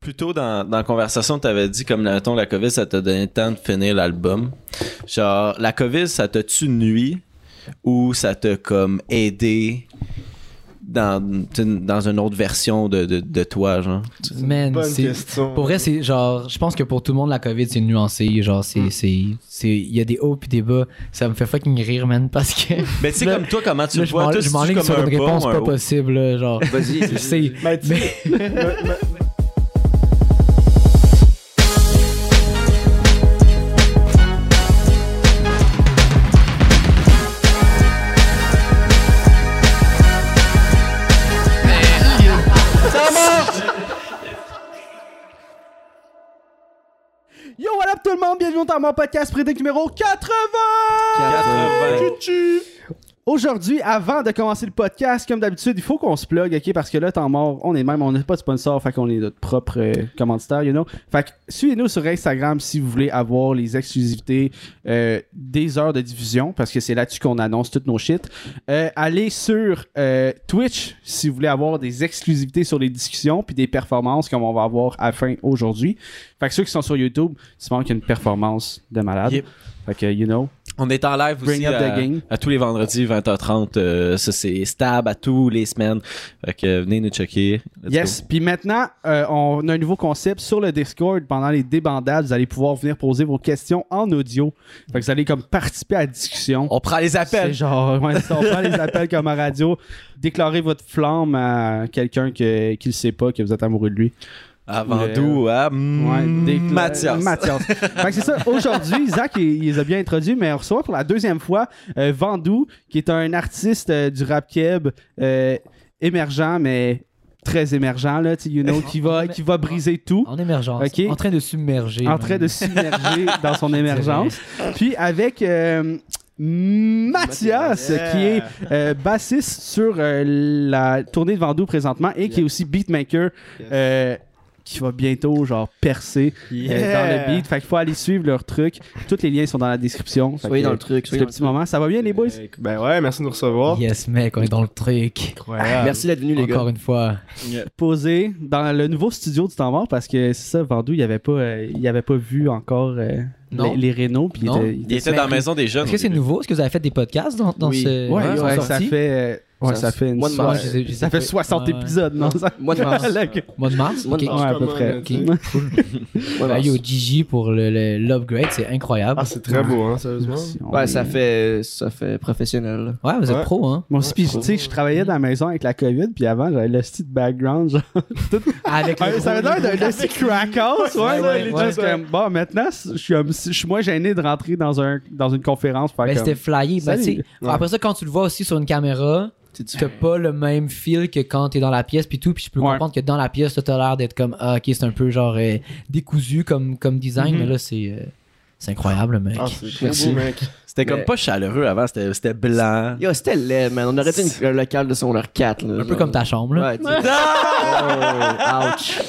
plus tôt dans, dans la conversation, tu avais dit comme mettons, la COVID, ça t'a donné le temps de finir l'album. Genre, la COVID, ça t'a-tu nuit ou ça t'a comme aidé dans, t'sais, dans une autre version de, de, de toi, genre? Man, Bonne c'est- question. Pour vrai, c'est genre, je pense que pour tout le monde, la COVID, c'est nuancé. Genre, c'est. c'est- c'est- Il y a des hauts puis des bas. Ça me fait fucking rire, man, parce que. Mais tu sais, Là- comme toi, comment tu là, le je m'en- vois? Toi, je si m'enligne tu sur comme une un bas réponse ou un pas haut? possible, là, genre. Vas-y. C'est. Mais tu- Mais- me- me- Yo, what up tout le monde? Bienvenue dans mon podcast prédic numéro 80! Euh, 80. Aujourd'hui, avant de commencer le podcast, comme d'habitude, il faut qu'on se plug, ok? Parce que là, temps mort, on est même, on n'a pas de sponsor, fait qu'on est notre propre euh, commanditaire, you know? Fait que suivez-nous sur Instagram si vous voulez avoir les exclusivités euh, des heures de diffusion, parce que c'est là-dessus qu'on annonce toutes nos shit. Euh, allez sur euh, Twitch si vous voulez avoir des exclusivités sur les discussions puis des performances comme on va avoir à la fin aujourd'hui. Fait que ceux qui sont sur YouTube, tu manques une performance de malade. Yep. Fait que, you know, On est en live Bring aussi up à, the game. à tous les vendredis 20h30. euh, ça, c'est stab à tous les semaines. Fait que euh, venez nous checker. Let's yes. Puis maintenant, euh, on a un nouveau concept sur le Discord. Pendant les débandades, vous allez pouvoir venir poser vos questions en audio. Fait que vous allez comme participer à la discussion. go. On prend les C'est appels. genre, ouais, c'est ça, on prend les appels comme à radio. Déclarez votre flamme à quelqu'un que- qui ne sait pas que vous êtes amoureux de lui. Avant Ouais. d'où, hein? Mm, Ouais, décla- Mathias. Mathias. Fait que c'est ça. Aujourd'hui, Zach, il, il les a bien introduits, mais on reçoit pour la deuxième fois euh, Vandou, qui est un artiste euh, du rap keb euh, émergent, mais très émergent, là, tu sais, you know, qui va, qui va briser tout. En émergence. Ok. En train de submerger. En man. train de submerger dans son émergence. Puis avec euh, Mathias, Yeah. qui est euh, bassiste sur euh, la tournée de Vandou présentement et qui est aussi beatmaker. euh, qui va bientôt genre percer euh, dans le beat. Fait qu'il faut aller suivre leur truc. Tous les liens sont dans la description. Fait Soyez que, dans le truc. c'est soyez le dans petit moment. Ça va bien les boys? Euh, Ben ouais, merci de nous recevoir. Yes, mec, on est dans le truc. le- Incroyable. Euh, Merci d'être venu, les gars. Encore une fois. Posé dans le nouveau studio du temps mort parce que c'est ça, Vandou, il avait pas, euh, il avait pas vu encore euh, Non. les, les rénaux. Puis il Non. était- Il était dans la maison des jeunes. Est-ce que c'est nouveau? Est-ce que vous avez fait des podcasts dans, dans Oui. ce. Ouais, Ouais, ouais, ils sont ça sortis. fait. euh, ouais, Ça, ça c'est- fait une mois de mars. soixante- Ouais, j'ai- j'ai Ça fait fait- 60 ouais, ouais. épisodes, non? ça- Mois de mars. Le gars- Mois de mars? Mois de Ok. mars. Ouais, à peu Comment, près. là, Ok, cool. Ouais, Hey, mars. yo, Gigi pour le- le- l'upgrade, c'est incroyable. Ah, c'est très beau, hein, sérieusement. Ouais, euh, ça fait, ça fait professionnel. Ouais, vous êtes Ouais. pro, hein? Moi aussi, Ouais, puis, c'est tu sais, je travaillais dans la maison avec la COVID, puis avant, j'avais le style de background, genre. Avec le Ah, ça avait gros- l'air d'un le style crack house, ouais, Ouais, là, ouais, les ouais. gens, c'est comme, Bon, maintenant, c'est- je suis comme- je suis moins gêné de rentrer dans, un, dans une conférence. faire Ben, comme- c'était flyé. Ben, Salut. tu sais, Ouais. Après ça, quand tu le vois aussi sur une caméra, t'as pas le même feel que quand t'es dans la pièce puis tout. Puis je peux Ouais. comprendre que dans la pièce, t'as l'air d'être comme ah, ok, c'est un peu genre euh, décousu comme, comme design, Mhm. mais là c'est euh, c'est incroyable, mec. Mm-hmm. Ah, c'est très Merci. beau, mec. C'était comme Mais- pas chaleureux avant. C'était c'était blanc. Yo, c'était laid, man. On aurait été une- un local de son heure 4. un peu comme ta chambre. Là. Ouais, tu sais. Oh, ouch.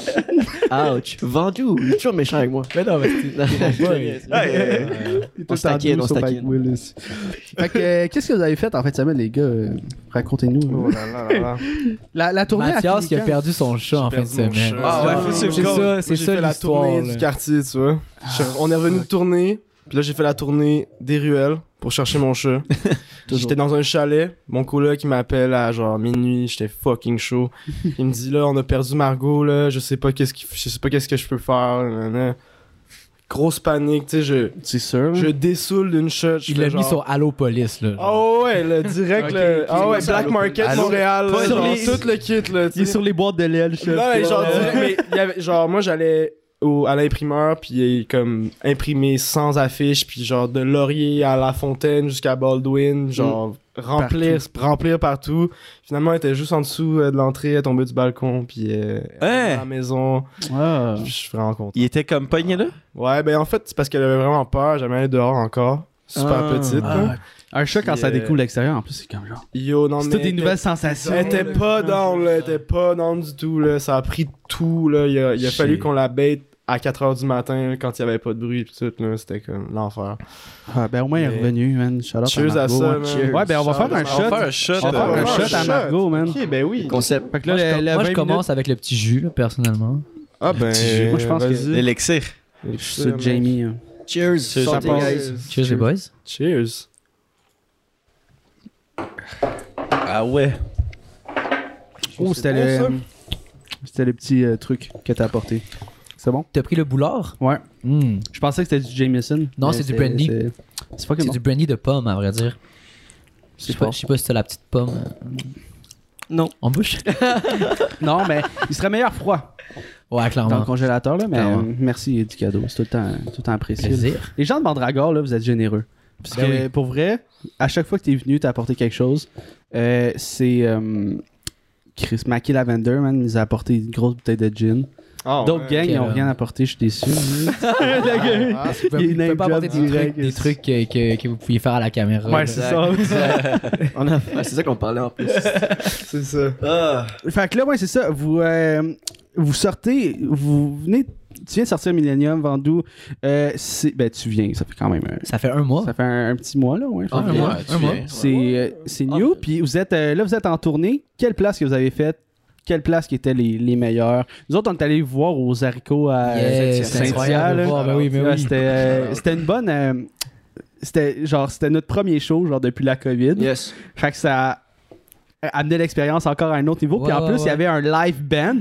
Oh, Ouch. Vendu. Il est toujours méchant avec moi. Mais non, mais c'est- Il est on tout se taquine, tendu on sur se Mike taquine. Willis. Fait que, euh, qu'est-ce que vous avez fait en fait, semaine, les gars? Euh, Racontez-nous. Oh là là là là. La, la tournée a Mathias fini qui a quand? perdu son chat en J'ai fin de perdu mon semaine. chat. Ah ouais, faut suivre c'est Cole. ça, c'est Moi, j'ai ça fait la l'histoire. tournée là. du quartier, tu vois. Je- on est revenu de tourner, puis là j'ai fait la tournée des ruelles pour chercher mon chat. j'étais dans un chalet, mon coloc il m'appelle à genre minuit, j'étais fucking chaud. Il me dit là on a perdu Margot là, je sais pas qu'est-ce qu'il- je sais pas qu'est-ce que je peux faire. nanana. Grosse panique, tu sais je C'est sûr. je dessoule d'une shot. je Il fais l'a mis genre- sur Allo Police. Là, Ah ouais, le direct Ok, le ok. Ah ouais, Black Allô, Market allô. Montréal, là, Pas genre, sur les- tout le kit là, tu Il est sais. sur les boîtes de l'aile, chef. Non, mais genre, Ouais. direct, mais il y avait- genre, moi, j'allais au, à l'imprimeur, puis il, comme imprimé sans affiche, puis genre de Laurier à La Fontaine jusqu'à Baldwin, genre remplir, remplir partout. Finalement, elle était juste en dessous euh, de l'entrée, elle est tombée du balcon, puis euh, elle est Hein? à la maison. Ah. Je suis vraiment content. Il était comme pogné là. Ouais, ben en fait, c'est parce qu'elle avait vraiment peur, jamais allée dehors encore. Super Ah. petite. Ah, là. ouais. Un chat, quand Puis, ça euh, découvre l'extérieur, en plus, c'est comme genre. Yo, non, C'est mais toutes des elle nouvelles était- sensations. Elle était pas down, là. Elle était pas down du tout, là. Ça a pris tout, là. Il a, il a Shit. fallu qu'on la bête à 4h du matin là, quand il y avait pas de bruit pis tout, là. C'était comme l'enfer. Ah, ben au moins, il est Mais- revenu, man. Shout out Cheers à Margot, ça, hein. man. Ouais, ben on Shout va faire un out. On va shot. faire un shot. euh, On va faire Ouais, un ouais, shot à shot. Margot, man. Ok, ben oui. Concept. Fait que là, Moi, je, le- com- le moi, je 20 commence avec le petit jus, là, personnellement. Ah ben. petit jus. Moi, je pense que- vas-y. L'élixir. Je suis sûr, Jamie. hein. Cheers. Cheers, Santé, ça passe. guys. Cheers, les boys. Cheers. Ah ouais. Oh, c'était le, c'était le petit euh, truc que t'as apporté. C'est bon? T'as pris le boulard? Ouais. Hmm. Je pensais que c'était du Jameson. Non, mais c'est du brandy. c'est- C'est pas que C'est bon. du brandy de pomme, à vrai dire. Je sais C'est pas, fort. je sais pas si t'as la petite pomme euh, Non. en bouche. Non, mais il serait meilleur froid Ouais, dans le clairement. congélateur, là, mais Clairement. euh, merci du cadeau. C'est tout le temps, tout le temps apprécié. Plaisir. Les gens de Mandragore, là, vous êtes généreux. Parce Ben que pour vrai, à chaque fois que t'es venu, t'as apporté quelque chose. Euh, c'est euh, Chris Mackie Lavender, man, il nous a apporté une grosse bouteille de gin. Ah, D'autres gangs, ils n'ont Quel rien apporté, je suis déçu. Le Ah, gars, Vous pouvez, il vous pouvez name pas apporter drop des trucs, direct. des trucs euh, que, que- que vous pouviez faire à la caméra. là. Ouais, c'est ça. On a- Ouais, c'est ça qu'on parlait en plus. C'est ça. Ah. Fait que là, ouais, c'est ça. Vous, euh, vous sortez, vous venez, tu viens de sortir Millennium, Vandou. Euh, c'est- ben, tu viens, ça fait quand même. euh, Ça fait un mois. ça fait un, un petit mois, là, ouais. Ah, Fait que- mois, un mois. C'est euh, c'est Ah, new, ben- puis vous êtes euh, là, vous êtes en tournée. Quelle place que vous avez faite Quelle place qui était les, les meilleures Nous autres, on est allés voir aux haricots à Yeah, c'est Saint-Pierre. incroyable de là. voir, ben oui, mais Ouais, oui. C'était euh, c'était une bonne. euh, c'était genre c'était notre premier show genre depuis la COVID. Yes. Fait que ça amenait l'expérience encore à un autre niveau. Puis Ouais, en ouais, plus, il ouais. y avait un live band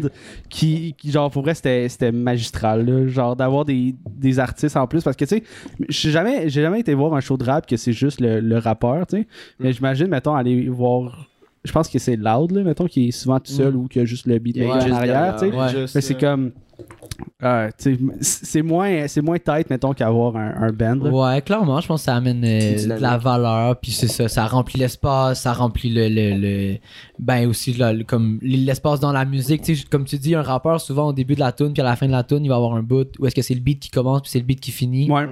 qui, qui, genre, pour vrai, c'était c'était magistral. là. Genre, d'avoir des, des artistes en plus. Parce que, tu sais, j'ai jamais, j'ai jamais été voir un show de rap que c'est juste le, le rappeur, Mm. tu sais. Mais j'imagine, mettons, aller voir. Je pense que c'est Loud, là, mettons, qui est souvent tout Mm. seul ou qui a juste le beat Yeah, en juste arrière, tu sais. Ouais. Mais c'est comme. euh, tu sais, c'est moins, c'est moins tight, mettons, qu'avoir un, un band. là. Ouais, clairement, je pense que ça amène euh, C'est de la dynamique. valeur, puis c'est ça, ça remplit l'espace, ça remplit le, le, le- ben aussi là, le- comme l'espace dans la musique, tu sais, comme tu dis, un rappeur souvent au début de la tune puis à la fin de la tune, il va avoir un bout où est-ce que c'est le beat qui commence puis c'est le beat qui finit. Ouais.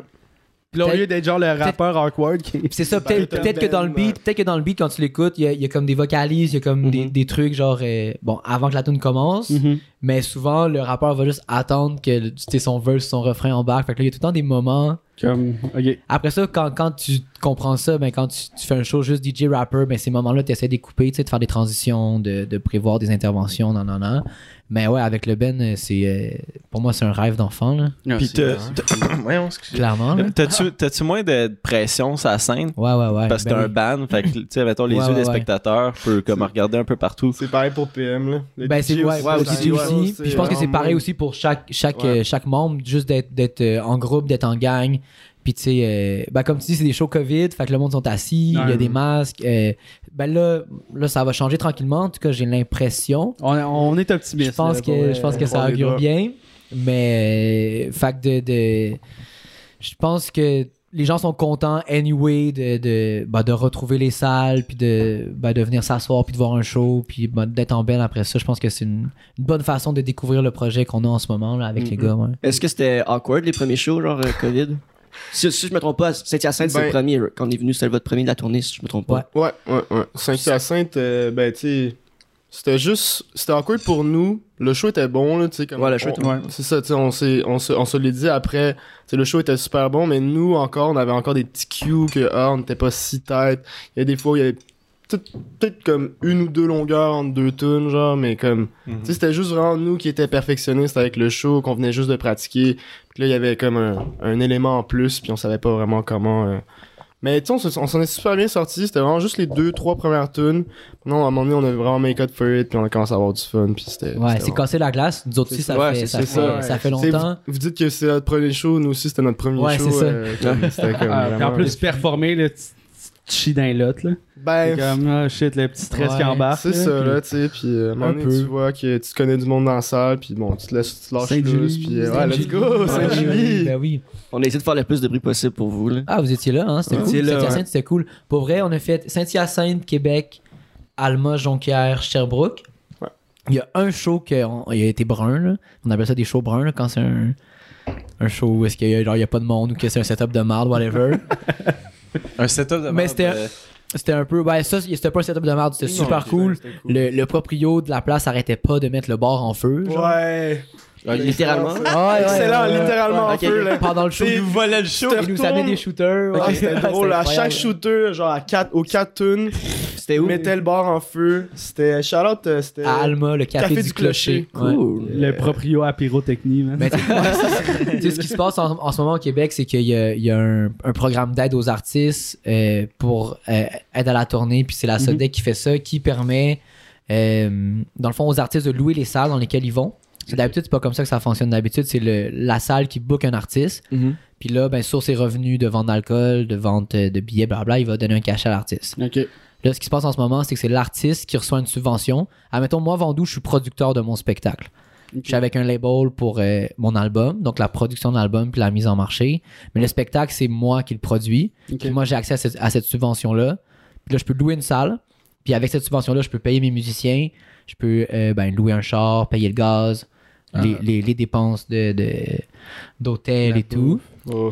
Puis là, au Peut-être- lieu d'être genre le rappeur awkward qui. Puis C'est ça, peut-être Battle peut-être que dans le band, beat, peut-être que dans le beat quand tu l'écoutes, il y, a- il y a comme des vocalises, il y a comme des, des trucs genre euh, bon, avant que la tune commence, Mhm. mais souvent le rappeur va juste attendre que le- tu sais, son verse, son refrain embarque. Fait que là, il y a tout le temps des moments Comme. Ok. Après ça, quand, quand tu comprends ça, ben, quand tu, tu fais un show juste DJ rapper, ben, ces moments-là, tu essaies de les couper, tu sais, de faire des transitions, de, de prévoir des interventions, nan, nan, nan. Mais ouais, avec le Ben, euh, c'est, euh, pour moi, c'est un rêve d'enfant, là. Puis t'as- c'est t'as- Voyons, excusez. clairement. là. T'as-tu t'as-tu moins de pression sur la scène? Ouais, ouais, ouais. Parce que Ben t'as un oui. ban, fait que, tu sais, mettons, les Ouais, yeux ouais, des ouais. spectateurs peuvent comme regarder un peu partout. C'est pareil pour PM, là. Les Ben, c'est DJ ouais, aussi, ouais, les aussi, DJ aussi. c'est Puis je pense que c'est vraiment- pareil aussi pour chaque chaque Ouais. euh, chaque membre juste d'être d'être euh, en groupe d'être en gang puis tu sais euh, ben, comme tu dis c'est des shows covid fait que le monde sont assis il y a Ouais. des masques euh, ben là là ça va changer tranquillement en tout cas j'ai l'impression On, on est optimiste. je pense là, que pour vrai. je pense que on ça les augure bat. bien mais euh, fac de, de- je pense que les gens sont contents anyway de de, bah, de retrouver les salles puis de bah, de venir s'asseoir puis de voir un show puis bah, d'être en belle après ça je pense que c'est une, une bonne façon de découvrir le projet qu'on a en ce moment là avec Mm-hmm. les gars ouais. Est-ce que c'était awkward les premiers shows, genre euh, COVID si, si je me trompe pas, Saint-Hyacinthe, c'est Ben- le premier. euh, Quand on est venu, c'était votre premier de la tournée, si je me trompe pas. Ouais. Ouais, ouais, ouais. Saint-Hyacinthe, euh, ben, tu sais, c'était juste. C'était awkward pour nous. Le show était bon, là, tu sais. comme- Ouais, le show on- était bon. C'est ça, tu sais, on, s'est- on, se, on se l'est dit après. Tu sais, le show était super bon, mais nous, encore, on avait encore des petits cues que, ah, on n'était pas si tête. Il y a des fois où il y avait peut- peut-être comme une ou deux longueurs entre deux tunes, genre, mais comme. Tu sais, c'était juste vraiment nous qui étions perfectionnistes avec le show, qu'on venait juste de pratiquer. Puis là, il y avait comme un, un élément en plus, puis on savait pas vraiment comment. euh. Mais tu sais, on se- on s'en est super bien sorti. C'était vraiment juste les deux, trois premières tunes. Non, à un moment donné, on avait vraiment make up for it, puis on a commencé à avoir du fun, puis c'était. Ouais, c'était c'est vraiment- casser la glace. Nous autres aussi, ça, Ouais, fait, c'est- ça, c'est fait, ça, ouais. ça fait Tu sais, longtemps. Vous, vous dites que c'est notre premier show, nous aussi, c'était notre premier Ouais, show. c'est ça. euh, comme- c'était comme Ah, puis en vraiment- plus, performer, le petit chi d'un lot, là. C'est ben, comme, ah shit, le petit stress Ouais. qui embarque. c'est ça, là, tu sais, puis euh, à un moment Un donné, peu. tu vois que tu connais du monde dans la salle, puis bon, tu te laisses, tu te lâches Saint-Julie. loose, puis euh, ouais, let's go, Ouais, Saint-Julie! Ben oui. On a essayé de faire le plus de bruit possible pour vous. Là. Ah, vous étiez là, hein? C'était Ouais. cool. Vous étiez là, Saint-Hyacinthe, c'était cool. Pour vrai, on a fait Saint-Hyacinthe, Québec, Alma, Jonquière, Sherbrooke. Ouais. Il y a un show qui a été brun, là. On appelle ça des shows bruns, là, quand c'est un, un show où est-ce qu'il y a, genre, il y a pas de monde ou que c'est un setup de marde, whatever. Un setup de Mais merde, c'était- euh, c'était un peu... Ouais, ça, c'était pas un setup de marde, c'était super cool. Le, le proprio de la place arrêtait pas de mettre le bar en feu. genre. Ouais! littéralement. Ah, ouais, Excellent, ouais, ouais, ouais. littéralement Ok. en feu, là. Pendant le show, C'est- il nous volait le show, te il nous retourne. amenait des shooters. Ah, ouais. c'était drôle, à incroyable. chaque shooter, genre à 4, aux 4 tunes, C'était où? Mettait le bar en feu. C'était. Charlotte, euh, c'était. À Alma, Ah, le café, Café du Clocher. Ouais. Cool. Le proprio à pyrotechnie, man. Mais tu tu sais, ce qui se passe en, en ce moment au Québec, c'est qu'il y a, il y a un, un programme d'aide aux artistes euh, pour euh, aide à la tournée, puis c'est la SODEC qui fait ça, qui permet, euh, dans le fond, aux artistes de louer les salles dans lesquelles ils vont. Parce que D'habitude, c'est pas comme ça que ça fonctionne. D'habitude, c'est le- la salle qui book un artiste. Mhm. Puis là, ben, sur ses revenus de vente d'alcool, de vente euh, de billets, blabla, il va donner un cachet à l'artiste. Ok. Là, ce qui se passe en ce moment, c'est que c'est l'artiste qui reçoit une subvention. Admettons, moi, Vandou, je suis producteur de mon spectacle. Je suis avec un label pour euh, mon album, donc la production de l'album puis la mise en marché. Mais le spectacle, c'est moi qui le produis. Puis moi, j'ai accès à cette, à cette subvention-là. Puis là, je peux louer une salle. Puis avec cette subvention-là, je peux payer mes musiciens. Je peux euh, ben, louer un char, payer le gaz, les, les- les dépenses de, de- d'hôtel et tout. Oh.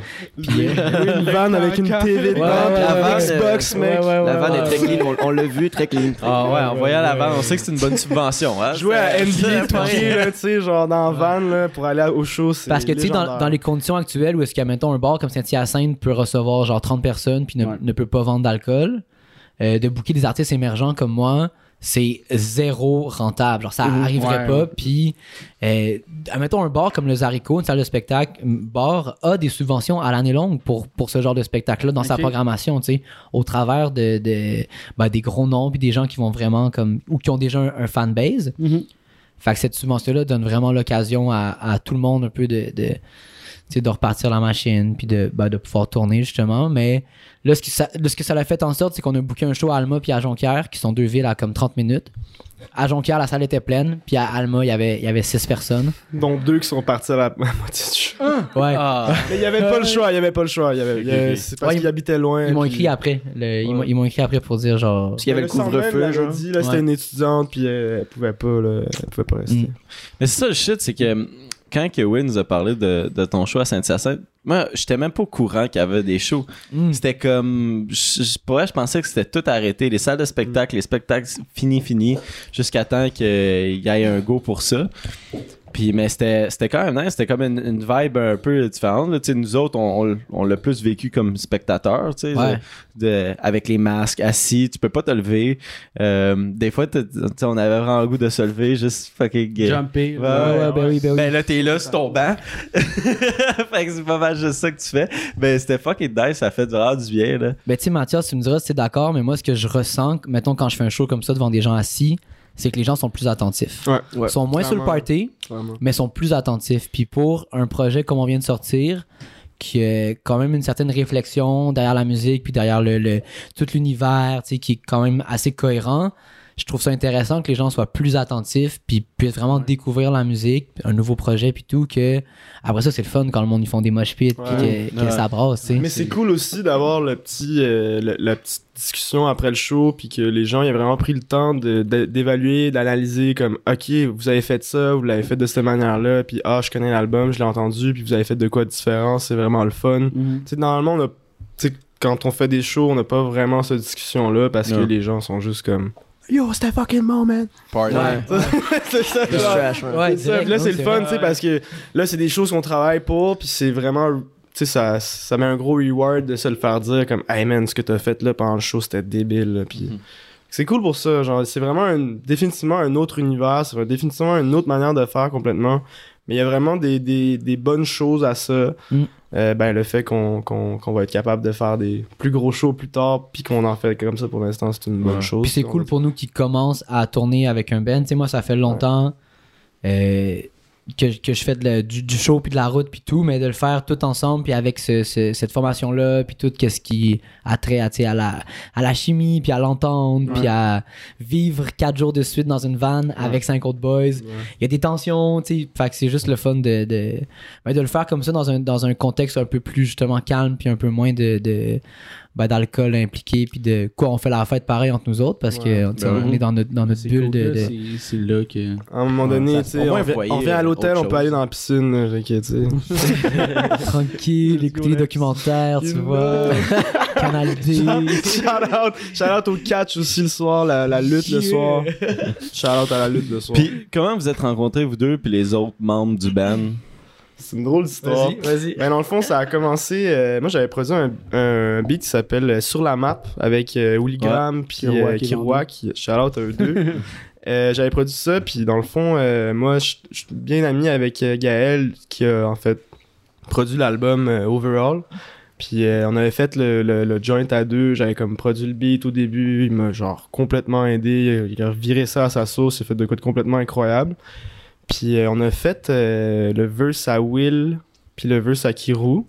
une vanne avec une TV de Ouais, bord, ouais, la ouais, vanne, ouais. Xbox, mec. La vanne est très clean, on, on l'a vu, très clean. très Ah clean. ouais, en voyant la vanne, on sait que c'est une bonne subvention. Hein? Jouer à Ça, NBA 2K, là, tu sais, genre dans la van, là, pour aller au show, c'est Parce que, tu sais, dans, légendaire. dans les conditions actuelles où est-ce qu'il y a, mettons, un bar comme Saint-Hyacinthe peut recevoir genre 30 personnes puis ne, Ouais. ne peut pas vendre d'alcool, euh, de booker des artistes émergents comme moi, c'est zéro rentable. Genre, ça arriverait Mmh, Ouais. pas. Puis, euh, admettons, un bar comme le Zarico, une salle de spectacle, un bar a des subventions à l'année longue pour, pour ce genre de spectacle-là dans sa Ok. programmation, tu sais, au travers de, de- ben, des gros noms puis des gens qui vont vraiment comme. ou qui ont déjà un, un fanbase. Mhm. Fait que cette subvention-là donne vraiment l'occasion à, à tout le monde un peu de, de, tu sais, de repartir la machine puis de, ben, de pouvoir tourner justement. Mais là, ce que ça, là, ce que ça a fait en sorte, c'est qu'on a booké un show à Alma puis à Jonquière, qui sont deux villes à comme 30 minutes. À Jonquière, la salle était pleine, puis à Alma, il y avait, il y avait six personnes. Dont deux qui sont partis à la à moitié du show. Ouais. Ah, Mais il y avait pas le choix, il y avait pas le choix. il y avait- il y avait- Ok, ok. C'est parce Ouais, qu'ils habitaient loin. Ils m'ont puis- écrit après. Le- ils m'ont- ils m'ont écrit après pour dire genre. Parce qu'il y avait le Mais soir même, couvre-feu, elle genre. avait dit, là, c'était Ouais. une étudiante, puis euh, elle pouvait pas, là, elle pouvait pas rester. Mm. Mais c'est ça le shit, c'est que quand Kevin nous a parlé de, de ton show à Saint-Hyacinthe, moi, j'étais même pas au courant qu'il y avait des shows. Mm. C'était comme. Je, je- pour vrai, je pensais que c'était tout arrêté. Les salles de spectacle, les spectacles finis, finis, jusqu'à temps qu'il y ait un go pour ça. Puis, mais c'était c'était quand même nice. C'était comme une, une vibe un peu différente. là. Tu sais, nous autres, on, on l- on l'a plus vécu comme spectateur, tu sais, Ouais. de- avec les masques, assis, tu peux pas te lever. Euh, des fois, t'as- tu sais, on avait vraiment le goût de se lever, juste fucking. euh, Ouais, Jumpy. ouais, ouais, ben oui, ben oui. ben là, t'es là sur ton banc. fait que c'est pas mal juste ça que tu fais. Ben c'était fucking nice, ça fait vraiment du bien, là. Ben, tu sais, Mathias, tu me diras si t'es d'accord, mais moi, ce que je ressens, mettons, quand je fais un show comme ça devant des gens assis, c'est que les gens sont plus attentifs. Ouais, Ouais, Ils sont moins sur le clairement. party, mais sont plus attentifs. Puis pour un projet comme on vient de sortir, qui a quand même une certaine réflexion derrière la musique, puis derrière le, le- tout l'univers, tu sais, qui est quand même assez cohérent, je trouve ça intéressant que les gens soient plus attentifs, puis puissent vraiment découvrir la musique, un nouveau projet, puis tout, que après ça, c'est le fun quand le monde, ils font des mosh pits, puis Ouais. que, que ça brasse, tu sais. Mais c'est cool aussi d'avoir le petit, euh, le- la petite discussion après le show, puis que les gens aient vraiment pris le temps de- de- d'évaluer, d'analyser, comme ok, vous avez fait ça, vous l'avez fait de cette manière-là, puis ah, je connais l'album, je l'ai entendu, puis vous avez fait de quoi de différent, c'est vraiment le fun. Tu sais, normalement, on a- tu sais, quand on fait des shows, on n'a pas vraiment cette discussion-là parce que Non. les gens sont juste comme Yo, c'était fucking bon, man! Ouais. c'est ça, Just genre. trash, man. Ouais, C'est ça, direct, puis là, non, c'est le fun, tu vrai. sais, parce que là, c'est des choses qu'on travaille pour, puis c'est vraiment. Tu sais, ça, ça met un gros reward de se le faire dire, comme, hey man, ce que t'as fait là pendant le show, c'était débile, là, puis. Mm-hmm. C'est cool pour ça, genre, c'est vraiment un- définitivement un autre univers, c'est définitivement une autre manière de faire complètement. Mais il y a vraiment des, des, des bonnes choses à ça. Mm. Euh, ben, le fait qu'on qu'on- qu'on va être capable de faire des plus gros shows plus tard, puis qu'on en fait comme ça pour l'instant, c'est une bonne Ouais. chose. Puis c'est On- cool pour nous qui commencent à tourner avec un band. Tu sais, moi, ça fait longtemps euh, que, que je fais de la- du, du show, puis de la route, puis tout, mais de le faire tout ensemble, puis avec ce- ce- cette formation-là, puis tout ce qui a trait à, tu sais, à, la, à la chimie, puis à l'entendre, puis à vivre quatre jours de suite dans une van avec cinq autres boys. Il y a des tensions, tu sais. Fait que c'est juste le fun de, de, ben, de le faire comme ça dans un, dans un contexte un peu plus justement calme, puis un peu moins de, de- ben, d'alcool impliqué, puis de quoi on fait la fête pareil entre nous autres, parce que tu sais, Ben on est dans notre, dans notre bulle de. de- C'est là que. À un moment donné, tu sais, au on, moins, vi- vous voyez euh, on vient à l'hôtel, autre on peut chose. aller dans la piscine, là, fait que, tu sais. tranquille, écouter les documentaires, tu vois, Canal D. shout out, shout out au catch aussi le soir, la, la lutte le soir. Shout out à la lutte le soir. Puis comment vous êtes rencontrés, vous deux, puis les autres membres du band C'est une drôle d'histoire. vas-y. Ben, dans le fond, ça a commencé. euh, moi, j'avais produit un, un beat qui s'appelle euh, Sur la map avec euh, Willy Graham puis Kiroak euh, et Kiroak. Shout out à eux deux. Euh, j'avais produit ça, puis dans le fond, euh, moi, je je suis bien ami avec euh, Gaël qui a en fait produit l'album euh, Overall. Puis euh, on avait fait le, le- le joint à deux, j'avais comme produit le beat au début, il m'a genre complètement aidé, il a viré ça à sa sauce, il a fait de quoi de complètement incroyable. Puis euh, on a fait euh, le verse à Will, puis le verse à Kiru.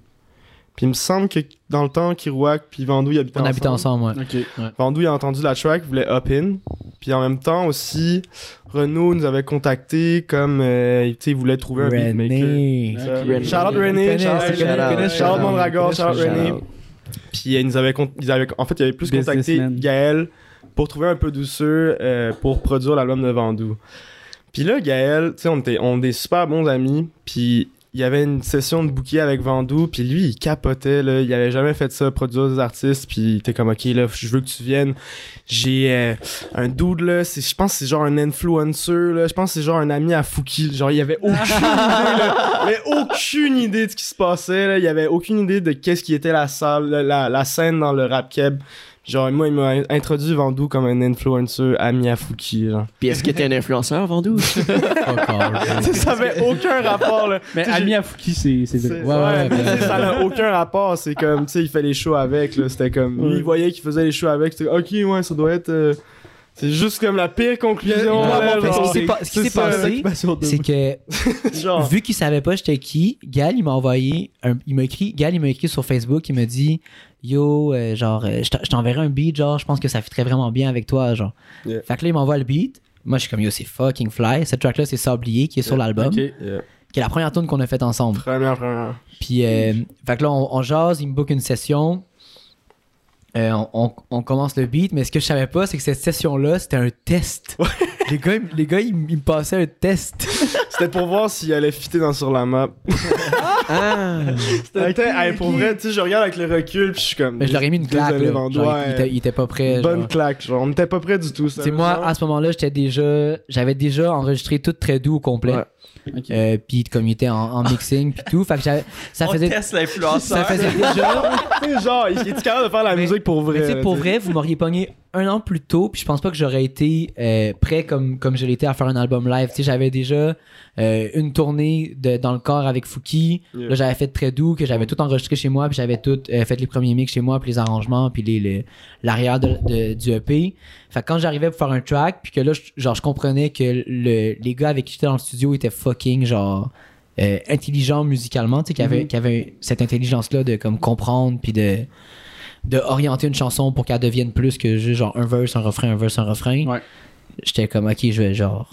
Puis il me semble que dans le temps, Kirouac puis Vandou, ils habitaient On habitait ensemble. ensemble, ouais. Ok. Vandou il a entendu la track, voulait hop in. Puis en même temps aussi, Renaud nous avait contacté comme euh, tu sais, il voulait trouver un beatmaker. René. Ça, René. Shout out Ils René, connaissent, shout out ils connaissent, René, ils shout out connaissent, Mondragon, ils shout out connaissent, René. shout out. Puis euh, ils nous avaient, con- ils avaient- en fait, ils avaient plus contacté Businessman. Gaël pour trouver un peu douceur euh, pour produire l'album de Vandou. Puis là, Gaël, tu sais, on était, on est des super bons amis. Puis il y avait une session de bouquet avec Vandou. Puis lui, il capotait, là. Il avait jamais fait ça, produire des artistes. Puis il était comme, OK, là, je veux que tu viennes. J'ai euh, un dude, là. c'est- Je pense que c'est genre un influencer, là. Je pense que c'est genre un ami à Fouki. Genre, il y avait aucune idée, là. Il y avait aucune idée de ce qui se passait, là. Il y avait aucune idée de qu'est-ce qui était la salle, la, la scène dans le rap keb. Genre, moi, il m'a introduit Vandou comme un influencer ami à Fouki, genre. Puis est-ce que t'es un influenceur, Vandou? Fuck all. Ça, ça avait aucun rapport, là. Mais Tu sais, Ami Afouki, c'est. c'est- C'est- Ouais, ouais, mais ouais. tu sais, ça n'a aucun rapport. C'est comme, tu sais, il fait les shows avec, là. C'était comme, lui, il voyait qu'il faisait les shows avec. C'était, ok, ouais, ça doit être. euh, C'est juste comme la pire conclusion. Il a- là, en fait, genre. ce qui s'est pas- ce qui C'est s'est ça, passé, Ben, l'occupation double. C'est que Genre, vu qu'il savait pas j'étais qui, Gal il m'a envoyé un- il m'a écrit Gal il m'a écrit sur Facebook, il m'a dit "Yo, euh, genre euh, je t'en- je t'enverrai un beat genre, je pense que ça fitterait vraiment bien avec toi genre." Yeah. Fait que là il m'envoie le beat. Moi je suis comme "Yo, c'est fucking fly." Cette track là c'est Sablier qui est sur l'album, Yeah. qui est la première tune qu'on a faite ensemble. Première, première. Puis, euh, fait que là, on, on jase, il me book une session. Euh, on, on- on commence le beat, mais ce que je savais pas, c'est que cette session-là, c'était un test. les gars, ils- les gars ils, m- ils me passaient un test. C'était pour voir s'il allait fitter dans sur la map. Ah! C'était hey, pour vrai, tu sais, je regarde avec le recul, puis je suis comme. Mais je leur ai mis une claque. Désolé, là. Vando, Genre, il- ouais. il, était, il était pas prêt. Bonne genre. claque, genre. On n'était pas près du tout. Tu sais, moi, à ce moment-là, j'étais déjà, j'avais déjà enregistré tout très doux au complet. Ouais. Ok. Euh, puis comme il était en, en mixing, puis tout. Fait que j'avais- ça faisait, teste ça l'influenceur. faisait déjà. Tu sais, genre, il est capable de faire la Mais- musique pour vrai. Mais tu sais, là, pour tu sais. vrai, vous m'auriez pogné un an plus tôt, puis je pense pas que j'aurais été euh, prêt comme, comme je l'étais à faire un album live. Tu sais, j'avais déjà euh, une tournée de, dans le corps avec Fouki. Yeah. Là, j'avais fait très doux, que j'avais tout enregistré chez moi, puis j'avais tout euh, fait les premiers mix chez moi, puis les arrangements, puis les- les- l'arrière de- de- du EP. Fait que quand j'arrivais pour faire un track, puis que là, je- genre, je comprenais que le, les gars avec qui j'étais dans le studio étaient fucking, genre, euh, intelligents musicalement, tu sais, qui avaient, Mhm. qui avaient cette intelligence-là de, comme, comprendre, puis de, de orienter une chanson pour qu'elle devienne plus que juste, genre, un verse, un refrain, un verse, un refrain. Ouais. J'étais comme, ok, je vais, genre,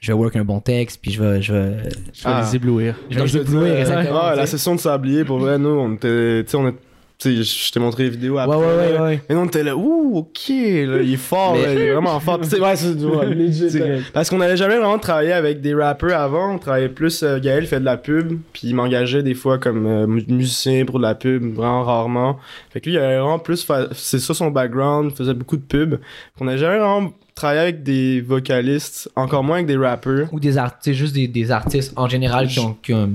je vais work un bon texte, puis je vais, je vais, Je vais Ah. les éblouir. je vais jouer Blu-ray, exactement, Ouais, Ah, tu la sais. session de sablier, pour vrai, nous, on était. Tu sais, on est- tu sais, je je t'ai montré les vidéos après. Ouais, ouais, ouais, là. ouais. Et nous, on était là, ouh, ok, là, il est fort, là, il est vraiment fort. Puis, tu sais, ouais, c'est ouais, direct. Parce qu'on n'avait jamais vraiment travaillé avec des rappeurs avant. On travaillait plus. euh, Gaël fait de la pub, puis il m'engageait des fois comme euh, mu- musicien pour de la pub, vraiment rarement. Fait que lui, il avait vraiment plus. fa- C'est ça son background, il faisait beaucoup de pubs. On n'avait jamais vraiment travaillé avec des vocalistes, encore moins avec des rappeurs. ou des artistes juste des, des artistes en général qui ont, qui ont-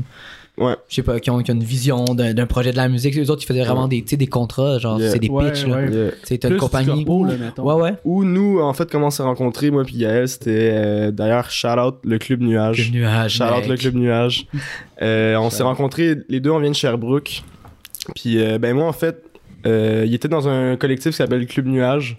Ouais. je sais pas qui ont, qui ont une vision d'un d'un projet de la musique les autres ils faisaient vraiment des tu sais, des contrats genre Yeah. c'est des Ouais, pitchs ouais. là Yeah. c'est une Plus compagnie du corpo, là, mettons. ouais ouais Où nous, en fait, comment on s'est rencontrés, moi puis Gaël, c'était euh, d'ailleurs shout out le Club Nuage. le nuage Shout out mec. le Club Nuage. Euh, on s'est rencontrés, les deux, on vient de Sherbrooke. Puis, euh, ben moi, en fait, euh, il était dans un collectif qui s'appelle Club Nuage.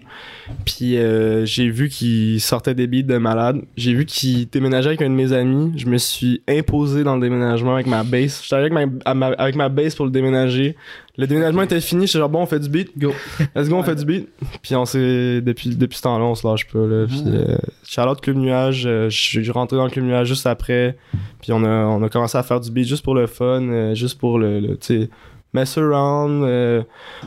Puis, euh, j'ai vu qu'il sortait des beats de malade. J'ai vu qu'il déménageait avec un de mes amis. Je me suis imposé dans le déménagement avec ma base. J'étais avec ma, à ma- avec ma base pour le déménager. Le déménagement était fini. J'étais genre, bon, on fait du beat. Go. Let's go, on fait du beat. Puis, on s'est, depuis, depuis ce temps-là, on se lâche pas. Là. Puis, euh, shout out Club Nuage. Euh, je suis rentré dans le Club Nuage juste après. Puis on a, on a commencé à faire du beat juste pour le fun, euh, juste pour le, le, tu sais, mess around. euh,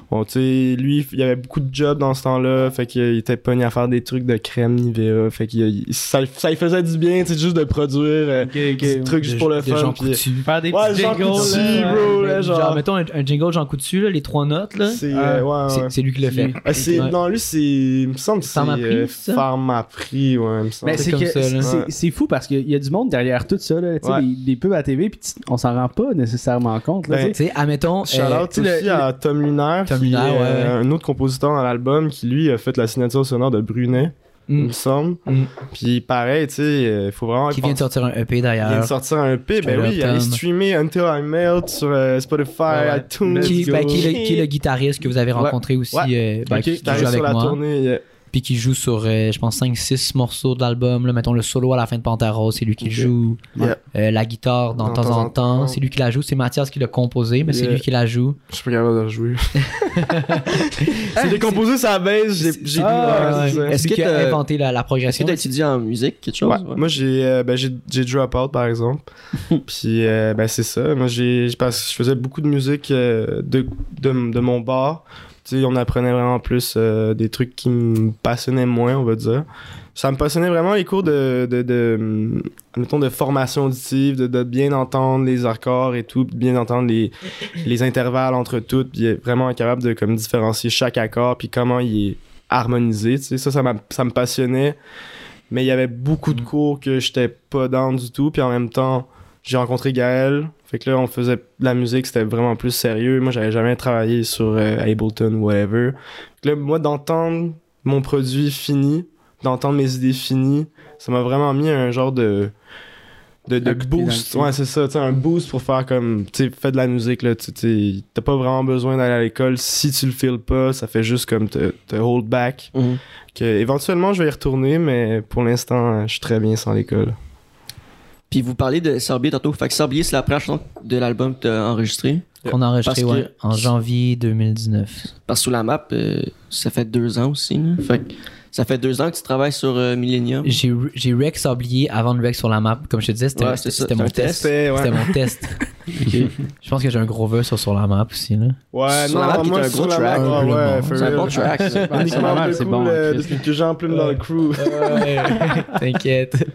bon, tu sais, lui, il y avait beaucoup de jobs dans ce temps-là. Fait qu'il était pogné à faire des trucs de crème Nivea. Fait que ça, ça lui faisait du bien, tu sais, juste de produire euh, des trucs juste pour le fun. Jean puis- Coutu. Faire des Ouais, petits Jean jingles, Coutu, là. bro, là, Mais genre. genre, mettons un, un jingle Jean Coutu, là, les trois notes, là. C'est, euh, ouais, ouais. hein? Ah, C'est c'est lui qui le fait. Ah, c'est- Ouais. Non, lui, c'est. Il me semble que c'est. Pharmaprix, euh, ça? Pharmaprix, ouais, il me semble. Mais c'est comme que ça, là. c'est- c'est- c'est fou parce qu'il y a du monde derrière tout ça, là, tu sais, Ouais. des, des pubs à TV, puis tu- on s'en rend pas nécessairement compte. Là, Ben, tu Tu sais, admettons. Shout euh, out aussi à Tom Lunaire, Tom qui Lunaire, est, ouais, euh, un autre compositeur dans l'album qui lui a fait la signature sonore de Brunet, il Mm. me semble. Mm. Puis pareil, tu sais, il faut vraiment. qui vient de sortir un EP Il vient de d'ailleurs. sortir un P, ben Shout out, oui, allez Tom. streamer Until I Melt sur euh, Spotify, Ouais, ouais. iTunes. Qui, let's go. ben, qui, est le, qui est le guitariste que vous avez rencontré aussi, euh, ben, Ok, qui, qui t'arrives joue avec sur la moi, tournée. yeah. puis qui joue sur, euh, je pense, 5-6 morceaux de l'album. là. Mettons le solo à la fin de Pantaros, c'est lui qui Ok. joue. Yeah. Euh, la guitare, dans, de temps en temps, c'est lui qui la joue. C'est Mathias qui l'a composé, mais c'est Yeah. lui qui la joue. Je suis pas capable de rejouer. Ah, c'est décomposé sa base, j'ai j'ai Ah, ouais, c'est ça. Est-ce Est-ce que qu'il a t'as- inventé la, la Est-ce que progression t'as étudié en musique, quelque chose? Ouais. Ouais. Moi, j'ai euh, ben, j'ai j'ai drop out, par exemple. Puis, euh, ben, c'est ça. Moi, j'ai j'ai- parce que je faisais beaucoup de musique euh, de, de, de mon bar. Tu sais, on apprenait vraiment plus euh, des trucs qui me passionnaient moins, on va dire. Ça me passionnait vraiment les cours de, de, de, hum, mettons, de formation auditive, de, de bien entendre les accords et tout, de bien entendre les, les intervalles entre toutes, puis être vraiment être capable de comme, différencier chaque accord, puis comment il est harmonisé. tu sais. Ça, ça, m'a- ça me passionnait. Mais il y avait beaucoup de cours que j'étais pas down du tout. Puis en même temps, j'ai rencontré Gaël. Fait que là, on faisait de la musique, c'était vraiment plus sérieux. Moi, j'avais jamais travaillé sur euh, Ableton ou whatever. Fait que là, moi, d'entendre mon produit fini, d'entendre mes idées finies, ça m'a vraiment mis un genre de. De, de Un coup de pied dans le boost, cul. ouais, c'est ça, tu sais, un boost pour faire comme, tu sais, fais de la musique, là, tu tu- t'as pas vraiment besoin d'aller à l'école si tu le files pas, ça fait juste comme te, te hold back Mhm. que éventuellement je vais y retourner, mais pour l'instant, euh, je suis très bien sans l'école. Puis vous parlez de Sorbier tantôt. Fait que Sorbier, c'est la première chanson de l'album que t'as enregistré. qu'on a enregistré Parce que- ouais, en janvier 2019? Parce que sous la map, euh, ça fait deux ans aussi. là. Fait que ça fait deux ans que tu travailles sur euh, Millennium. J'ai j'ai Rex oublié avant de Rex sur la map. Comme je te disais, c'était Ouais, c'est ça, c'était mon c'est un test. C'était, ouais. C'était mon test. Je pense que j'ai un gros vœu sur, sur la map aussi. Là. Ouais, Sur la map, qui est un sur gros la track. map, ouais, Un ouais, peu for C'est un real. bon track. ça. Ouais, c'est Uniquement normal, le c'est cool, bon, euh, Chris. depuis que j'en plume dans le crew. T'inquiète.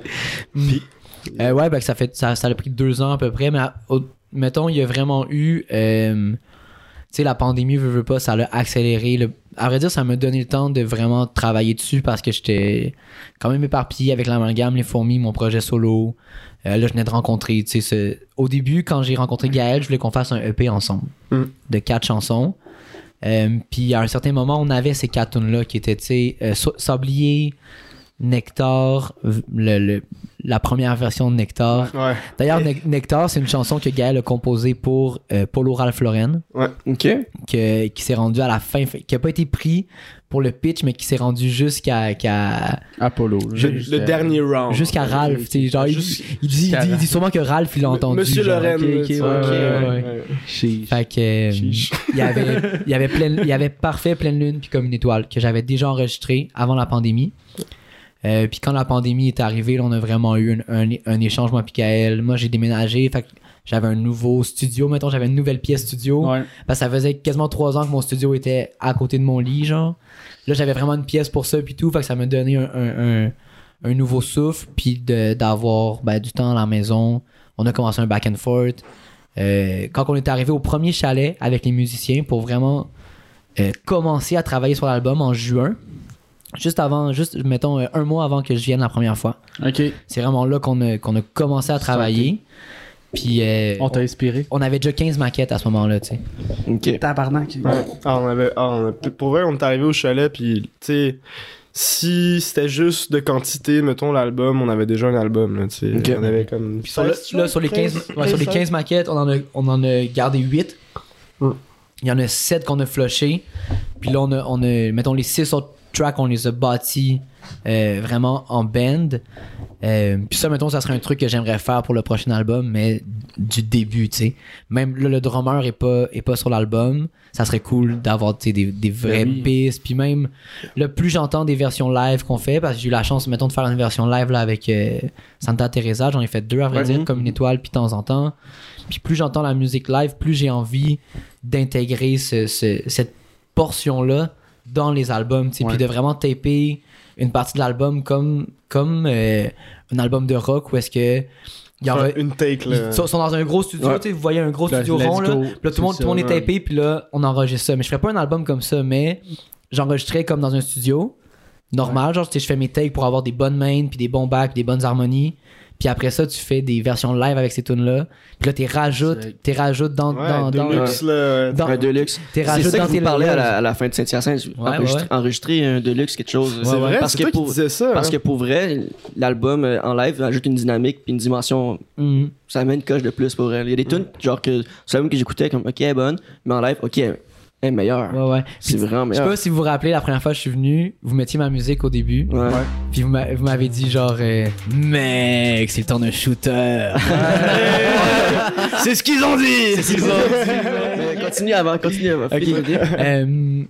Euh, ouais, ben, que ça fait ça, ça a pris deux ans à peu près, mais à- au- mettons, il y a vraiment eu. euh, tu sais, la pandémie, veut, veut pas, ça l'a accéléré. Le, à vrai dire, ça m'a donné le temps de vraiment travailler dessus parce que j'étais quand même éparpillé avec l'amalgame, les fourmis, mon projet solo. Euh, là, je venais de rencontrer. tu sais, ce- Au début, quand j'ai rencontré Gaël, je voulais qu'on fasse un EP ensemble Mm. de quatre chansons. Euh, Puis à un certain moment, on avait ces quatre tunes-là qui étaient, tu sais, euh, So- Sablier, Nectar, v- le- le- la première version de Nectar. Ouais, D'ailleurs, Nec- Nectar, c'est une chanson que Gaël a composée pour euh, Polo Ralph Lauren, OK. que- qui s'est rendu à la fin, fait- qui a pas été pris pour le pitch, mais qui s'est rendu jusqu'à qu'à- sais. Apollo. là, le, jusqu'à- le dernier round. jusqu'à Ralph. tu sais, genre, il, dit, il, dit, il dit- il dit sûrement que Ralph, il l'a entendu. Monsieur genre. Lorraine. ok, tu sais, ouais, ouais, ouais. Chiche. Fait que, euh, Chiche. il y avait, il y avait pleine- il y avait parfait pleine lune puis comme une étoile que j'avais déjà enregistré avant la pandémie. Euh, puis quand la pandémie est arrivée, là, on a vraiment eu un, un- un échange moi puis Gaël. Moi j'ai déménagé, fait que j'avais un nouveau studio. Mettons j'avais une nouvelle pièce studio. Ouais. Parce que ça faisait quasiment trois ans que mon studio était à côté de mon lit, genre. Là, j'avais vraiment une pièce pour ça, puis tout. Fait que ça m'a donné un, un- un- un nouveau souffle, puis de- d'avoir ben, du temps à la maison. On a commencé un back and forth. Euh, quand on est arrivé au premier chalet avec les musiciens pour vraiment euh, commencer à travailler sur l'album en juin, juste avant, juste, mettons, euh, un mois avant que je vienne la première fois. Ok. C'est vraiment là qu'on a, qu'on a commencé à travailler. Puis euh, On t'a inspiré. on avait déjà 15 maquettes à ce moment-là, tu sais. OK. Tabarnak. Ouais. Ah, on avait, ah, on a- pour vrai, on est arrivé au chalet, puis tu sais, si c'était juste de quantité, mettons l'album, on avait déjà un album, là, tu sais. Ok. On avait comme. Sur le- là, sur les 15, ouais, sur les 15 maquettes, on en a, on en a gardé 8. Mm. Il y en a 7 qu'on a flushé. Puis là, on a, on a- mettons, les 6 autres tracks, on les a bâtis euh, vraiment en band. Euh, Puis ça, mettons, ça serait un truc que j'aimerais faire pour le prochain album, mais du début, tu sais. Même là, le drummer est pas, est pas sur l'album. Ça serait cool d'avoir tu sais, des, des vraies Ben oui. pistes. Puis même, le plus j'entends des versions live qu'on fait, parce que j'ai eu la chance, mettons, de faire une version live là, avec euh, Santa Teresa. J'en ai fait deux, à vrai Ouais. dire, comme une étoile, puis de temps en temps. Puis plus j'entends la musique live, plus j'ai envie d'intégrer ce- ce- cette portion-là dans les albums, tu sais, Ouais. puis de vraiment taper une partie de l'album comme, comme euh, un album de rock où est-ce que il y aura- Une take, là. ils sont sont dans un gros studio, Ouais. tu sais, vous voyez un gros studio rond, là, puis là, tout le monde, tout le monde est tapé, puis là, on enregistre ça. Mais je ferais pas un album comme ça, mais j'enregistrais comme dans un studio, normal, genre, tu sais, je fais mes takes pour avoir des bonnes mains, puis des bons backs, puis des bonnes harmonies. Puis après ça, tu fais des versions live avec ces tunes-là. Puis là, t'es rajoutes, t'es rajoutes dans, Ouais, dans, dans, Deluxe, là. dans- Un Deluxe. t'es C'est rajoutes ça dans que tes vous parlez à layers. la, à la fin de Saint-Hyacinthe. Ouais, enregistrer, ouais. enregistrer un Deluxe, quelque chose. C'est vrai, parce c'est que toi qui pour- disais ça. Parce hein. que pour vrai, l'album euh, en live ajoute une dynamique puis une dimension. Mhm. Ça amène une coche de plus pour elle. Il y a des tunes genre que c'est l'album que j'écoutais comme ok elle est bonne, mais en live ok elle est meilleure. Ouais, ouais. C'est vraiment Je sais meilleur. pas si vous vous rappelez, la première fois que je suis venu, vous mettiez ma musique au début, Ouais. puis vous m'a- vous m'avez dit genre, euh, mec, c'est le temps d'un shooter. C'est ce qu'ils ont dit. C'est ce qu'ils ont dit. Continue avant, continue avant. Ok. Finis l'idée. Euh,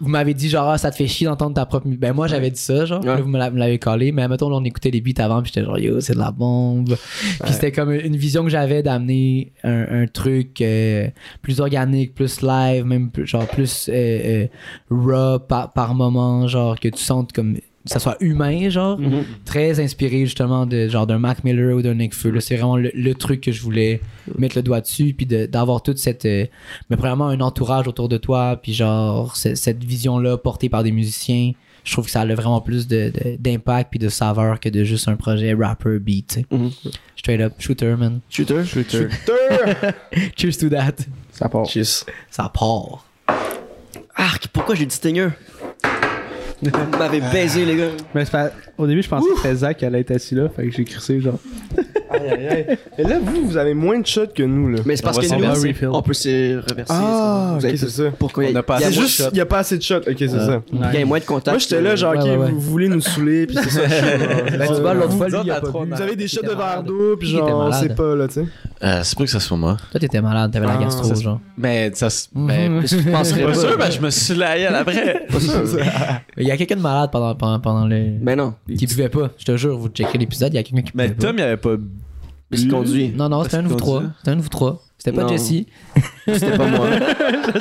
vous m'avez dit genre, Ah, ça te fait chier d'entendre ta propre musique. Ben moi, j'avais dit ça, genre, Ouais. Là, vous me l'a- me l'avez collé, mais mettons, là, on écoutait les beats avant, puis j'étais genre, yo, c'est de la bombe. Puis c'était comme une vision que j'avais d'amener un, un truc euh, plus organique, plus live, même plus- genre plus euh, euh, raw par, par moment, genre que tu sentes comme que ça soit humain, genre, Mm-hmm. très inspiré justement de genre d'un Mac Miller ou d'un Nick Full. C'est vraiment le, le truc que je voulais Mm. mettre le doigt dessus, puis de- d'avoir toute cette, euh, mais premièrement un entourage autour de toi, puis genre ce- cette vision là portée par des musiciens. Je trouve que ça a vraiment plus de- de- d'impact puis de saveur que de juste un projet rapper beat. tu sais. Mhm. Straight up, shooter man. Shooter. Shooter. Euh. Cheers to that. Ça part. Cheers. Ça part. Arc, pourquoi j'ai dit stinger? Vous m'avez baisé les gars. Mais c'est pas- au début, je pensais que c'était Zach qui allait être assis là, fait que j'ai crissé genre. Aïe, aïe, aïe. Et là, vous, vous avez moins de shots que nous, là. Mais c'est parce va que s'en nous, reverser. c'est- on peut se reverser. Ah, Vous ok, avez- c'est ça. Pourquoi il y a, On a pas il y a C'est moins de juste, shots. il y a pas assez de shots. Ok, c'est ça. Il y a moins de contacts. Moi, j'étais là, genre, euh, Ouais, ok, ouais, ouais. vous voulez nous saouler, puis c'est ça. je suis, genre, euh, Là, tu vois, l'autre fois, lui, il a pas bu. Vous avez des shots de T'étais verre malade. d'eau, puis Il était genre, on malade. sait pas, là, tu sais. Euh, c'est pas que ça soit moi. Toi, t'étais malade, t'avais la Ah, gastro, ça- genre. Mais ça se. ben, Mhm. Parce que je penserais pas pas. sûr, ben, je me suis laillé à la vraie. Il y a quelqu'un de malade pendant, pendant, pendant le. Mais non. Qui buvait pas. Je te jure, vous checkerez l'épisode, il y a quelqu'un qui Mais buvait pas. Tom, il avait pas. Ben, Il se conduit. Non, non, c'était un de vous Parce qu'on trois. dit- C'était un de vous trois. C'était pas Non. Jesse. C'était pas moi.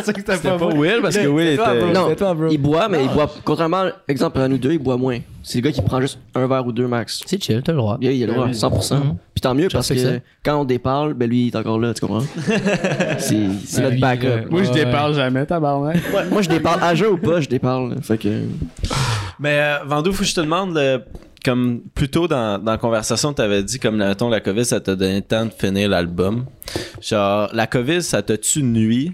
C'était pas Will parce que Will était. Non, toi, bro. il boit, mais il boit. Contrairement, exemple, à nous deux, il boit moins. C'est le gars qui prend juste un verre ou deux max. C'est chill, t'as le droit. Il, il a le droit, 100%. Mhm. Puis tant mieux Je parce sais que que ça. quand on déparle, ben lui, il est encore là, tu comprends? c'est c'est Ouais, notre lui, backup. euh, Moi, je Ouais. déparle jamais, tabarnak. Moi, moi, je déparle à jeun ou pas, je déparle. Fait que. Mais euh, Vandou, faut que je te demande, le- comme plus tôt dans, dans la conversation, tu avais dit, comme mettons, la COVID, ça t'a donné le temps de finir l'album. Genre, la COVID, ça t'a-tu nuit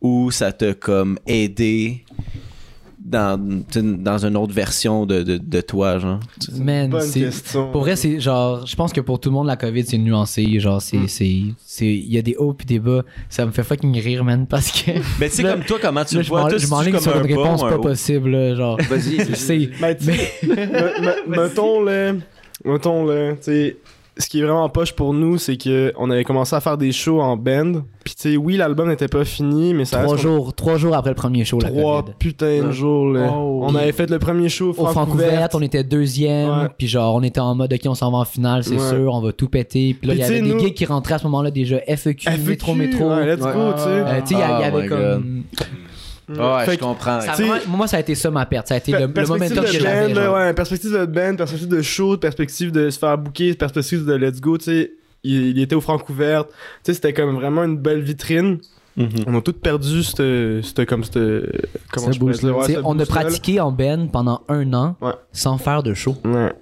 ou ça t'a comme aidé dans, tu sais, dans une autre version de, de, de toi, genre? Man, Bonne c'est. question. Pour vrai, c'est genre, je pense que pour tout le monde, la COVID, c'est nuancé. Genre, Hmm. c'est. c'est- c'est- Il y a des hauts puis des bas. Ça me fait fucking rire, man, parce que. Mais tu sais, Là, comme toi, comment tu Là, le je vois? m'en- Toi, je c'est-tu m'enligne comme sur un une réponse bas ou un pas haut? possible, là, genre. Vas-y. C'est. Mais tu- me- me- mettons là, mettons là, tu sais, ce qui est vraiment poche pour nous, c'est que on avait commencé à faire des shows en band. Puis tu sais, oui, l'album n'était pas fini, mais ça Trois reste jours, trois jours après le premier show, qu'on- la trois COVID. putains de jours là. Oh. On avait fait le premier show Au Francouverte, on était Ouais. deuxième, puis genre on était en mode ok on s'en va en finale, c'est Ouais. sûr, on va tout péter. Puis là Puis il y tu sais, avait des nous- E gigs qui rentraient à ce moment-là déjà FEQ, métro métro. Ouais, let's Ouais. go, tu sais. Mm. Euh, tu sais, il y a- il y Oh avait my comme. Ouais, Fait je que- comprends. Ça a Tu sais- vraiment- moi, ça a été ça ma perte. Ça a été Per- le, le perspective momentum de que band, j'avais. là, genre. ouais, perspective de band, perspective de show, perspective de se faire bouquer, perspective de let's go, tu sais. Il, il était au Francouverte. Tu sais, c'était comme vraiment une belle vitrine. Mhm. On a tous perdu cette, cette, comme cette, comment Ce je pourrais boost-là. dire, ouais, Tu sais, ce on a boost-là, là. pratiqué en band pendant un an Ouais. sans faire de show. Ouais.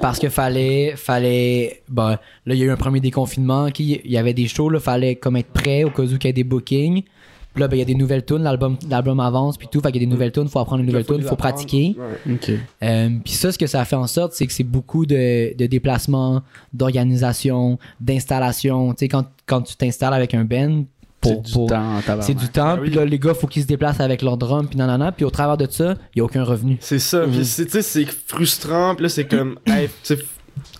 Parce que fallait, fallait, ben, là, il y a eu un premier déconfinement, qui, il y avait des shows, là, fallait comme être prêt au cas où qu'il y ait des bookings. Puis là, ben, il y a des nouvelles tunes, l'album, l'album avance, puis tout, fait qu'il y a des nouvelles tunes, faut apprendre les nouvelles faut tunes, les faut apprendre. pratiquer. Ok. Euh, puis ça, ce que ça a fait en sorte, c'est que c'est beaucoup de, de déplacements, d'organisation, d'installation. Tu sais, quand, quand tu t'installes avec un band, pour. du pour- temps, C'est du temps, Ben puis oui. là, les gars, faut qu'ils se déplacent avec leur drum, puis nanana, puis au travers de ça, il n'y a aucun revenu. C'est ça. Mhm. Puis c'est- tu sais, c'est frustrant. Puis là, c'est comme, hey, tu sais,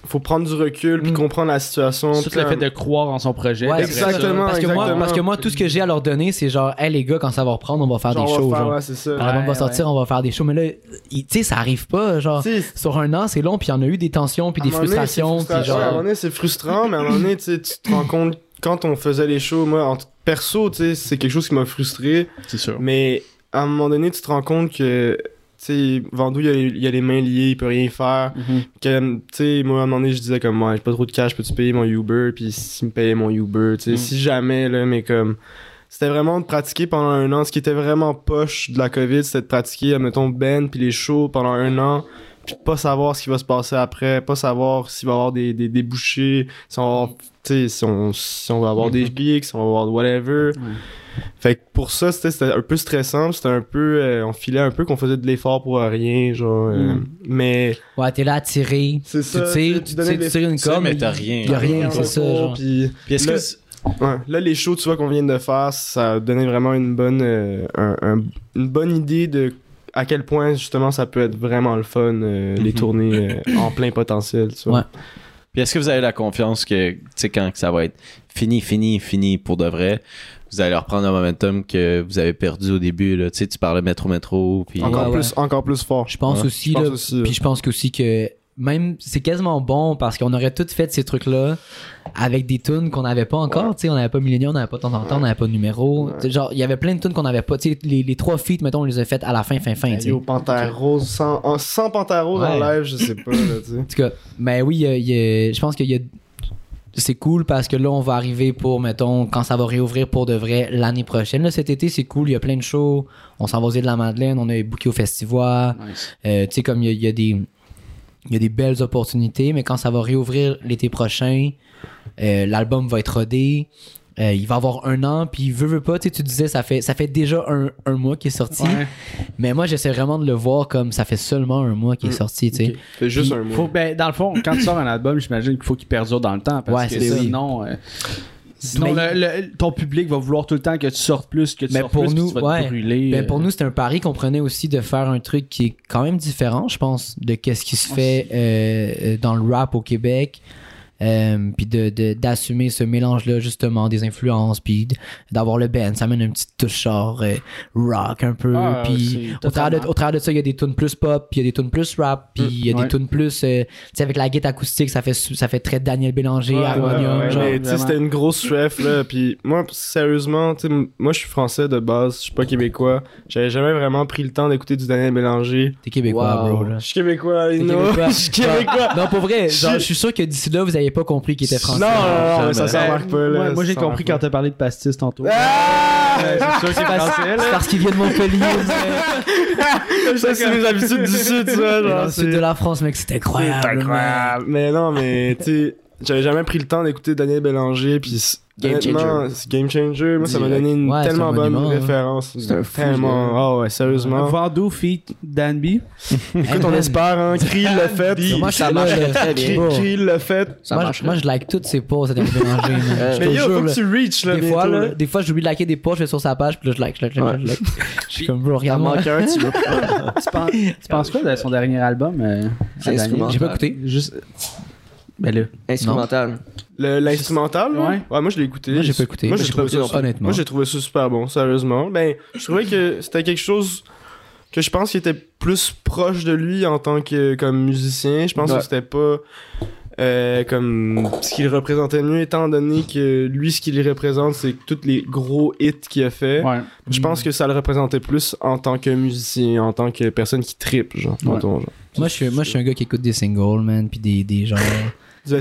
faut prendre du recul puis Mm. comprendre la situation. Tout puis le fait comme- de croire en son projet. Ouais, d'après ça. exactement. Parce que, moi, exactement. parce que moi, tout ce que j'ai à leur donner, c'est genre, hey les gars, quand ça va reprendre, on va faire Genre, des on va shows. faire, genre. ouais, c'est ça. Quand la bande va Ouais, sortir, on va faire des shows. Mais là, il- tu sais, ça arrive pas. Genre, Tu sais, sur un an, c'est long, puis il y en a eu des tensions, puis À des un moment donné, frustrations. c'est puis frustrant. À un genre, moment donné, c'est frustrant, mais à un moment donné, tu sais, tu te rends compte, quand on faisait les shows, moi, en t- perso, tu sais, c'est quelque chose qui m'a frustré, C'est sûr. mais à un moment donné, tu te rends compte que, tu sais, Vandou, il a, les- il a les mains liées, il peut rien faire. Mhm. Que, tu sais, moi, à un moment donné, je disais comme, ouais, j'ai pas trop de cash, peux-tu payer mon Uber? Puis s'il me payait mon Uber, tu sais, Mhm. Mm. si jamais, là, mais comme... C'était vraiment de pratiquer pendant un an. Ce qui était vraiment poche de la COVID, c'était de pratiquer, mettons, Ben, puis les shows pendant un an, puis de pas savoir ce qui va se passer après, pas savoir s'il va y avoir des, des débouchés, si on va avoir, tu sais, si on, si on va avoir Mhm. des gigs, si on va avoir whatever. Fait que pour ça, c'était c'était un peu stressant, puis c'était un peu... euh, on filait un peu qu'on faisait de l'effort pour rien, genre... euh, Mais... ouais, t'es là à tirer. C'est Mhm. Tu ça, tires, tu tu donnais tires- des- euh, tu tires une Tu sais, corde. mais t'as rien. Y a rien, Puis c'est ça, genre. Puis... est-ce que Le- c'est- Ouais. Là, les shows, tu vois, qu'on vient de faire, ça a donné vraiment une bonne, euh, un- un- une bonne idée de à quel point, justement, ça peut être vraiment le fun, euh, les Mhm. tournées euh, en plein potentiel, tu vois. Ouais. Puis est-ce que vous avez la confiance que, tu sais, quand que ça va être fini, fini, fini pour de vrai, vous allez reprendre le momentum que vous avez perdu au début, là. Tu sais, tu parlais métro, métro, puis. Encore, Ouais, plus, encore plus fort. Je pense Ouais, aussi, je pense là, aussi. puis je pense aussi que même c'est quasiment bon parce qu'on aurait toutes fait ces trucs-là avec des tunes qu'on n'avait pas encore. Tu sais, on n'avait pas Millennium, on n'avait pas de temps en temps, on n'avait pas de numéro. Tu sais, Genre, il y avait plein de tunes qu'on n'avait pas. Tu sais, les, les trois feats, mettons, on les a faites à la fin, fin, fin. tu sais. Ben, Yo, Panthère Rose, sans, en- sans Panthère Rose en Ouais. live, je sais pas, là, tu sais. En tout cas, mais oui, il y a- il y a- je pense qu'il y a. C'est cool parce que là, on va arriver pour, mettons, quand ça va réouvrir pour de vrai l'année prochaine. Là, cet été, c'est cool. Il y a plein de shows. On s'en va aux îles de la Madeleine. On a booké au festival. Euh, tu sais, comme il y a, il y a des. Il y a des belles opportunités, mais quand ça va réouvrir l'été prochain, euh, l'album va être rodé. Euh, il va avoir un an, puis veut, veut pas. Tu sais, tu disais, ça fait, ça fait déjà un, un mois qu'il est sorti. Ouais. Mais moi, j'essaie vraiment de le voir comme ça fait seulement un mois qu'il est Mm. sorti. tu sais. Ok. C'est juste Puis, un mot. faut- ben, dans le fond, quand tu sors un album, j'imagine qu'il faut qu'il perdure dans le temps. Parce Ouais, que c'est ça. sinon, euh, sinon Mais- le- le- ton public va vouloir tout le temps que tu sortes plus, que tu Mais sortes pour plus, puis nous, tu vas ouais. te brûler. Ben, euh, pour nous, c'était un pari qu'on prenait aussi de faire un truc qui est quand même différent, je pense, de qu'est-ce qui se fait euh, euh, dans le rap au Québec. Euh, puis de- de- d'assumer ce mélange-là, justement, des influences, puis d- d'avoir le band. Ça amène une petite touche genre euh, rock un peu. Ah, euh, puis c'est au travers, de, totalement. au travers de ça, il y a des tunes plus pop, puis il y a des tunes plus rap, puis il y a ouais. des tunes plus. euh, tu sais, avec la guitare acoustique, ça fait, su- ça fait très Daniel Bélanger, Ouais, Harmonium. ouais, ouais, genre. mais tu sais, vraiment. c'était une grosse ref, là. Puis moi, sérieusement, tu sais, m- moi, je suis français de base, je suis pas québécois. J'avais jamais vraiment pris le temps d'écouter du Daniel Mélanger. T'es québécois, Wow. bro. Oh, là. Je suis québécois, T'es you know. québécois. Je suis québécois. Non, pour vrai, genre, Je- je suis sûr que d'ici là, vous n'avez pas compris qu'il était Non, français. non, non, mais ça Jamais. s'en marque pas, là. Ouais, Ben, moi, ça j'ai s'en compris quand marque t'as parlé de pastis tantôt. pas. Ah! Euh, c'est sûr que c'est parce, français, là. c'est parce qu'il vient de Montpellier. Ça, c'est mes habitudes du sud, tu vois. dans Genre, le sud de c'est la France, mec, c'est incroyable. c'est incroyable. Mais non, mais tu sais, j'avais jamais pris le temps d'écouter Daniel Bélanger. Puis c- Game changer. honnêtement, c'est Game Changer. Moi, ça m'a donné une Ouais, c'est tellement un bonne monument, hein. référence. C'est un fou, Tellement. Ah ouais, sérieusement. Vandou feat Danby. Écoute, on espère, hein. Cri le fait. Moi, Ça ça marche marche très très bien. bien. Cri le fait. Ça moi, marcherait. je- moi, je like toutes ses posts, ça devient mélanger. man. Euh, Je te Mais yo, jure, faut là. que tu reach, là, Des fois, bientôt, là, là. des fois, j'oublie de liker des posts, je vais sur sa page, puis là, je like, je like, je like, je like. Je suis comme, bro, Il en regarde-moi. manque un, tu veux tu, penses, tu penses quoi de son dernier album euh, à C'est Daniel? instrumental. J'ai pas écouté. Juste. Ben là. Instrumental. Le- L'instrumental, là? Ouais. ouais. moi je l'ai écouté. Moi, j'ai pas écouté. Moi, Moi, j'ai j'ai trouvé pas écouté ça- non plus. Moi, j'ai trouvé ça super bon, sérieusement. Ben, je trouvais que c'était quelque chose que je pense qu'il était plus proche de lui en tant que comme musicien. Je pense Ouais. que c'était pas euh, comme ce qu'il représentait mieux, étant donné que lui, ce qu'il représente, c'est tous les gros hits qu'il a fait. Ouais. Je pense que ça le représentait plus en tant que musicien, en tant que personne qui tripe, genre. Ouais. mettons, genre. Moi, je suis, moi, je suis un gars qui écoute des singles, man, puis des, des genre. Du des,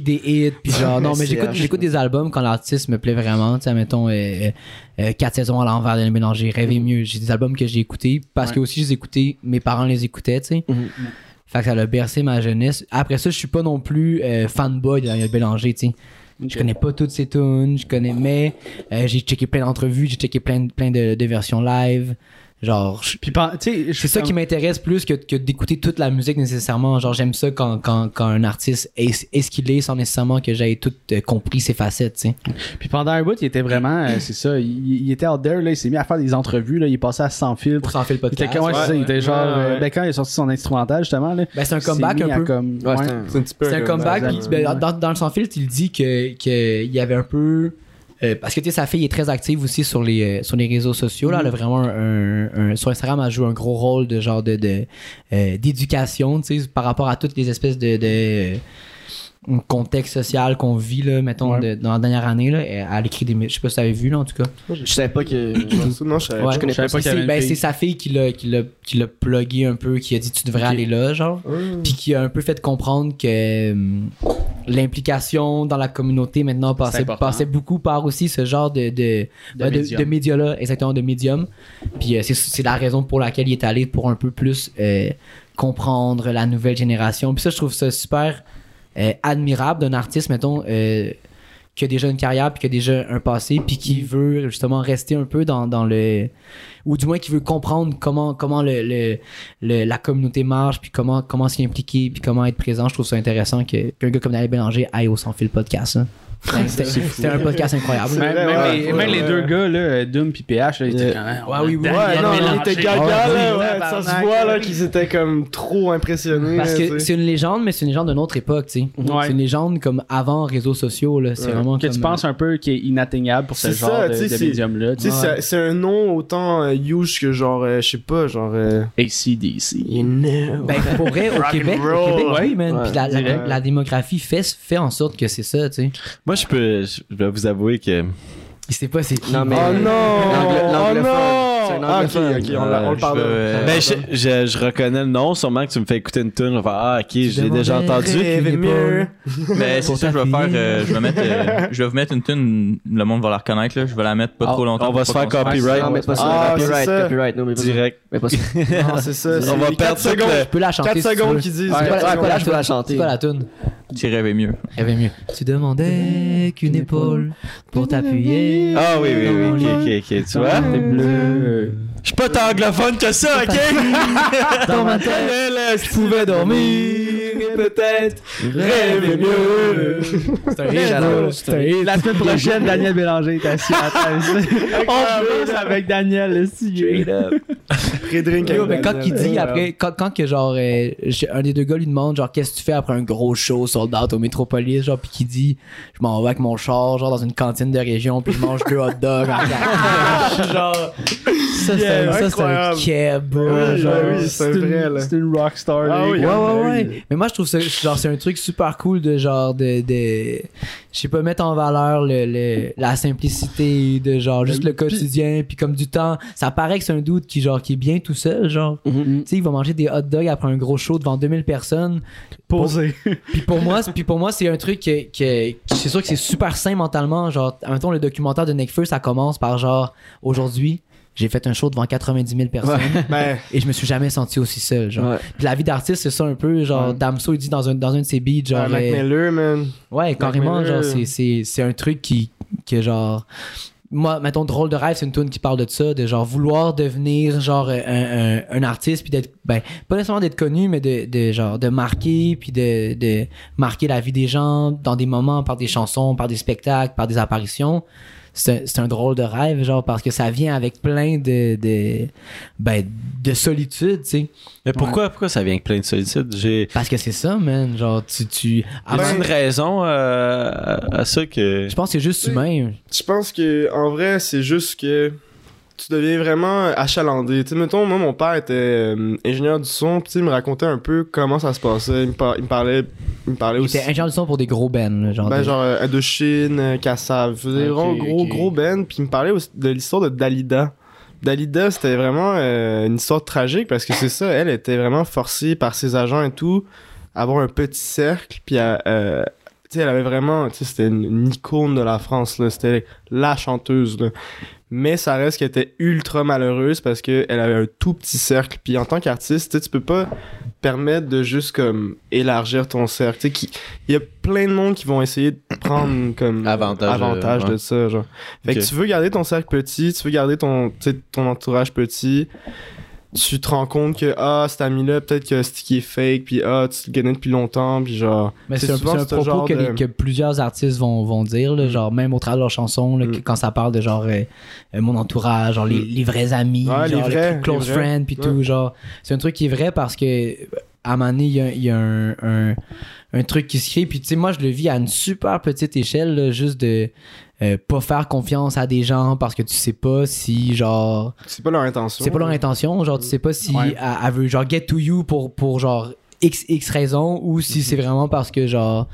des, des hits puis genre non mais SCH. j'écoute j'écoute des albums quand l'artiste me plaît vraiment tu sais mettons euh, euh, quatre saisons à l'envers de mélanger rêver mieux j'ai des albums que j'ai écoutés parce Ouais. que aussi je les écoutais mes parents les écoutaient tu sais fait que ça a bercé ma jeunesse après ça je suis pas non plus euh, fanboy de Daniel Bélanger tu sais je connais pas toutes ses tunes je connais mais euh, j'ai checké plein d'entrevues j'ai checké plein de- plein de, de versions live Genre, je- Puis, pen- tu sais, je- c'est ça qui m'intéresse plus que, que d'écouter toute la musique nécessairement. Genre, j'aime ça quand, quand, quand un artiste est, est ce qu'il est sans nécessairement que j'aie tout euh, compris ses facettes, tu sais. Puis pendant un bout, il était vraiment, euh, c'est ça, il, il était out there, là, il s'est mis à faire des entrevues, là, il est passé à sans filtre. Pour s'en faire le Il était, podcast. ouais, c'est ouais. ça, il était genre, Ouais, ouais. euh, ben, quand il a sorti son instrumental, justement, là, Ben, c'est un il s'est comeback mis un à peu. comme- Ouais, ouais. c'est un- C'est un petit peu C'est un comeback. exactement. puis, ben, dans, dans le sans filtre, il dit que qu'il y avait un peu. euh, parce que tu sais, sa fille est très active aussi sur les, euh, sur les réseaux sociaux. Là. Elle a vraiment un, un- un- Sur Instagram, elle joue un gros rôle de genre de, de, euh, d'éducation, tu sais, par rapport à toutes les espèces de. de, euh, contexte social qu'on vit là, mettons Ouais. de- dans la dernière année là, elle elle écrit des je sais pas si vous avez vu là en tout cas Je savais pas que. Non, je savais Ouais. pas. euh, Je connais savais pas. pas qu'il y C'est- avait une ben, fille. c'est sa fille qui l'a qui l'a qui l'a plugué un peu qui a dit tu devrais aller là genre Ah. puis qui a un peu fait comprendre que hum, l'implication dans la communauté maintenant passait, important. passait beaucoup par aussi ce genre de de, De ouais, de- médium. de médias là exactement de médium puis euh, c'est- c'est la raison pour laquelle il est allé pour un peu plus euh, comprendre la nouvelle génération puis ça je trouve ça super euh, admirable d'un artiste mettons euh, qui a déjà une carrière puis qui a déjà un passé puis qui veut justement rester un peu dans, dans le ou du moins qui veut comprendre comment comment le, le- le- la communauté marche puis comment comment s'y impliquer puis comment être présent je trouve ça intéressant que qu'un gars comme Daniel Bélanger aille au sans fil podcast hein. C'était- c'était un podcast incroyable Même, même ouais, les, ouais, même ouais. les deux gars, là, euh, Doom puis PH, là, ils étaient comme, Ouais, oui, oui. Ouais, non, il était gaga, là, Ouais, ouais, ça se voit, là, qu'ils étaient comme trop impressionnés. parce là, que tu sais. c'est une légende mais c'est une légende d'une autre époque tu sais Ouais. c'est une légende comme avant réseaux sociaux là c'est vraiment que euh, tu comme- penses un peu qu'il est inatteignable pour ce C'est genre ça, de, tu sais, de c'est- médium-là. Tu sais, Ouais. c'est- c'est un nom autant euh, huge que genre, euh, je sais pas, genre. euh, ACDC. You know. Ben, pour vrai, au Rock and Québec, au roll. Québec, oui, man. Ouais. Puis la, la- Direct. la démographie fait, fait en sorte que c'est ça, tu sais. Moi, je peux je vais vous avouer que Il sait pas c'est qui. Non, mais- Oh L'angle- non! Oh l'anglophone. C'est non! un Ah, ok, anglophone. ok, on, l'a- on le Euh, parle. je veux- Ben, je, je- je reconnais le nom, sûrement que tu me fais écouter une tune, je vais faire, ah ok, je l'ai déjà demandais- entendu. Rêve mieux. Mais c'est Pour ça, je vais t'appuyer. faire. euh, je, vais mettre, euh, je vais vous mettre une tune, le monde va la reconnaître, là. Je vais la mettre Ah, pas On- trop longtemps. on va pour se pas faire qu'on copy. Copyright. Non, mais pas Ah, ça. Copyright, c'est ça. copyright. Non, mais pas ça. Direct. Mais pas ça. Non, c'est ça. c'est On va les perdre quatre tout secondes. le- Tu peux la chanter. 4 si tu secondes veux. qu'ils disent. C'est quoi la- Ouais, c'est ouais, quoi ouais, la je peux la tune? chanter. C'est quoi la tune? Tu rêvais mieux. Elle va mieux. Tu demandais qu'une épaule pour t'appuyer. Ah oui, oui, oui, ok, ok, ok, tu vois? T'es bleu. Je suis pas tant anglophone que ça, ok? Dans ma tête, je pouvais dormir, et peut-être rêver mieux. c'est un hit, là. C'est un hit. La semaine prochaine, Daniel Bélanger est assis à la table. On joue avec Daniel, le studio. Pré-drink Yo, avec mais quand Daniel. il dit Ouais. après, quand, quand que genre euh, j'ai- un des deux gars lui demande genre qu'est-ce que tu fais après un gros show sold out au Métropolis genre puis qui dit je m'en vais avec mon char genre dans une cantine de région puis je mange deux hot dogs en quatre. genre ça c'est un- Yeah, ça, c'est un incroyable. keb Ouais, genre. ouais, oui, c'est une- vrai, là. C'est une rockstar. Ah là, oui, Ouais, comme- ouais, ouais. Mais moi, je trouve ça, genre, c'est un truc super cool de genre, de, de je sais pas, mettre en valeur le, le- la simplicité de genre, Ben, juste le quotidien, puis comme du temps. Ça paraît que c'est un doute qui, genre, qui est bien tout seul, genre. Mhm. Tu sais, il va manger des hot dogs après un gros show devant 2000 personnes. Posé. Puis pour moi, c'est- puis pour moi, c'est un truc que, que- que c'est sûr que c'est super sain mentalement. Genre, en même temps, le documentaire de Necfeu, ça commence par genre, aujourd'hui, j'ai fait un show devant 90 000 personnes Ben, et je me suis jamais senti aussi seul, genre. Ouais. Puis la vie d'artiste, c'est ça un peu, genre, Damso, il dit dans un, dans un de ses beats, genre, un Mac euh, Miller, man. ouais, carrément, genre, Miller. c'est- c'est c'est un truc qui, que genre, moi, mettons, Drôle de rêve, c'est une tune qui parle de ça, de genre vouloir devenir, genre, un, un- un artiste, puis d'être, ben, pas nécessairement d'être connu, mais de, de, genre, de marquer, puis de, de marquer la vie des gens dans des moments, par des chansons, par des spectacles, par des apparitions. C'est un- c'est un drôle de rêve, genre, parce que ça vient avec plein de, de, ben, de solitude, tu sais. Mais pourquoi, pourquoi ça vient avec plein de solitude? J'ai Parce que c'est ça, man. Genre, tu. tu y à a-t-il moins- une raison euh, à, à ça que. je pense que c'est juste humain. Je pense que en vrai, c'est juste que tu deviens vraiment achalandé. Tu sais, mettons, moi, mon père était euh, ingénieur du son, puis tu sais, il me racontait un peu comment ça se passait. Il me, par- il me parlait, il me parlait Il aussi. était ingénieur du son pour des gros bands. là, Genre, Ben, des- genre euh, Indochine, euh, Kassav, je veux dire, Ok, vraiment gros, ok. gros Ben. Puis il me parlait aussi de l'histoire de Dalida. Dalida, c'était vraiment euh, une histoire tragique parce que c'est ça, elle était vraiment forcée par ses agents et tout à avoir un petit cercle. Puis à, euh, tu sais, elle avait vraiment, tu sais, c'était une, une icône de la France, là. C'était la chanteuse, là. Mais ça reste qu'elle était ultra malheureuse parce qu'elle avait un tout petit cercle. Puis en tant qu'artiste, tu sais, tu peux pas permet de juste comme élargir ton cercle. Tu sais, qui- il y a plein de monde qui vont essayer de prendre comme Avantage, avantage euh, ouais. de ça. Genre. Fait Ok. que tu veux garder ton cercle petit, tu veux garder ton, tu sais, ton entourage petit. Tu te rends compte que ah cet ami là peut-être que c'est qui est fake puis ah tu le connais depuis longtemps puis genre Mais C'est c'est un, souvent c'est un ce propos genre que, les- de- que plusieurs artistes vont, vont dire, là, genre même au travers de leurs chansons, là, que- Mm. quand ça parle de genre euh, euh, mon entourage, genre les, les vrais amis, Ouais, les genre vrais, plus close les vrais. friends, puis Ouais. tout, genre c'est un truc qui est vrai parce que à un moment donné, il y a, il y a un, un- un truc qui se crée, puis tu sais, moi je le vis à une super petite échelle, là, juste de euh, pas faire confiance à des gens parce que tu sais pas si genre c'est pas leur intention c'est pas leur intention, genre tu sais pas si Ouais. elle, elle veut genre get to you pour, pour genre X, X raison ou si c'est vraiment parce que genre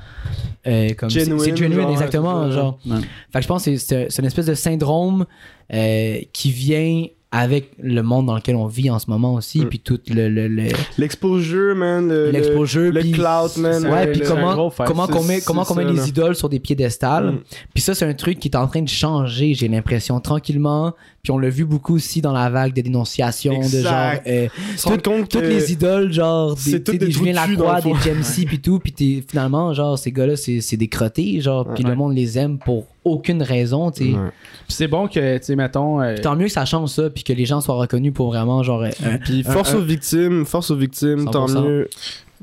euh, comme c'est- Mhm. Genuine, c'est genuine genre, exactement c'est ça. genre. Ouais. Fait que je pense que c'est- c'est c'est une espèce de syndrome euh, qui vient avec le monde dans lequel on vit en ce moment aussi Mm. puis tout le le, le l'exposure man le, le- l'exposure le puis- clout, man. ouais Le- puis le- un comment gros fight. comment C'est- qu'on met c'est comment qu'on met ça, là. les idoles sur des piédestals Mm. puis ça, c'est un truc qui est en train de changer, j'ai l'impression, tranquillement. Puis on l'a vu beaucoup aussi dans la vague de dénonciation, de genre... Exact. euh, se rendre compte toutes que- les idoles, genre des, c'est tu sais, toutes des des trous Julien de cul, dans Lacroix, le des fond. Jamesy, puis tout. Puis t'es- finalement, genre, ces gars-là, c'est c'est des crottés, genre, puis le monde les aime pour aucune raison, tu sais. Ouais. Puis c'est bon que, tu sais, mettons. euh, Puis Tant mieux que ça change ça, puis que les gens soient reconnus pour vraiment, genre, euh, un- Puis force un- aux victimes, force aux victimes, tant 100%. mieux.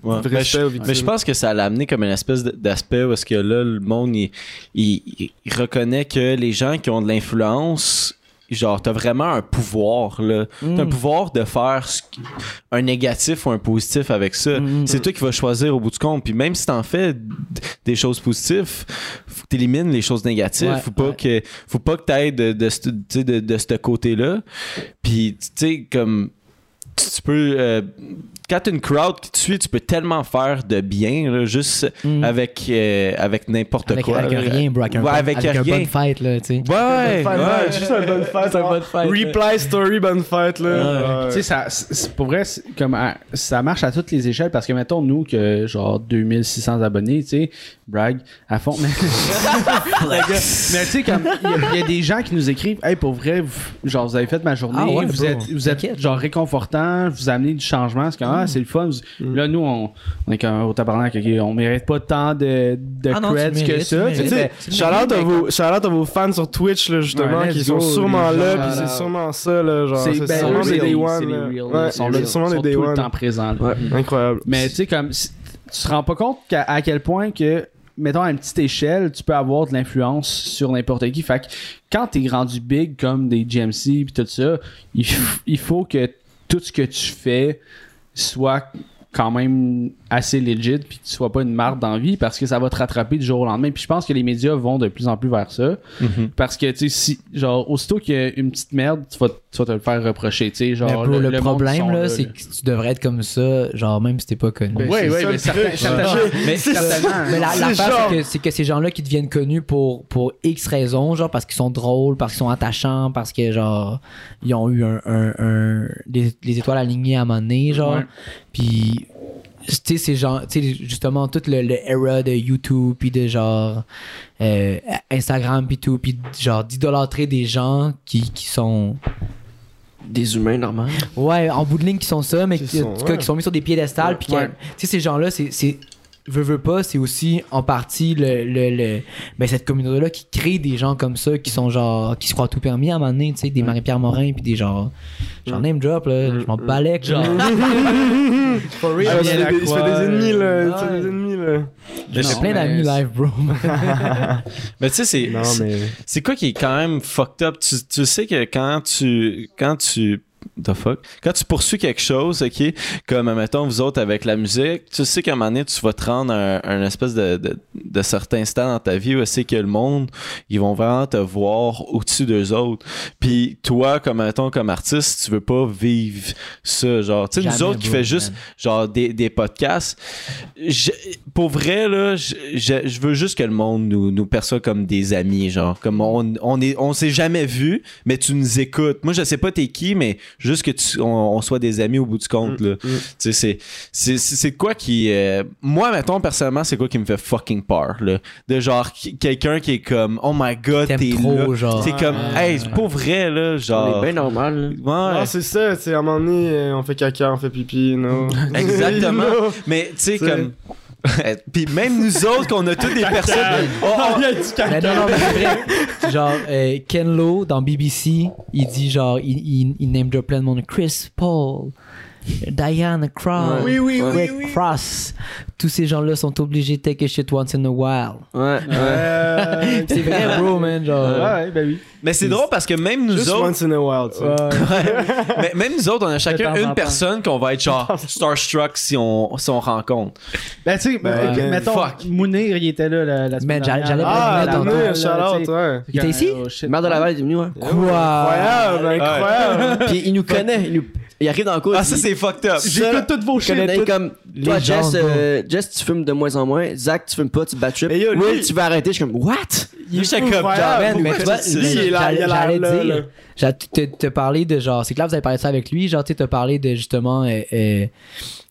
Ouais. Respect Mais, je, aux victimes. mais je pense que ça l'a amené comme une espèce d- d'aspect où est-ce que là, le monde, il, il- il reconnaît que les gens qui ont de l'influence, genre, t'as vraiment un pouvoir, là. T'as un Mm. pouvoir de faire ce qui- un négatif ou un positif avec ça. Mm. C'est toi qui vas choisir au bout du compte. Puis même si t'en fais d- des choses positives, faut que t'élimines les choses négatives. Ouais, faut, pas que, ouais. faut pas que t'ailles de, de, ce- tu sais, de, de ce côté-là. Puis, tu sais, comme... Tu tu peux... euh, quand t'as une crowd qui te suit, tu peux tellement faire de bien, là, juste Mm. avec, euh, avec n'importe avec, quoi. avec un là. rien, bro, avec un, Ouais, bon- avec avec un rien. bonne fête, là, tu sais. Ouais, ouais. juste un bonne fête. hein. C'est un bonne fête, Reply story, bonne fête, là. Tu sais, ça, c'est- c'est- pour vrai, c'est comme, à- ça marche à toutes les échelles parce que, mettons, nous, que genre 2600 abonnés, tu sais, brag à fond. Mais, mais tu sais, comme, il y a- il y, a des gens qui nous écrivent, hey, pour vrai, vous- genre, vous avez fait ma journée, Ah ouais, vous bro. êtes, vous êtes, T'inquiète. Mm. genre réconfortant, vous amenez du changement, c'est comme, ah, c'est le fun. Vous- Là, nous, on, on est comme au tabarnak, ok, on mérite pas tant de, de Ah non, tu creds que mérites, ça. tu tu sais, mérites. mais- Shout-out à, vos, shout-out à vos fans sur Twitch, là, justement, Ouais, let's qui sont go, sûrement les là, gens, puis là. c'est sûrement ça, là, genre, C'est c'est ben, sûrement eux, c'est des les- Day c'est One, les là. real, Ouais, ils sont c'est là, sûrement ils des sont Day tout One. le temps présents. là. Incroyable. Mais tu sais, comme, si- tu te rends pas compte qu'à- à, quel point que, mettons, à une petite échelle, tu peux avoir de l'influence sur n'importe qui. Fait que quand t'es rendu big comme des GMC puis tout ça, il, f- il faut que tout ce que tu fais soit quand même assez legit puis que tu sois pas une marde d'envie parce que ça va te rattraper du jour au lendemain puis je pense que les médias vont de plus en plus vers ça parce que tu sais si genre aussitôt qu'il y a une petite merde tu vas, tu vas te le faire reprocher tu sais genre Mais bro, le, monde, ils problème, sont là, c'est que tu devrais être comme ça, genre, même si t'es pas connu. oui oui mais certain- certainement mais certainement hein. Mais la- C'est l'affaire, genre- c'est que, c'est que ces gens-là qui deviennent connus pour, pour X raisons, genre parce qu'ils sont drôles, parce qu'ils sont attachants, parce que, genre, ils ont eu un, un- un- des, des étoiles alignées à un moment donné, genre. Ouais. Puis, tu sais, ces gens, tu sais, justement, tout le, le era de YouTube, puis de genre euh, Instagram, puis tout, puis genre d'idolâtrer des gens qui, qui sont. Des humains, normal. Ouais, en bout de ligne qui sont ça, mais Qui qui, sont, en tout cas, ouais. qui sont mis sur des piédestals. puis que- Ouais. Tu sais, ces gens-là, c'est- c'est. Veux, veux pas, c'est aussi en partie le, le, le- ben, cette communauté-là qui crée des gens comme ça, qui sont genre. qui se croient tout permis à un moment donné, tu sais, des Marie-Pierre Morin, puis des genre. genre name drop, là, Mm, je m'en balais, genre. For Ah, real, il, se fait des, il se fait des ennemis, là. euh, Il se fait Ouais. des ennemis, là. Mais je- J'ai Non, plein d'amis mais- live, bro. Mais tu sais, c'est- Non, c'est- mais. C'est quoi qui est quand même fucked up? Tu, tu sais que quand tu. Quand tu. The fuck? Quand tu poursuis quelque chose, ok, comme, mettons, vous autres avec la musique, tu sais qu'à un moment donné, tu vas te rendre à un, à un espèce de, de, de certain stade dans ta vie où c'est que le monde, ils vont vraiment te voir au-dessus d'eux autres. Puis toi, comme, mettons, comme artiste, tu veux pas vivre ça. Genre, tu sais, nous Jamais, autres qui bro, fait juste, man. genre, des, des podcasts, je- pour vrai, là, je, je- je veux juste que le monde nous, nous perçoit comme des amis, genre. Comme on, on est, on s'est jamais vu, mais tu nous écoutes. Moi, je sais pas t'es qui, mais Juste que tu- on, on soit des amis au bout du compte. Mm, là. Tu sais, c'est- c'est- c'est c'est quoi qui. euh, moi, mettons, personnellement, c'est quoi qui me fait fucking peur. Là. De genre, qui- quelqu'un qui est comme, oh my god, T'aimes t'es trop, là. genre. C'est comme, Ouais. hey, c'est pas vrai, là. On est Genre. bien normal. là. Ouais. Ah, c'est ça, tu sais, à un moment donné, euh, on fait caca, on fait pipi, non. Exactement. Mais tu sais, C'est- comme. euh, Puis même nous autres, qu'on a toutes des personnes. Oh, Ah, oh, Mais non, non, mais c'est vrai. Genre, euh, Ken Lo, dans BBC, il dit genre, il, il, il name drop plein de monde. Chris Paul, Diana Crow, Oui, oui, oui, Rick Cross. Tous ces gens-là sont obligés de take a shit once in a while. Ouais, ouais. Euh, C'est vrai, bro, man. Genre, Ouais, ouais, ben oui. Mais c'est drôle parce que même nous Just autres. once in a while, tu sais. Ouais. Mais même nous autres, on a De temps chacun en temps. une personne qu'on va être genre starstruck si on, si on rencontre. Ben, tu sais, ben, Ouais. mettons, Fuck. Mounir, il était là la, la semaine Mais j'a- dernière. j'allais Ah, Là, Damné, t'entends, shout-out, hein. ouais. Il était ici? Oh, shit. Mère de la Valle est venue, ouais. Quoi? Incroyable, incroyable. Puis il nous connaît. Il, nous- il arrive dans le cours. Ah, ça, il- c'est fucked up. J'écoute toutes vos shit. connaît comme toi Les gens, Jess, bro. euh, Jess tu fumes de moins en moins Zach tu fumes pas tu bats trip Mais yo, lui- Will tu vas arrêter je suis comme what Il est comme incroyable. Man, mais tu vois, Lui, le- il est là, j'allais- il est là, j'allais là, dire, là. j'a- te, te parler de genre, c'est que là vous avez parlé de ça avec lui, genre tu sais, t'as parlé de justement euh, euh,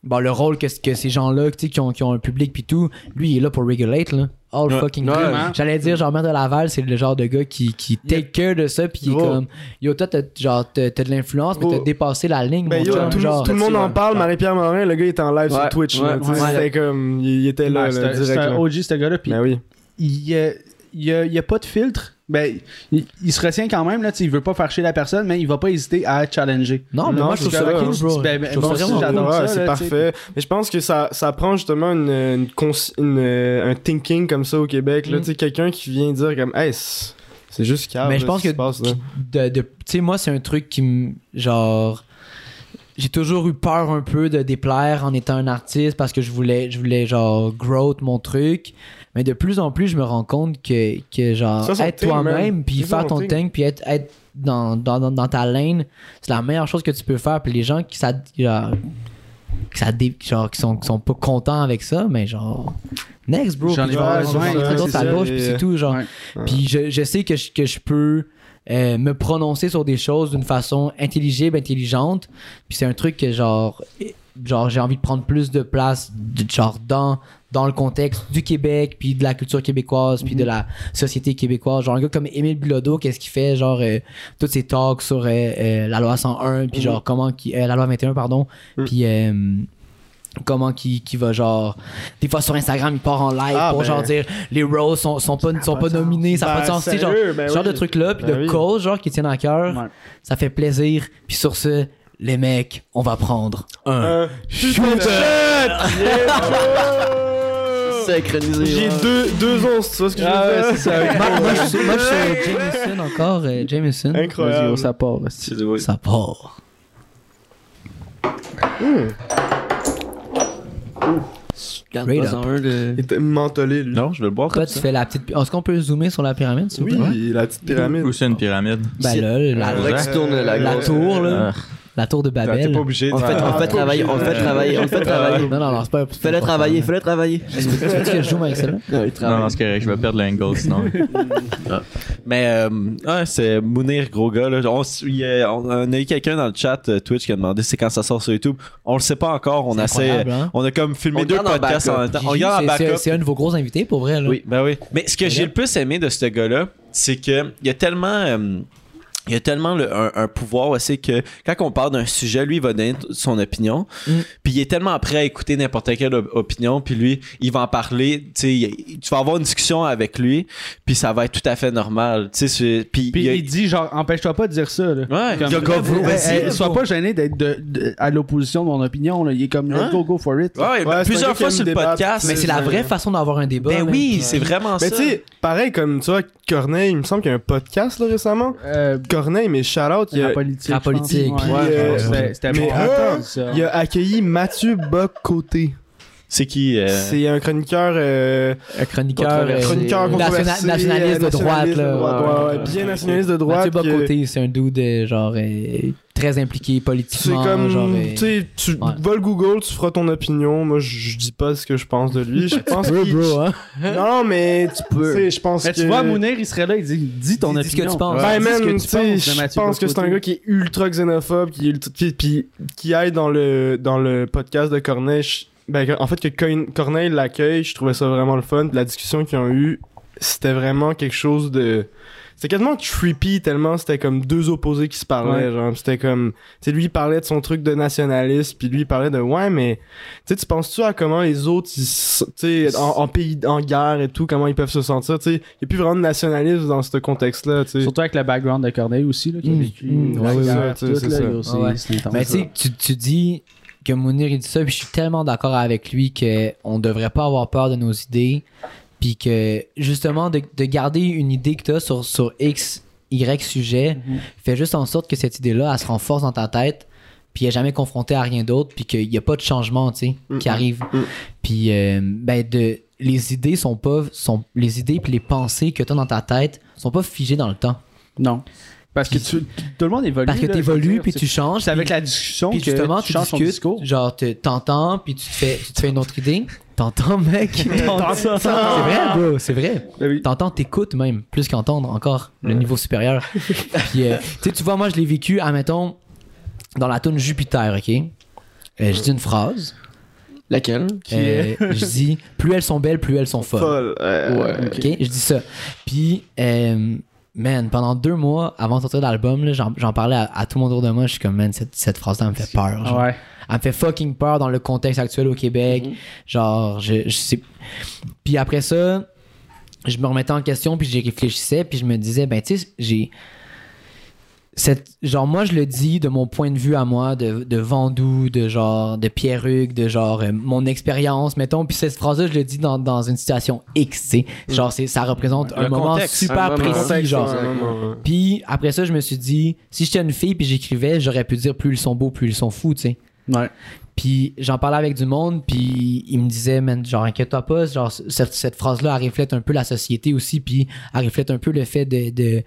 bon, le rôle que, que ces gens-là tu sais, qui ont, qui ont un public puis tout, lui il est là pour regulate là. All fucking Ouais. time. Vraiment. J'allais dire, genre, Maire de Laval, c'est le genre de gars qui, qui take care de ça, puis il est Gros. comme, yo, toi, t'as genre, t'as t'as de l'influence, mais Gros. t'as dépassé la ligne, Ben mon yo, chum, tout, genre. tout le monde en parle, Ouais. Marie-Pierre Morin, le gars il était en live Ouais, sur Twitch, ouais, là, tu sais, ouais. c'était comme, il, il était là, Ouais, là, c'est un- direct, C'est un là. OG, ce gars-là. Puis Ben oui. il euh, il y a, il y a pas de filtre. Ben, il, il se retient quand même, là, tu sais, il veut pas faire chier la personne, mais il va pas hésiter à challenger. Non, mais Non, moi, je c'est trouve ça correct, cool, bro. Ben, ben, Je trouve moi ça aussi, vraiment j'adore Ouais, ça, c'est là, tu sais. parfait. Mais je pense que ça, ça prend justement une, une cons- une, euh, un thinking comme ça au Québec. là, Mm. tu sais, Quelqu'un qui vient dire comme Hey, c'est c'est juste calme. Mais je là, pense ce qui que- se passe, là. de, de- tu sais moi c'est un truc qui me genre j'ai toujours eu peur un peu de déplaire en étant un artiste parce que je voulais je voulais genre growth mon truc mais de plus en plus je me rends compte que, que genre Ça, son être thing, toi-même man. puis C'est faire son ton thing. thing puis être, être dans, dans, dans, dans ta lane c'est la meilleure chose que tu peux faire puis les gens qui ça genre, qui, ça dé- genre, qui sont qui sont pas contents avec ça mais genre next bro J'en puis ai je vais je pas vais besoin, rencontrer ouais, d'autres c'est à ça, gauche les- puis c'est tout genre Ouais. puis je, je sais que je, que je peux euh, me prononcer sur des choses d'une façon intelligible, intelligente. Puis c'est un truc que genre, eh, genre j'ai envie de prendre plus de place du- genre dans dans le contexte du Québec, puis de la culture québécoise, puis de Mhm. la société québécoise. Genre un gars comme Émile Bilodeau, qu'est-ce qu'il fait genre euh, tous ses talks sur euh, euh, la loi 101, Mhm. puis genre comment qui euh, la loi 21 pardon, puis euh, comment qui qui va genre des fois sur Instagram il part en live Ah, pour ben. genre dire les Rose sont sont pas sont pas nominés ça a pas de Ben, sens tu sais, genre sérieux, ben ce genre oui. de truc là puis Ben de oui. cause genre qui tiennent à cœur Ouais. ça fait plaisir puis sur ce les mecs on va prendre un Un putain de shot! Yeah! synchronisé J'ai ouais. deux, deux onces, tu vois ce que Ah je veux ouais, dire? c'est ça. moi, moi, je suis moi, je suis Jameson encore euh, Jameson Vas-y, oh, Incroyable. ça part. hostie. ça part Garde Straight pas en un de Il était mentolé, lui. Non, je veux le boire comme toi tu fais la petite est-ce qu'on peut zoomer sur la pyramide s'il vous Oui, plaît la petite pyramide. Ou c'est une pyramide. ben Si- là la, Faudrait que tu tournes la la grosse. tour là Ah. la tour de ça. T'es Babel pas obligé. on de- fait on fait travailler on fait travailler on le fait travailler non non non c'est pas fais-le travailler fais-le travailler est-ce que je joue avec celle-là non il Non, non, travaille c'est correct, je vais perdre l'angle sinon. Mais euh, ouais, c'est Mounir, gros gars. Là. On, s- il y a- on- on a eu quelqu'un dans le chat euh, Twitch qui a demandé c'est quand ça sort sur YouTube. On le sait pas encore. On C'est essaie. incroyable, hein? On a comme filmé On deux garde en podcasts en backup. même temps. On Gigi, regarde en c'est- c'est- backup. c'est un de vos gros invités pour vrai là Oui, ben oui. Mais ce que j'ai le plus aimé de ce gars-là, c'est que il y a tellement. euh, il y a tellement le- un, un pouvoir aussi que quand on parle d'un sujet, lui, il va donner t- son opinion. Mm. Puis il est tellement prêt à écouter n'importe quelle op- opinion. Puis lui, il va en parler. Tu sais, il- tu vas avoir une discussion avec lui. Puis ça va être tout à fait normal. Tu sais, c'est- puis Puis il y a- il dit, genre, empêche-toi pas de dire ça. Là. Ouais, Comme- il y a go, go, Eh, vas-y. eh, Sois pas gêné d'être de- de- à l'opposition de mon opinion. Là. Il est comme, Ouais. go, go for it. Ouais, Ouais, c'est un plusieurs gars qui fois aime sur le débattre. podcast. mais c'est la c'est- vraie façon d'avoir un débat Ben man. oui, c'est vraiment Mais ça. tu sais, pareil comme, tu vois, Corneille, il me semble qu'il y a un podcast, là, récemment. Euh, Corneille, mais shout-out, il y la a politique. la je pense. politique, Ouais, puis, euh, c'était- c'était mais bon. attends, ça. Il a accueilli Mathieu Bocoté. C'est qui euh, C'est un chroniqueur. euh, Un chroniqueur. euh, chroniqueur national- controversé, nationaliste de euh, droite, nationaliste de là. droite, Ouais, ouais, ouais. bien nationaliste de droite. Mathieu que- Bocoté, c'est un dude euh, genre euh, très impliqué C'est politiquement. comme, genre, euh, tu sais, tu ouais. vas le Google, tu feras ton opinion. Moi, je je dis pas ce que je pense de lui. Je pense bro, qu'il- bro, hein. Non, mais tu peux. Tu sais, je pense Mais que. tu vois, Mounir, il serait là, il dit Dis ton Dis ce opinion. que tu penses. Ben, Dis ce man, que tu tu sais, penses, je Mathieu pense que c'est un Bocoté. gars qui est ultra xénophobe, qui, est ultra- qui, puis- qui aille dans le, dans le podcast de Corneille. je- ben, que- en fait, que Coin- Corneille l'accueille, je trouvais ça vraiment le fun. Puis La discussion qu'ils ont eue, c'était vraiment quelque chose de. C'était quasiment creepy tellement c'était comme deux opposés qui se parlaient. Ouais. genre. Puis C'était comme. Tu sais, lui, il parlait de son truc de nationaliste, puis lui, il parlait de ouais, mais. Tu sais, tu penses-tu à comment les autres, ils s- tu sais, en, en pays, en guerre et tout, comment ils peuvent se sentir, tu sais. Il n'y a plus vraiment de nationalisme dans ce contexte-là, tu sais. Surtout avec le background de Corneille aussi, là, qui a Mm, vécu mm, la ouais, guerre, ouais, tout, ouais, c'est ça. là, il y a aussi- Ouais. c'est intense. Ah, Mais tu sais, tu- tu dis que Mounir il dit ça, puis je suis tellement d'accord avec lui qu'on devrait pas avoir peur de nos idées, puis que justement de, de garder une idée que tu as sur, sur X, Y sujet, fait juste en sorte que cette idée-là, elle se renforce dans ta tête, puis elle est jamais confrontée à rien d'autre, puis qu'il n'y a pas de changement, tu sais, qui arrive. Puis euh, ben de les idées sont pas sont les idées puis les pensées que tu as dans ta tête sont pas figées dans le temps Non. Parce que tu- tout le monde évolue. parce que là, tu je veux évolues dire, puis tu changes C'est avec puis- la discussion puis que justement, tu euh, tu changes ton discutes, discours. genre te- t'entends, puis tu te fais, tu te fais une autre idée. T'entends, mec. T'entends. C'est vrai, bro, c'est vrai. Ben oui. T'entends, t'écoutes même, plus qu'entendre encore, le niveau supérieur. puis, euh, tu sais, tu vois, moi, je l'ai vécu, admettons, dans la tune Jupiter, ok? Euh, je dis une phrase. Laquelle euh, je dis, plus elles sont belles, plus elles sont folles. Folle, euh, Ouais. Ok, je dis ça. Puis, euh, man, pendant deux mois avant de sortir l'album, là, j'en j'en parlais à, à tout mon tour de moi. Je suis comme, man, cette, cette phrase-là elle me fait peur. genre. Ouais. Elle me fait fucking peur dans le contexte actuel au Québec. Genre, je, je sais. Puis après ça, je me remettais en question, puis j'y réfléchissais, puis je me disais, ben, tu sais, j'ai. Cette, genre, moi, je le dis de mon point de vue à moi, de, de Vendoux, de genre, de Pierruc, de genre, euh, mon expérience, mettons. Puis cette phrase-là, je le dis dans, dans une situation X, tu sais. Genre, c'est, ça représente un Le moment contexte. super Un moment. précis, contexte, genre. ouais, ouais, ouais. Puis après ça, je me suis dit, si j'étais une fille puis j'écrivais, j'aurais pu dire plus ils sont beaux, plus ils sont fous, tu sais. Ouais. Puis j'en parlais avec du monde, puis il me disait, man, genre, inquiète-toi pas, genre, c- cette, cette phrase-là, elle reflète un peu la société aussi, puis elle reflète un peu le fait de, de,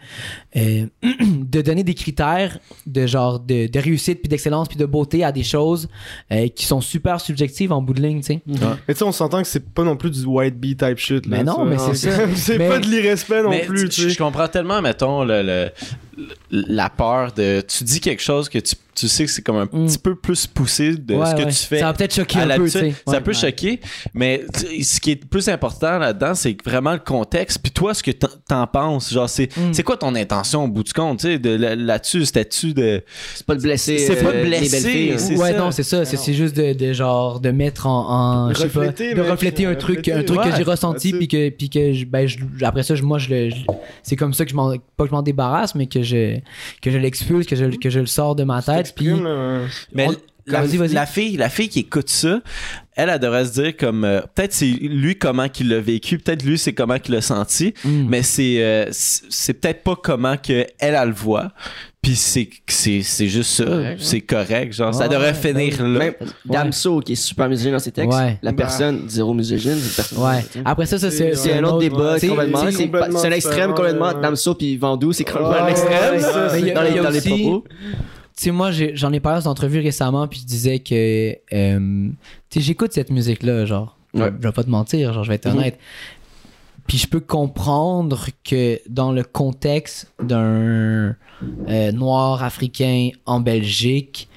euh, de donner des critères de genre de, de réussite, puis d'excellence, puis de beauté à des choses euh, qui sont super subjectives en bout de ligne, tu sais. Mais tu sais, on s'entend que c'est pas non plus du white bee type shit. Là, Mais non, ça. mais c'est ça. c'est Mais- pas de l'irrespect non Mais plus, tu- je, tu je sais. comprends tellement, mettons, le- le- le- la peur de. Tu dis quelque chose que tu, tu sais que c'est comme un Mm. petit peu plus poussé de Ouais, ce que ouais. tu fais. Ça va peut-être choquer à un peu, tu l'habitude. sais. ça Ouais. peut choquer, mais tu- ce qui est le plus important là-dedans, c'est vraiment le contexte. Puis toi, ce que t'en- t'en penses, genre, c'est Mm. c'est quoi ton intention au bout du compte, tu sais, de là- là-dessus, c'était-tu de. C'est pas le blessé. C'est pas le euh, blessé, les belles filles, hein. c'est- ouais, ça. non, c'est ça. C'est c'est juste de, de genre de mettre en, en je sais pas, Refléter, de mec, refléter un truc, refléter, un truc ouais, que j'ai ressenti, that's puis it. que, puis que je- ben, je- après ça, je- moi, je le, je- c'est comme ça que je m'en, pas que je m'en débarrasse, mais que je, que je l'expulse, que je, que je le sors de ma tête, puis T'exprimes, là, ouais. Mais On- la, Vas-y, vas-y. la fille, la fille qui écoute ça, elle, elle devrait se dire comme euh, peut-être c'est lui comment qu'il l'a vécu, peut-être lui c'est comment qu'il l'a senti, Mm. mais c'est euh, c'est c'est peut-être pas comment que elle, elle le voit. Puis c'est c'est c'est juste ça, Correct, c'est correct, genre ça Ouais, devrait ouais, finir là. Même Damso, qui est super misogyne dans ses textes, Ouais. la personne, zéro misogyne, c'est une personne. ouais. tu sais. Après ça, ça, c'est, C'est un autre débat tu sais, complètement. c'est- hein. C'est pas- c'est un extrême différent, complètement. ouais. Damso puis Vandou, c'est complètement Ouais, l'extrême. ouais, ça, Mais il y a- dans il y les, a dans les aussi- propos. tu sais, moi, j'ai- j'en ai parlé dans une entrevue récemment, puis je disais que, euh, tu sais, j'écoute cette musique-là, genre, je- Ouais. Mhm. je vais pas te mentir, genre, je vais être honnête. Puis je peux comprendre que dans le contexte d'un euh, noir africain en Belgique,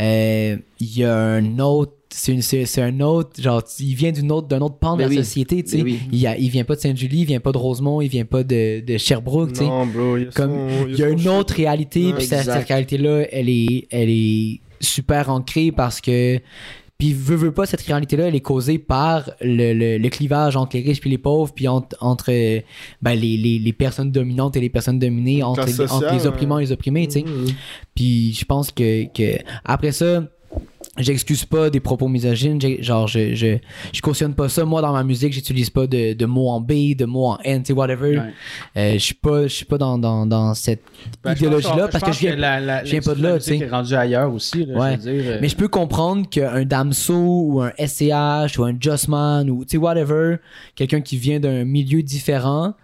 euh, il y a un autre, c'est une- c'est c'est un autre, genre, il vient d'une autre, d'un autre pan de Ben la oui. société, tu sais. Ben oui. Il, y a- il vient pas de Saint-Julie, il vient pas de Rosemont, il vient pas de, de Sherbrooke, tu sais Non, bro, il y a comme son- il y a son une shit. autre réalité Ouais. puis cette, Exact. cette réalité là elle est elle est super ancrée parce que puis veut veut pas cette réalité là elle est causée par le, le- le clivage entre les riches puis les pauvres puis entre, entre, euh, ben, les, les- les personnes dominantes et les personnes dominées entre, Classe entre les sociale, opprimants et les opprimés tu sais Mhm. puis je pense que, que après ça j'excuse pas des propos misogynes, j'ai- genre je, je je cautionne pas ça. Moi dans ma musique, j'utilise pas de, de mots en B, de mots en N, tu sais, whatever. Ouais. Euh, je suis pas je suis pas dans, dans, dans cette Ben, je pense idéologie-là qu'on- parce que pense je viens la- la- je viens pas de là, la musique tu sais. est rendue ailleurs aussi, là, Ouais. je veux dire. euh, Mais je peux comprendre qu'un Damso ou un SCH ou un Justman ou tu sais, whatever, quelqu'un qui vient d'un milieu différent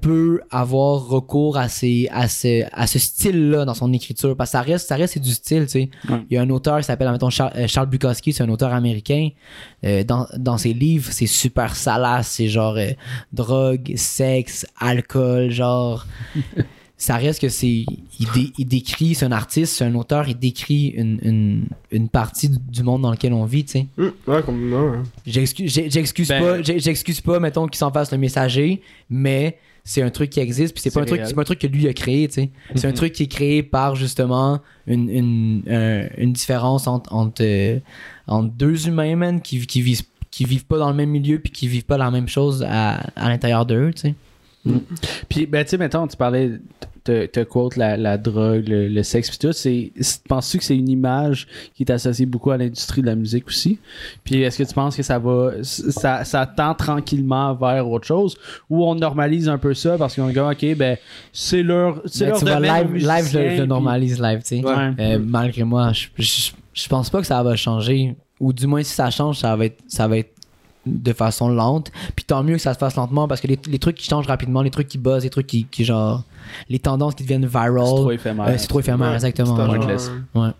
peut avoir recours à, ces, à ce, à ce style-là dans son écriture. Parce que ça reste, ça reste c'est du style, tu sais. Ouais. Il y a un auteur qui s'appelle, admettons, Char- euh, Charles Bukowski, c'est un auteur américain. Euh, dans, dans ses livres, c'est super salace, c'est genre euh, drogue, sexe, alcool, genre ça reste que c'est. Il, dé- il décrit, c'est un artiste, c'est un auteur, il décrit une, une- une partie du- du monde dans lequel on vit, tu sais. Hum, ouais, comme non, ouais. J'excuse j'ai- j'excuse Ben- pas, j'ai- j'excuse pas, mettons, qu'il s'en fasse le messager, mais c'est un truc qui existe, puis c'est pas, C'est un truc- réel. Mhm. c'est pas un truc que lui a créé, tu sais. C'est un truc qui est créé par, justement, une, une, un- une différence entre, entre, euh, entre deux humains, man, qui, qui, vivent, qui vivent pas dans le même milieu, puis qui vivent pas la même chose à, à l'intérieur d'eux, tu sais. Puis, ben, tu sais, mettons, tu parlais, te, te quote la, la drogue, le, le sexe, puis tout. c'est- c'est- Penses-tu que c'est une image qui est associée beaucoup à l'industrie de la musique aussi? Puis, est-ce que tu penses que ça va, ça, ça tend tranquillement vers autre chose? Ou on normalise un peu ça parce qu'on dit, OK, ben, c'est leur. C'est Ben, leur tu vois, domaine live, aux live je, musiciens, le- je le puis- normalise live, tu sais. Ouais. Euh, malgré moi, je, je, je pense pas que ça va changer. Ou du moins, si ça change, ça va être, ça va être de façon lente. Puis tant mieux que ça se fasse lentement parce que les, les trucs qui changent rapidement, les trucs qui buzzent, les trucs qui, qui genre. Les tendances qui deviennent viral. C'est trop euh, éphémère. C'est trop éphémère, Ouais, exactement. Putain, genre. je ouais. laisse. Ouais. bah,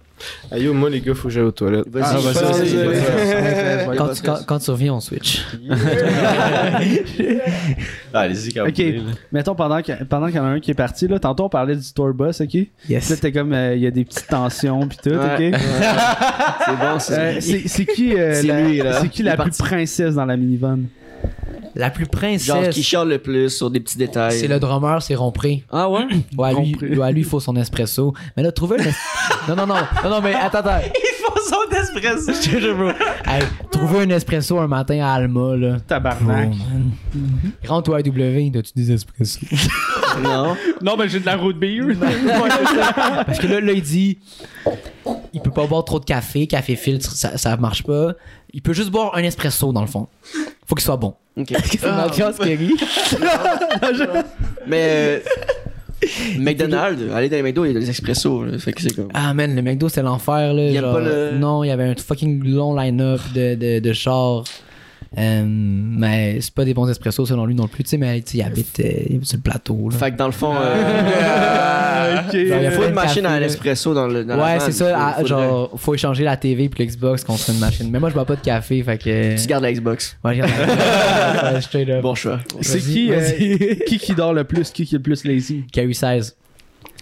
Ah, yo, moi, les gars, faut que j'aille aux toilettes. Vas-y, Ah, vas-y, je suis vas-y, désolé. vas-y. Quand, tu, quand, quand tu reviens, on switch. Ah, Allez-y, Euh, quand Ok. vous voulez, là. Mettons, pendant que- pendant qu'il y en a un qui est parti, là, tantôt on parlait du tour bus, ok? Puis Yes. Là, t'es comme, euh, il y a des petites tensions, puis tout, Ouais. ok? C'est bon, Euh, c'est. c'est c'est qui, euh, C'est la, lui, là. c'est qui Il est la plus parti. princesse dans la minivan? La plus Genre, qui princesse, chiale le plus sur des petits détails. c'est le drummer, c'est Rompré. Ah ouais? Ouais, lui, Rompré. ouais, lui, il faut son espresso. Mais là, trouver un. es- non, non, non, non, non, mais attends, attends. Je te jure, bro. Hey, trouver un espresso un matin à Alma, là. Tabarnak. Rends-toi à W, t'as-tu des espressos? Non. Non, ben, j'ai de la route beer. Parce que là, là, il dit, il peut pas boire trop de café, café filtre, ça, ça marche pas. Il peut juste boire un espresso, dans le fond. Faut qu'il soit bon. Ok. C'est une ambiance qui rit. Mais. euh, McDonald's, aller dans les McDo, il y a des expressos. là, Fait que c'est comme. Ah man, le McDo, c'est l'enfer, là. Il aime genre. pas le- Non, il y avait un fucking long line-up de, de, de chars. Euh, mais c'est pas des bons espressos selon lui non plus, tu sais, mais tu sais, il habite euh, il habite sur le plateau. Là. Fait que dans le fond. euh, Ok. Il faut plein une de machine café, là. à l'espresso dans le. dans la ouais, van. c'est ça. Faut- ah, faut- genre, faut échanger la TV puis l'Xbox contre une machine. Mais moi, je bois pas de café, fait que. Tu gardes la Xbox. Ouais, je garde- Ouais, straight up. Bon choix. C'est Vas-y, qui, euh, vas-y. qui qui dort le plus, qui qui est le plus lazy? Qui a eu 16.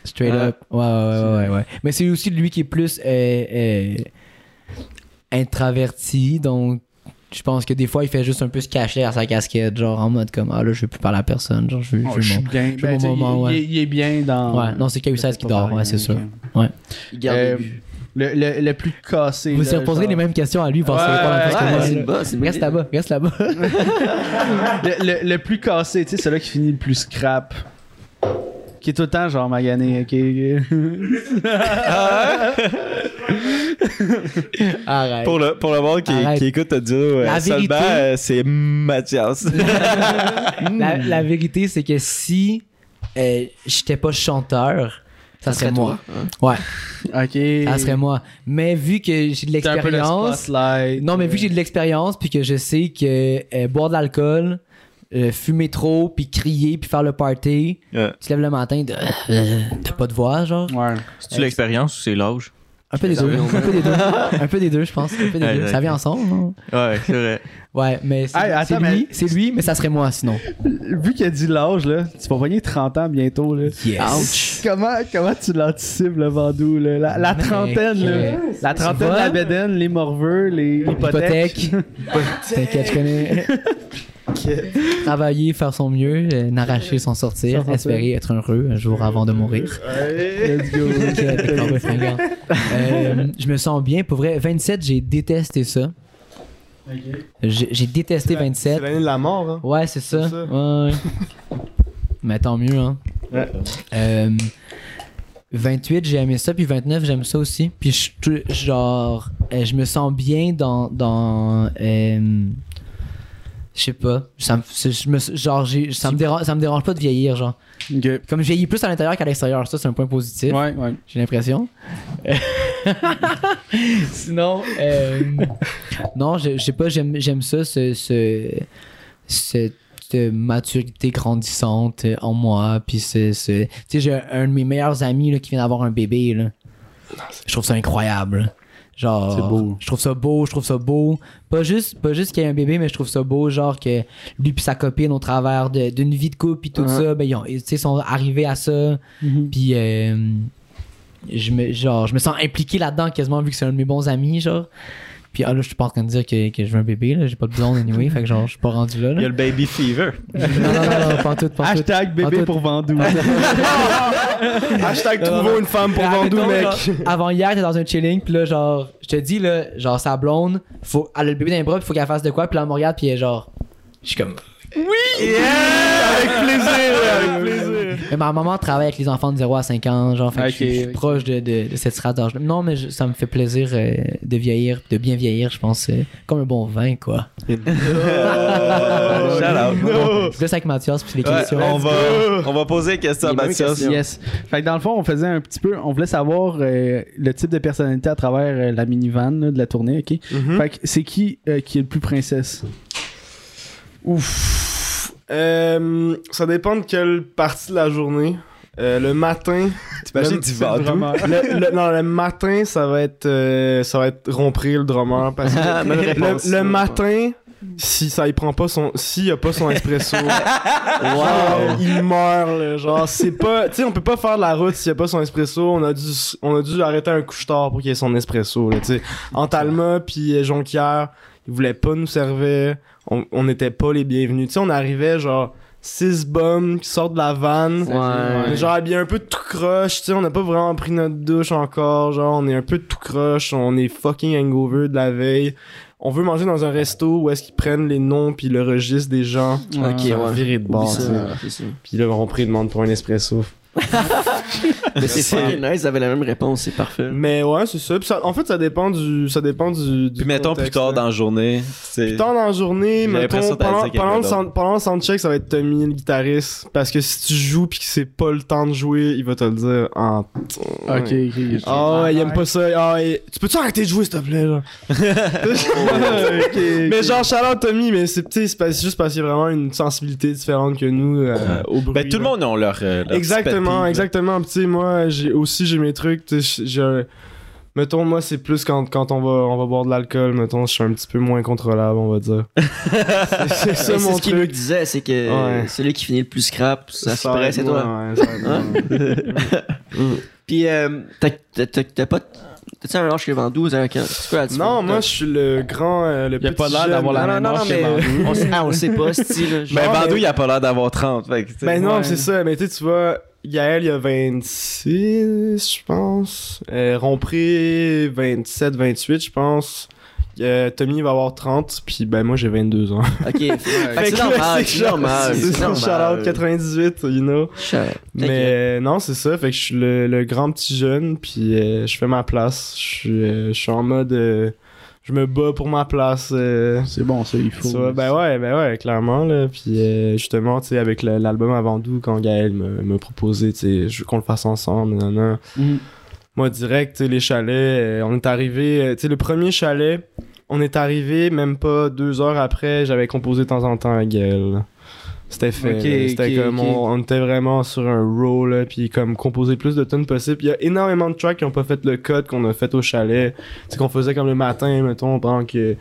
Straight Ah. up. Ouais, ouais, ouais, ouais, ouais. Mais c'est aussi lui qui est plus euh, euh, introverti, donc je pense que des fois, il fait juste un peu se cacher à sa casquette, genre en mode comme, ah là, je veux plus parler à personne, genre je veux, je Oh, veux je suis mon- bien. je Ben, veux tu sais, mon moment, il, ouais. il- il est bien dans. Ouais, non, c'est KU16 qui dort, ouais, c'est sûr. Il garde Euh, les buts. Le, le, le plus cassé. Vous là, y reposerez genre. les mêmes questions à lui, parce que Ouais, c'est pas la même chose Ouais, que moi, c'est là. une bonne, c'est une bonne Reste idée. là-bas, reste là-bas. Le, le- le plus cassé, tu sais, celui qui finit le plus scrap. Qui est tout le temps genre magané, ok? Arrête. Pour le, pour le monde qui, Arrête. qui écoute Audio euh, La vérité- seulement, euh, c'est Mathias. La, la vérité, c'est que si euh, j'étais pas chanteur, ça, serait, moi. hein. Ouais, Ok. ça serait moi. Mais vu que j'ai de T'as un peu le l'expérience, spotlight. euh. non, mais vu que j'ai de l'expérience, puis que je sais que euh, boire de l'alcool, euh, fumer trop, puis crier, puis faire le party, Ouais. tu te lèves le matin, de- euh, t'as pas de voix, genre. Ouais. C'est-tu l'expérience ou c'est l'âge? Un peu des deux, un peu des deux, un peu des deux, je pense. Un peu des Ouais, deux. ouais. Ça vient ensemble, non? Ouais, c'est vrai. Ouais, mais c'est Hey, c'est attends, lui, mais- c'est lui, mais ça serait moi sinon. Vu qu'il a dit l'âge, là, tu vas pogner 30 ans bientôt, là. Yes. Comment, comment tu l'anticipes, le Vandou, là? La, la Mec, trentaine, là. euh, La trentaine, vois? la bédaine, les morveux, les hypothèques. Hypothèque. T'inquiète, je connais. Travailler, faire son mieux, euh, n'arracher, s'en sortir, S'en sortir. espérer être heureux un jour avant de mourir. Let's go. T'inquiète, t'es pas fringant. Euh, je me sens bien. Pour vrai, 27, j'ai détesté ça. J'ai j'ai détesté C'est 27. l'année de la mort, hein. Ouais, c'est ça. C'est ça. Ouais, ouais. Mais tant mieux, hein. Ouais. Euh, 28, j'ai aimé ça, puis 29, j'aime ça aussi. Puis je suis tout- genre, euh, je me sens bien dans. dans euh, je sais pas. Ça me, c'est- je me, genre, j'ai- ça, me dérange, ça me dérange pas de vieillir, genre. Ok. Comme je vieillis plus à l'intérieur qu'à l'extérieur, ça, c'est un point positif, Ouais, ouais. j'ai l'impression. Sinon, euh, non, je, je sais pas, j'aime j'aime ça, ce, ce- cette euh, maturité grandissante euh, en moi. Puis, ce- ce- tu sais, j'ai un, un de mes meilleurs amis là, qui vient d'avoir un bébé, là. Je trouve ça incroyable. Genre, C'est beau. je trouve ça beau, je trouve ça beau. Pas juste, pas juste qu'il y ait un bébé, mais je trouve ça beau, genre que lui puis sa copine au travers de- d'une vie de couple puis tout ça, ben ils ont- tu sais, sont arrivés à ça. Puis euh, je me genre je me sens impliqué là-dedans quasiment vu que c'est un de mes bons amis genre. Puis ah, là, je suis pas en train de dire que, que je veux un bébé, là. J'ai pas de blonde anyway, fait que genre, je suis pas rendu là. là. Il y a le baby fever. Non, non, non, non, pas en tout, pas en tout. Hashtag En tout. bébé pour Vandou. Hashtag trouvons une femme pour Mais Vandou, admettons, mec. Oh, genre, avant hier, t'es dans un chilling, puis là, genre, je te dis, là, genre, sa blonde, faut, elle a le bébé dans les bras, puis faut qu'elle fasse de quoi, puis là, elle me regarde, puis elle est genre, je suis comme. Avec plaisir, avec plaisir. Mais ma maman travaille avec les enfants de 0 à 5 ans, genre, fait que Ok, je suis- je suis ok. proche de, de- de cette strate d'âge. Non, mais je- ça me fait plaisir euh, de vieillir, de bien vieillir, je pense, euh, comme un bon vin, quoi. Ah, bah, Euh, Shout Ah, out. Je laisse avec Mathias, puis les Ouais, questions. on, va, on va poser des questions à Il y a même Mathias. question. Yes. Fait que dans le fond, on faisait un petit peu, on voulait savoir euh, le type de personnalité à travers euh, la minivan là, de la tournée, ok? Hmm? Mm-hmm. Fait que c'est qui euh, qui est le plus princesse? Ouf. Euh, ça dépend de quelle partie de la journée. Euh, le matin. T'imagines le- du Vandou? le, le- non, le matin, ça va être, euh, ça va être rompre le drummer. Parce que Ah, bonne réponse. le, le matin, si ça y prend pas son, s'il y a pas son espresso, genre, il meurt. là. genre, c'est pas, tu sais, on peut pas faire de la route s'il y a pas son espresso. On a dû, on a dû arrêter un couche-tard pour qu'il y ait son espresso. Là, tu sais, Antalma puis euh, Jonquière, ils voulaient pas nous servir. On on n'était pas les bienvenus. Tu sais, on arrivait genre six bums qui sortent de la vanne. On est Ouais. Genre habillé un peu tout croche, tu sais, on n'a pas vraiment pris notre douche encore, genre on est un peu tout croche, on est fucking hangover de la veille. On veut manger dans un resto où est-ce qu'ils prennent les noms puis le registre des gens. Ok, qui ont ouais. viré de Oublie bord, ça, tu sais. ouais, c'est ça. Puis là, on demande pour un espresso. Mais Ben, c'est fucking nice, ils avaient la même réponse, c'est parfait. Mais ouais, c'est ça. Puis ça- En fait, ça dépend du. Ça dépend du. du Puis mettons plus contexte, tard là. dans la journée. c'est- Plus tard dans la journée, J'ai l'impression mettons, que t'allais pendant, dire quelqu'un pendant le d'autre. sound- pendant le soundcheck, ça va être Tommy, le guitariste. Parce que si tu joues puis que c'est pas le temps de jouer, il va te le dire en. Ok, ok. Ah ouais, il aime pas ça. Ah ouais, Tu peux-tu arrêter de jouer, s'il te plaît, là? Mais genre, Charlotte Tommy, mais c'est tu sais, c'est pas- c'est juste parce qu'il y a vraiment une sensibilité différente que nous euh, au bruit. Ben, tout le là. monde a leur, euh, leur petit pet Exactement, peeve. exactement. Puis, Tu sais, moi, j'ai aussi, j'ai mes trucs. tu sais, j'ai un- Mettons, moi, c'est plus quand, quand on, va, on va boire de l'alcool. Mettons, je suis un petit peu moins contrôlable, on va dire. c'est c'est ça Mais C'est mon ce qu'il nous truc. disait, c'est que Ouais. celui qui finit le plus crap, ça se paraît, arrête c'est moi, toi. ouais, ça arrête Hein? moi. Puis, euh, t'as- t'as t'as- t'as pas. T'as-tu un âge que Vandou? C'est quoi la différence? Non, moi, je suis le grand. euh, le Il a petit pas l'air d'avoir la jeune. Non, même non, non, âge que mais- Vandou. on, s- ah, on le sait pas, style. Ben, Non, Bandou, mais- il a pas l'air d'avoir 30. Fait que, tu sais. Ben non, Ouais. c'est ça. Mais tu sais, tu vois, Yael, il y a 26, je pense. Euh, Rompré, 27, 28, je pense. Euh, Tommy va avoir 30, puis ben moi j'ai 22 ans. Ok, Ah, fait que Fait c'est que là, normal, c'est genre- normal. C'est C'est ça, normal. shout-out 98, you know. Shout-out. Mais euh, non, c'est ça. Fait que je suis le, le grand petit jeune, puis euh, je fais ma place. Je suis, euh, je suis en mode. euh, je me bats pour ma place. euh, C'est bon, ça, il faut. tu vois, ben ouais, ben ouais, clairement, là. Puis euh, justement, tu sais, avec le- l'album avant d'où, quand Gaël me, me proposait, tu sais, je veux qu'on le fasse ensemble, nanana. Mhm. Moi, direct, tu sais, les chalets, euh, on est arrivé, euh, tu sais, le premier chalet, on est arrivé, même pas deux heures après, j'avais composé de temps en temps à Gaël. C'était fait. Ok, là. C'était ok, comme, ok. On, on était vraiment sur un roll, là, puis comme composer plus de tonnes possible. Il y a énormément de tracks qui ont pas fait le code qu'on a fait au chalet. C'est qu'on faisait comme le matin, mettons, pendant que.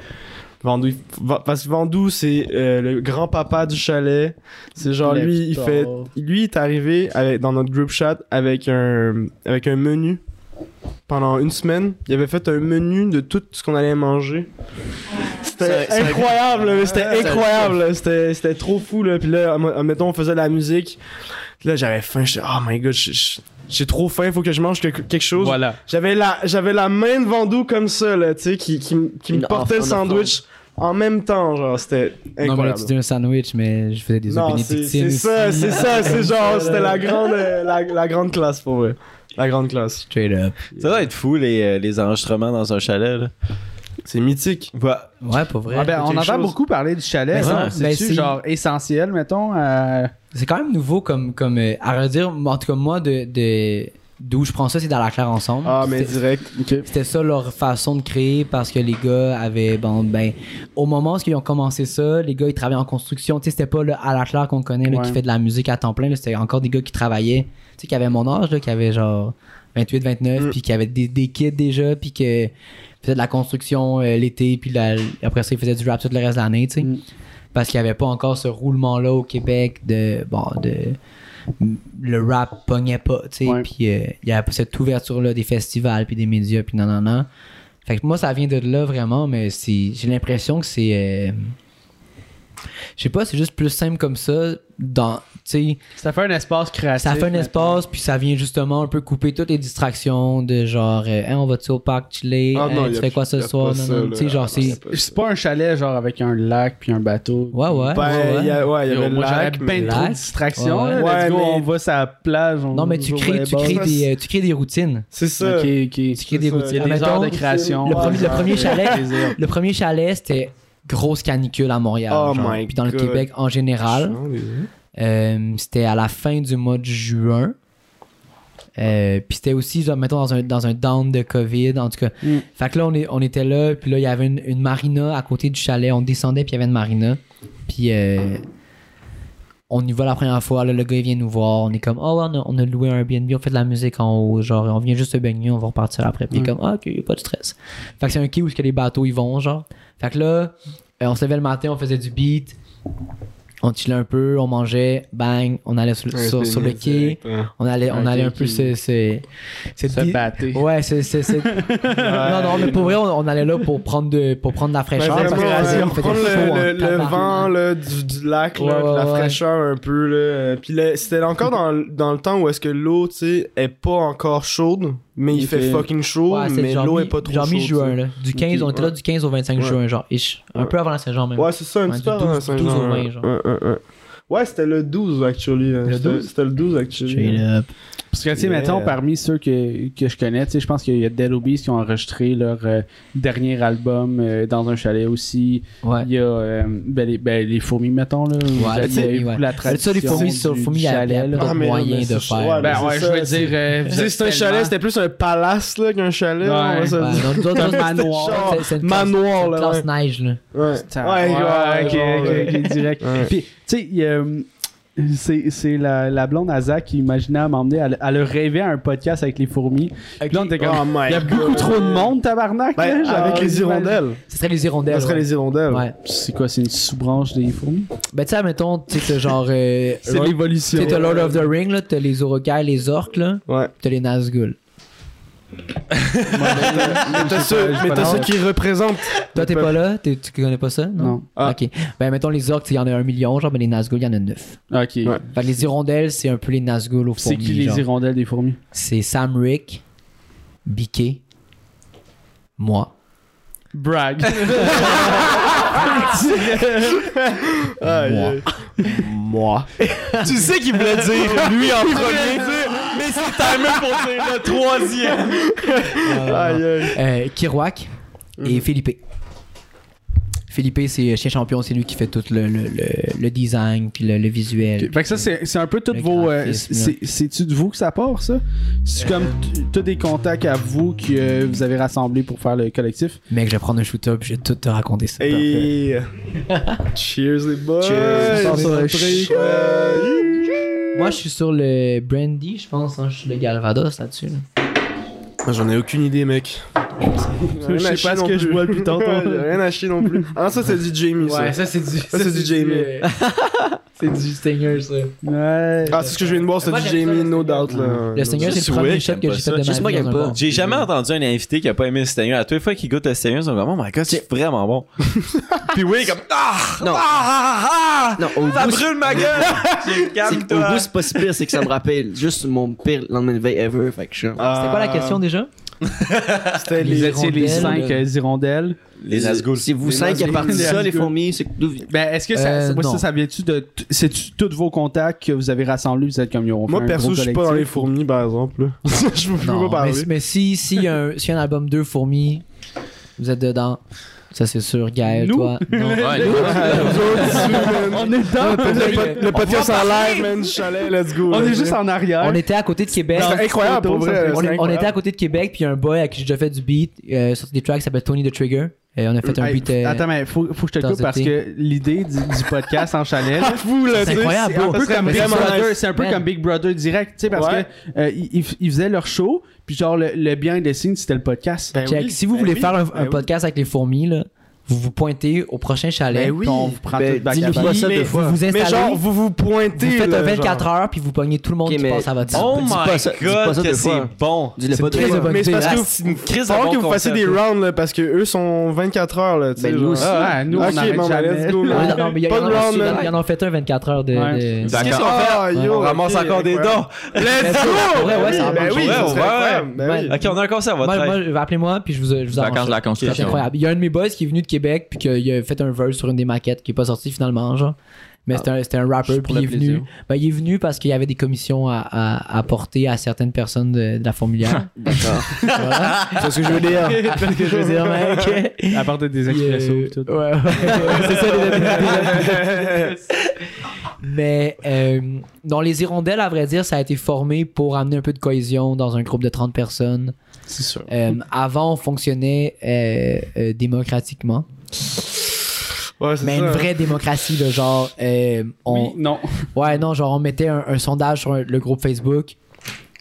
Vandou, il- Va- parce que Vandou, c'est euh, le grand-papa du chalet. C'est genre, Lève lui, il tard. fait. Lui, il est arrivé avec- dans notre group chat avec un, avec un menu pendant une semaine. Il avait fait un menu de tout ce qu'on allait manger. C'était C'est- c'est- incroyable, là, mais c'était C'est- incroyable. là. C'était c'était trop fou. Là. Puis là, am- mettons, on faisait de la musique. Puis là, j'avais faim. J'étais, oh my god, j'ai- j'ai j'ai trop faim. Faut que je mange que- quelque chose. Voilà. J'avais la, j'avais la main de Vandou comme ça, là, tu sais, qui, qui, m- qui me Une portait le offre, une sandwich en même temps, genre, c'était Non, mais là, incroyable. tu dis un sandwich, mais je faisais des œufs Non, c'est bénédictines. c'est ça, c'est ça, c'est genre, c'était la grande, euh, la, la grande classe pour vrai. La grande classe. Straight up. Ça doit être fou, les, euh, les enregistrements dans un chalet. Là. C'est mythique. Ouais. Ouais, pour vrai. Ah ben, on quelque entend chose. beaucoup parler du chalet. Ben, hein. c'est- ben, C'est-tu c'est- genre essentiel, mettons? euh, à- C'est quand même nouveau comme, comme euh, à redire, en tout cas moi, de, de- d'où je prends ça, c'est dans la claire ensemble. Ah, mais C'était- direct. C'était ça leur façon de créer parce que les gars avaient bon ben au moment où ils ont commencé ça, les gars ils travaillaient en construction, tu sais c'était pas le à la claire qu'on connaît là, qui Ouais. fait de la musique à temps plein, là, c'était encore des gars qui travaillaient, tu sais qui avaient mon âge là, qui avaient genre 28 29 Mm. puis qui avaient des, des kids déjà puis que faisaient de la construction euh, l'été puis la- après ça ils faisaient du rap tout le reste de l'année, tu sais. Parce qu'il n'y avait pas encore ce roulement-là au Québec de. Bon, de. Le rap pognait pas, tu sais. Ouais. Puis euh, il y avait pas cette ouverture-là des festivals, puis des médias, puis non, non, non. Fait que moi, ça vient de là vraiment, mais c'est- j'ai l'impression que c'est. euh, Je sais pas, c'est juste plus simple comme ça. Dans, tu sais, Ça fait un espace créatif. ça fait un mettons. espace, puis ça vient justement un peu couper toutes les distractions de genre, euh, Hein, on va-tu au parc chiller, Ah Hein, non, y tu a- fais quoi ce y a soir, pas Non, ça, non, là. tu sais, genre, Ah, c'est. C'est pas un chalet genre avec un lac puis un bateau. Ah, Ouais, ouais. ouais, Ben, ouais. il y a- ouais, il y avait Yo, le moi, j'aurais lac, mais- ben trop Lac. de distractions. Ouais, là. ouais. Let's go, Ouais, on mais- va sur la plage. on Non, mais joue tu au crées, tu volleyball. crées des, euh, tu crées des routines. C'est ça. Ok, ok. Tu crées des ça. routines. Il y a des Admettons, heures de création. Oh, le, premier, le Ouais, premier ouais. chalet, le premier chalet, c'était grosse canicule à Montréal. Oh genre. my Puis dans le God. Québec en Ah, général, euh, c'était à la fin du mois de juin. Euh, puis c'était aussi, genre, mettons, dans un, dans un down de COVID, en tout cas. Mm. Fait que là, on, est- on était là, puis là, il y avait une, une marina à côté du chalet. On descendait, puis il y avait une marina. Puis euh, on y va la première fois, là, le gars il vient nous voir, on est comme oh ouais, on a, on a loué un Airbnb, on fait de la musique en haut, genre on vient juste se baigner, on va repartir après. Puis il est comme Ah, ok, pas de stress. Fait que c'est un quai où est-ce que les bateaux ils vont, genre. Fait que là, euh, on se levait le matin, on faisait du beat, on chillait un peu, on mangeait, bang, on allait sur, le- Ouais, sur, c'est sur le quai, direct, hein. on allait, on Un allait un quai peu qui- se, se, se Se di- battre. Ouais, c'est. c'est- c'est- non, non, mais pour vrai, on, on allait là pour prendre de, pour prendre de la Ben, fraîcheur. parce vraiment, que ouais, il faisait prendre chaud en le, le- le tabarnak. vent là, du, du lac, là, Ouais, de la ouais, ouais. fraîcheur un peu. Là. Puis là, c'était encore dans, le- dans le temps où est-ce que l'eau tu sais, est pas encore chaude, mais il Ok. fait fucking chaud, Ouais, c'est mais genre l'eau mi- est pas trop Genre chaude. mi-juin, tu là. Du 15, on était là ouais. du 15 au 25 Ouais. juin, genre, ish. Un Ouais. peu avant la Saint-Jean, sais. même. Ouais, c'est ça, un Ouais, petit du peu avant 12 Saint-Jean, au vingt, ouais. genre. Ouais, ouais, ouais. Ouais, c'était le 12, actually. hein. C'était- 12? C'était le 12, actually. Parce que, tu sais, Yeah. mettons, parmi ceux que, que je connais, tu sais, je pense qu'il y a Dead Obies qui ont enregistré leur euh, dernier album euh, dans un chalet aussi. Ouais. Il y a euh, ben, les, ben, les fourmis, mettons, là. Vous avez les fourmis, eu ouais. la Ça, tradition les fourmis, du- sur du fourmis, il y chalet, avait là. d'autres Ah, mais non, mais moyens de c'est chaud. Ouais, faire. là. mais Ben c'est ouais, je ça, veux c'est- dire... euh, Tu sais, C'est un chalet, c'était plus un palace là, qu'un chalet. là, Ouais, on va se Ouais, dire. non, nous autres, Comme c'est- manoir. c'est- c'est- C'est une classe- Manoir, c'est une là. classe ouais. neige, là. Ouais, Ouais, ouais, ok, genre, ok, ouais. ok, direct. Ouais. Puis, tu sais, il y a, hum, c'est c'est la, la blonde à Zach qui imaginait à m'emmener, elle, elle a rêvé à un podcast avec les fourmis. Puis là, on était comme, Oh my il y a God. beaucoup trop de monde, tabarnak. Ben, là, genre, avec les j'imagine. hirondelles. Ce serait les hirondelles. Ça serait ouais. les hirondelles. Ouais. C'est quoi, c'est une sous-branche des fourmis? Ben, tu sais, mettons, tu sais, t'as genre. euh, Lord- l'évolution. tu sais, t'as Lord of the Ring, là, t'as les Uruk-hai, les orques, là, Ouais. pis t'as les Nazgûl. Mais t'as ceux, mais t'as ceux qui représentent. Toi, t'es pas là? T'es- Tu connais pas ça? Non. Non. Ah. Ok. Ben, mettons, les orques, il y en a un million, genre, ben, les Nazgûl, il y en a neuf. Ok. Ouais. Fait que les hirondelles, c'est un peu les Nazgûl au fond. C'est qui les hirondelles des fourmis? C'est Sam Rick, Biquet, moi. Brag. moi. Moi. tu sais qu'il voulait dire lui en premier, mais c'est timé pour dire le troisième. Aïe, aïe. Euh, Kirouac et Philippe. Philippe, c'est euh, chien champion, c'est lui qui fait tout le, le, le- le design puis le, le visuel. Fait que ça, c'est c'est un peu toutes Le vos. euh, graphisme, Euh, c'est- C'est-tu de vous que ça part, ça? C'est comme t- tous des contacts à vous que euh, vous avez rassemblés pour faire le collectif? Mec, je vais prendre un shooter puis je vais tout te raconter ça. Hey. Cheers Euh, les euh, boys. Cheers. On est Sur le rentrés. chien. Ouais. Moi, je suis sur le Brandy, je pense. hein, je suis le Galvados là-dessus. là. Moi, J'en ai aucune idée, mec. Je sais pas ce que je vois depuis tantôt. J'ai rien acheté non plus. Ah, ça, c'est du Jamie, ça. ça, c'est du. c'est du Jamie. c'est du Stinger, ça. Ouais. Ah, c'est ce que je viens de boire, c'est Moi, du j'aime ça, Jamie, le no Stinger. doubt, là. Le Stinger, c'est Juste le premier Wick, shot que j'aime pas ça. j'ai fait de ma Juste moi, vie. j'aime dans un pas. bar. J'ai jamais entendu un invité qui a pas aimé le Stinger. À toutes les fois qu'il goûte le Stinger, ils sont comme, oh my god, c'est vraiment bon. Puis oui, comme, ah, Non. ah, ah, Non, au ah, ça goût, brûle ma gueule. J'ai- c'est- au Calme-toi. goût, c'est pas si pire, c'est que ça me rappelle juste mon pire lendemain de veille ever. Fait que je suis- Euh, C'était quoi la question déjà Ah, C'était Vous les. étiez les hirondelles. cinq euh, hirondelles. Les Nazgûl. C'est vous cinq qui êtes partis ça, les fourmis. C'est d'où vi- Ben, est-ce que ça, Euh, moi, non. ça, ça vient-tu de. t- C'est-tu tous vos contacts que vous avez rassemblés Vous êtes comme ils ont fait Moi, un perso, gros je suis pas dans les collectif? fourmis, par exemple. là. Je peux plus Non, pas parler. mais, mais si s'il y, a un- s'il y a un album 2 fourmis, vous êtes dedans. Ça, c'est sûr, Gaël, Nous? toi. Non. Ouais, On est dedans Le pod- Le podcast en live, man. Chalet, let's go. On là, est juste tu en arrière. On était à côté de Québec. sais. C'est incroyable, pour vrai. On, c'est on était incroyable. à côté de Québec, puis un boy à qui j'ai déjà fait du beat, euh, sorti des tracks qui s'appelle Tony the Trigger. Et on a fait un Hey, beat. euh, Attends, mais faut, faut que je te dans coupe le parce thé. que l'idée du, du podcast en chalet, Ah, là, Vous, là, c'est tu sais, incroyable, c'est bro. un peu comme Big vraiment Brother, nice. c'est un peu Man. comme Big Brother direct, tu sais, parce Ouais. que euh, ils, ils- ils faisaient leur show, puis genre le, le behind the scenes, c'était le podcast. Ben check. oui, si vous ben voulez oui, faire un, ben un oui. podcast avec les fourmis, là, vous vous pointez au prochain chalet. Ben puis on- on vous prend Ben, tout back à dis-nous back. pas ça mais- deux Vous fois. vous installez, Mais genre, vous vous vous pointez. faites là, un 24 genre. heures, puis vous pognez tout le monde Ok, qui mais- passe à votre Oh Dis pas my ça- dis pas god, ça que deux c'est fois. bon. Dis-le pas deux très fois. bonne Mais c'est parce idée. que Ah, c'est une vous, crise de faut bon que vous fassiez des concept. rounds là, parce que eux sont 24 heures là. tu sais, Ben, nous genre. aussi. Ah, nous, on Ok, arrête bon, ben, jamais. let's go, là. Non, mais il y, Pas en de a- round, il y man. en a- il y en a fait un 24 heures de. Ouais. de- D'accord. Qu'est-ce qu'on Ah, fait? on Yo, ramasse ok, encore des incroyable. dons. Let's pour vrai, ouais, ça Ben marche. oui, Ouais, ça ouais. serait incroyable. Ben oui. Ok, on a un concert à votre Moi, aide. moi, je- appelez-moi, puis je vous, je vous arrange Vacances de ça. la C'est Constitution. incroyable. Il y a un de mes boys qui est venu de Québec puis qu'il a fait un verse sur une des maquettes qui est pas sortie finalement, genre. Mais c'était un, c'était un rapper Juste puis pour il est le plaisir. venu. Ben, il est venu parce qu'il y avait des commissions à, à, à porter à certaines personnes de, de la fourmilière. D'accord. voilà. C'est ce que je veux dire. Parce que je veux dire, mec. À part des il, euh, expressos et tout. ouais, ouais, c'est ça les- les- les- Mais euh, dans les hirondelles, à vrai dire, ça a été formé pour amener un peu de cohésion dans un groupe de 30 personnes. C'est sûr. Euh, avant, on fonctionnait euh, euh, démocratiquement. Ouais, c'est Mais ça. une vraie démocratie, de genre, euh, on, Oui, non. ouais, non, genre, on mettait un, un sondage sur un- le groupe Facebook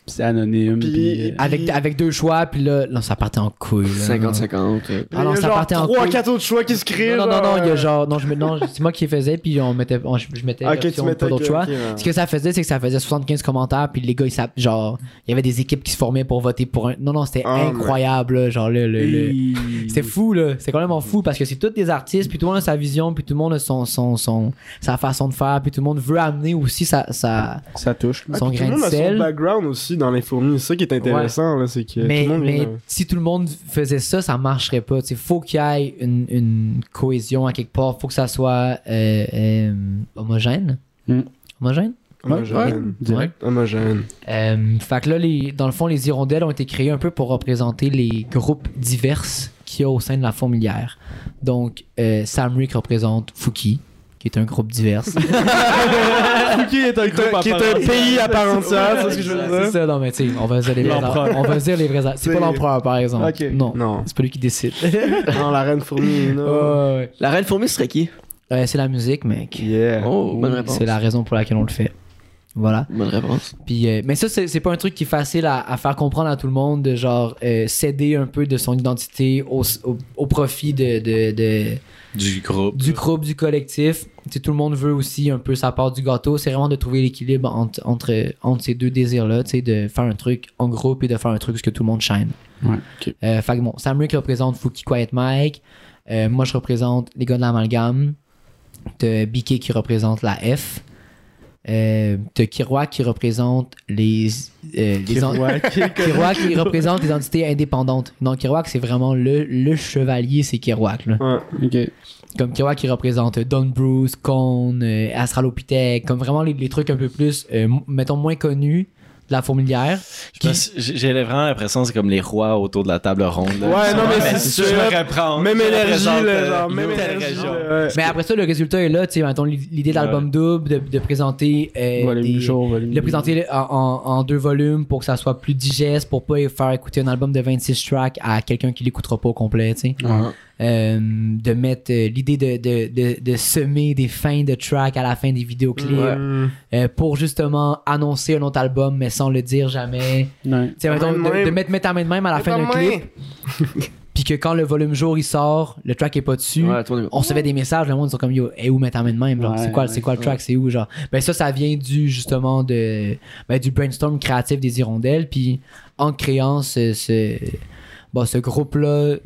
C'est anonyme. Puis- puis, euh, avec, Puis- avec deux choix, puis là, non, ça partait en couille. là. 50-50. euh. Il y a Alors, ça genre partait en couille. 3-4 autres choix qui se créent. Non, non, non, non, il y a euh, genre, non, je me- non, c'est moi qui les faisais, puis on mettait, on- je, je mettais Ok, tu l'option mettais pas d'autre que- choix. ok, ouais. Ce que ça faisait, c'est que ça faisait 75 commentaires, puis les gars, ils sap- genre, il y avait des équipes qui se formaient pour voter pour un. Non, non, c'était Oh, incroyable, là, genre, le- le- le... et- C'est fou, là. C'est complètement fou parce que c'est tous des artistes, puis tout le monde a sa vision, puis tout le monde a son, son, son, sa façon de faire, puis tout le monde veut amener aussi sa, sa, Ça touche. Ah, son puis tout grain le de monde a sel. son background aussi dans les fourmis. C'est ça qui est intéressant, là, c'est que mais tout le monde mais vient de- si tout le monde faisait ça, ça marcherait pas. Il faut qu'il y ait une, une cohésion à quelque part. faut que ça soit euh, euh, homogène. Hmm. Homogène? homogène. Direct. Homogène. Euh, fait que là, les, dans le fond, les hirondelles ont été créées un peu pour représenter les groupes diverses qu'il y a au sein de la fourmilière. Donc, euh, Sam Rick représente Fouki, qui est un groupe divers. Qui est un qui est un pays à part entière, Ah, c'est ce que je veux C'est dire. ça, non, mais tu sais, on va dire les vrais. L'empereur. On va dire les vrais. C'est pas C'est- l'empereur, par exemple. Ok. Non. Non, C'est pas lui qui décide. non, la reine fourmi, Ouais, non. ouais, ouais. La reine fourmi serait qui Euh, c'est la musique, mec. Yeah. Oh, bonne réponse. C'est la raison pour laquelle on le fait. Voilà. Bonne réponse. Puis, euh, mais ça, c'est c'est pas un truc qui est facile à, à faire comprendre à tout le monde, de genre euh, céder un peu de son identité au, au- au profit de- de- de, Du groupe. du groupe, du collectif. Tu sais, tout le monde veut aussi un peu sa part du gâteau. C'est vraiment de trouver l'équilibre entre, entre, entre ces deux désirs-là, tu sais, de faire un truc en groupe et de faire un truc ce que tout le monde chaîne. Ouais, ok. Euh, fait que bon, Sam Rick représente Fouki Quiet Mike. Euh, moi, je représente les gars de l'amalgame. T'as Biké qui représente la F. Euh, T'as Kiroak qui représente les. euh, les en- Kiroak qui représente les entités indépendantes. Non, Kiroak, c'est vraiment le, le chevalier, c'est Kiroak. Là Ouais. Ok. comme Kiwa qui représente euh, Don Bruce, Cone, euh, Australopithèque, comme vraiment les, les trucs un peu plus, euh, m- mettons, moins connus de la fourmilière. Je me suis- J'ai j'ai vraiment l'impression que c'est comme les rois autour de la table ronde. Ouais, non, mais c'est sûr. Je me reprends. Même Je énergie, représente, là, euh, genre, une même telle énergie. région. là, ouais. Mais après ça, le résultat est là, tu sais, mettons l'i- l'idée d'album double, de, de présenter. euh, Volume des- jour, volume de le présenter en, en- en deux volumes pour que ça soit plus digeste, pour pas faire écouter un album de 26 tracks à quelqu'un qui l'écoutera pas au complet, tu sais. Euh, de mettre euh, l'idée de, de, de, de semer des fins de tracks à la fin des vidéoclips Mm. euh, pour justement annoncer un autre album mais sans le dire jamais. Ouais. Tu sais, mettons, main de de, même. de mettre, mettre ta main de même à la fin d'un clip, puis que quand le volume jour il sort, le track est pas dessus. Ouais, toi, On recevait des messages, le monde ils sont comme yo, et où mettre ta main de même, genre, Ouais, c'est quoi, ouais, c'est quoi le track, c'est où, genre. Ben ça, ça vient du justement de, ben, du brainstorm créatif des hirondelles, puis en créant ce, ce, bon, ce groupe là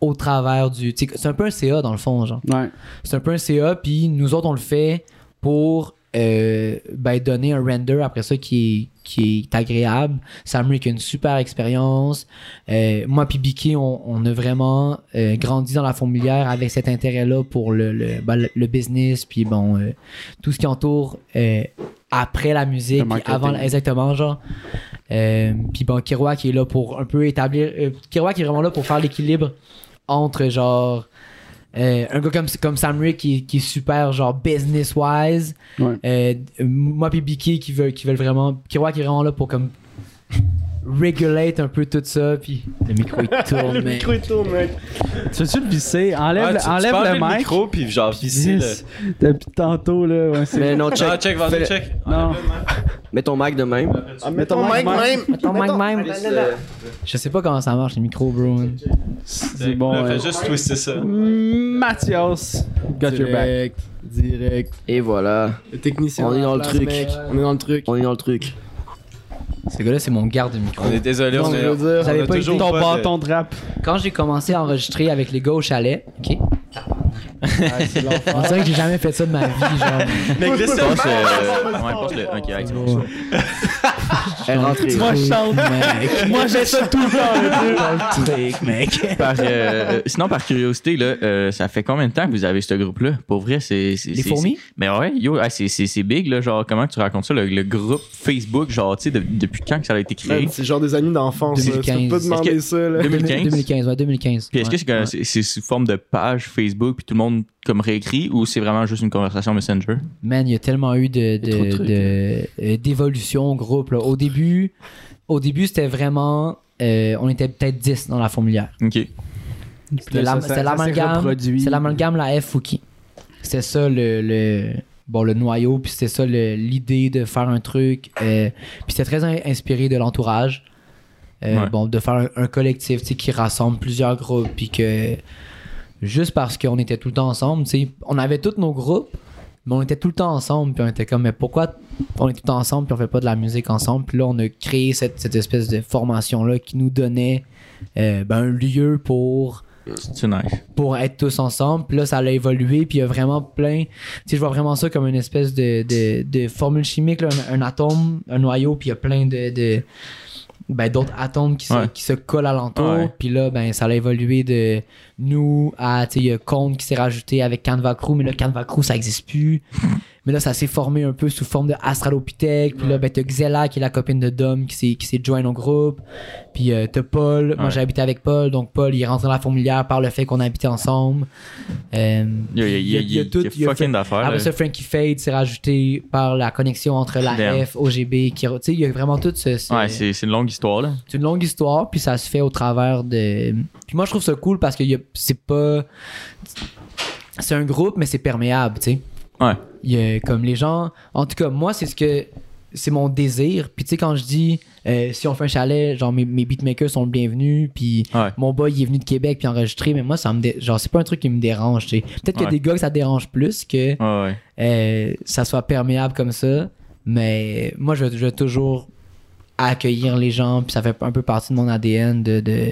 au travers du, tu sais, c'est un peu un CA dans le fond, genre. Ouais. C'est un peu un CA, puis nous autres, on le fait pour euh, ben, donner un render après ça qui est, qui est agréable. Sam Rick a une super expérience. Euh, moi puis Bicky, on, on a vraiment euh, grandi dans la fourmilière avec cet intérêt-là pour le, le, ben, le- le business, puis bon, euh, tout ce qui entoure euh, après la musique, puis avant, exactement, genre. Euh, puis bon, Kiroa qui est là pour un peu établir. euh, Kerouac qui est vraiment là pour faire l'équilibre entre genre. euh, un gars comme, comme Sam Rick qui, qui est super genre business wise Ouais. euh, moi puis Biki qui veulent qui veulent vraiment Kiroa qui est vraiment là pour comme regulate un peu tout ça puis le micro il tourne man. Tu veux-tu le visser? Enlève, Ah, le- tu- tu enlève peux enlever le mic. micro, puis genre, visser le- Yes. Depuis tantôt, là. Ouais, c'est... Mais non, Ah, check. check, vas Fais- check. non. Mets ton Mac de même. Mets ton mic, même. Attends, Mike, Mike. je sais pas comment ça marche le micro bro man. C'est bon. euh, Là, ouais. Mm, Fais juste euh, twister ça. Mathias, got your back. Direct, direct. Et voilà. Le technicien. On est à la dans le place, truc. mec. On est dans le truc. On est dans le truc. ce gars là c'est mon garde de micro On est désolé, on Non, est. je veux dire, on vous avez a pas toujours Ton pas de- bâton de rap. quand j'ai commencé à enregistrer avec les gars au chalet ok on dirait que j'ai jamais fait ça de ma vie genre Mais glisse Je le pense, mic. euh, ouais, je pense le. Ok, ouais, c'est bon. Elle rentrée. Moi, je chante. Moi, j'ai ça tout le temps. Par, euh, sinon, par curiosité, là, euh, ça fait combien de temps que vous avez ce groupe-là? Pour vrai, c'est. c'est- les c'est- fourmis Mais ouais, yo, ah, c'est- c'est c'est big, là. Genre, comment tu racontes ça, le, le groupe Facebook, genre, tu sais, de- depuis quand que ça a été créé? Ben, Man, C'est genre des amis d'enfance. là. Tu peux 2015. pas demander Est-ce que- ça, là. 2015? 2015 ouais 2015 Puis est-ce que c'est comme- c'est c'est sous forme de page Facebook, puis tout le monde comme réécrit, ou c'est vraiment juste une conversation Messenger? Man, il y a tellement eu de, y a trop de de, trucs, hein. de- euh, d'évolution au groupe. là. Au début, au début c'était vraiment. euh, on était peut-être 10 dans la fourmilière. Ok. C'était ça, la- ça- c'était ça s'est l'amalgame. reproduit. C'était l'amalgame, la F Fouki. C'était ça le. le- Bon, le noyau, puis c'était ça le- l'idée de faire un truc. euh, puis c'était très in- inspiré de l'entourage. Euh, Ouais. Bon, de faire un, un collectif tu sais, qui rassemble plusieurs groupes, puis que juste parce qu'on était tout le temps ensemble, tu sais, on avait tous nos groupes, mais on était tout le temps ensemble, puis on était comme, mais pourquoi on est tout le temps ensemble, puis on fait pas de la musique ensemble, puis là, on a créé cette, cette espèce de formation-là qui nous donnait euh, ben, un lieu pour C'est nice. pour être tous ensemble. Puis là, ça a évolué. Puis il y a vraiment plein. Tu sais, je vois vraiment ça comme une espèce de, de, de formule chimique, là, un, un atome, un noyau, puis il y a plein de. de- ben, d'autres atomes qui se, Ouais. qui se collent alentour. Ouais. Puis là, ben, ça a évolué de nous à. Tu sais, il y a Conde qui s'est rajouté avec Canva Crew, mais là, Canva Crew, ça n'existe plus. mais là, ça s'est formé un peu sous forme de Astralopithèque. Puis là, ben, t'as Xella, qui est la copine de Dom, qui s'est, qui s'est joint au groupe. Puis euh, t'as Paul. Moi, Ouais. j'ai habité avec Paul. Donc, Paul, il est rentré dans la fourmilière par le fait qu'on habitait ensemble. Euh, Il y a, il y a- il y a- il y a tout- il y a fucking d'affaires. après là. ça, Frankie Fade s'est rajouté par la connexion entre la Damn. F, OGB, qui. Tu sais, il y a vraiment tout ce. ce- Ouais, c'est c'est une longue histoire, là. c'est une longue histoire, puis ça se fait au travers de. Puis moi, je trouve ça cool parce que il y a- c'est pas. C'est un groupe, mais c'est perméable, tu sais. Ouais. Il y a comme les gens. En tout cas, moi, c'est ce que. C'est mon désir. Puis tu sais, quand je dis euh, si on fait un chalet, genre mes, mes beatmakers sont le bienvenu, puis Ouais. mon boy il est venu de Québec puis enregistré, mais moi, ça me. dé- Genre, c'est pas un truc qui me dérange, tu sais. Peut-être qu'il y a Ouais. des gars que ça dérange plus que Ouais, ouais. euh, ça soit perméable comme ça. Mais moi, je, je vais toujours accueillir les gens, puis ça fait un peu partie de mon ADN de, de,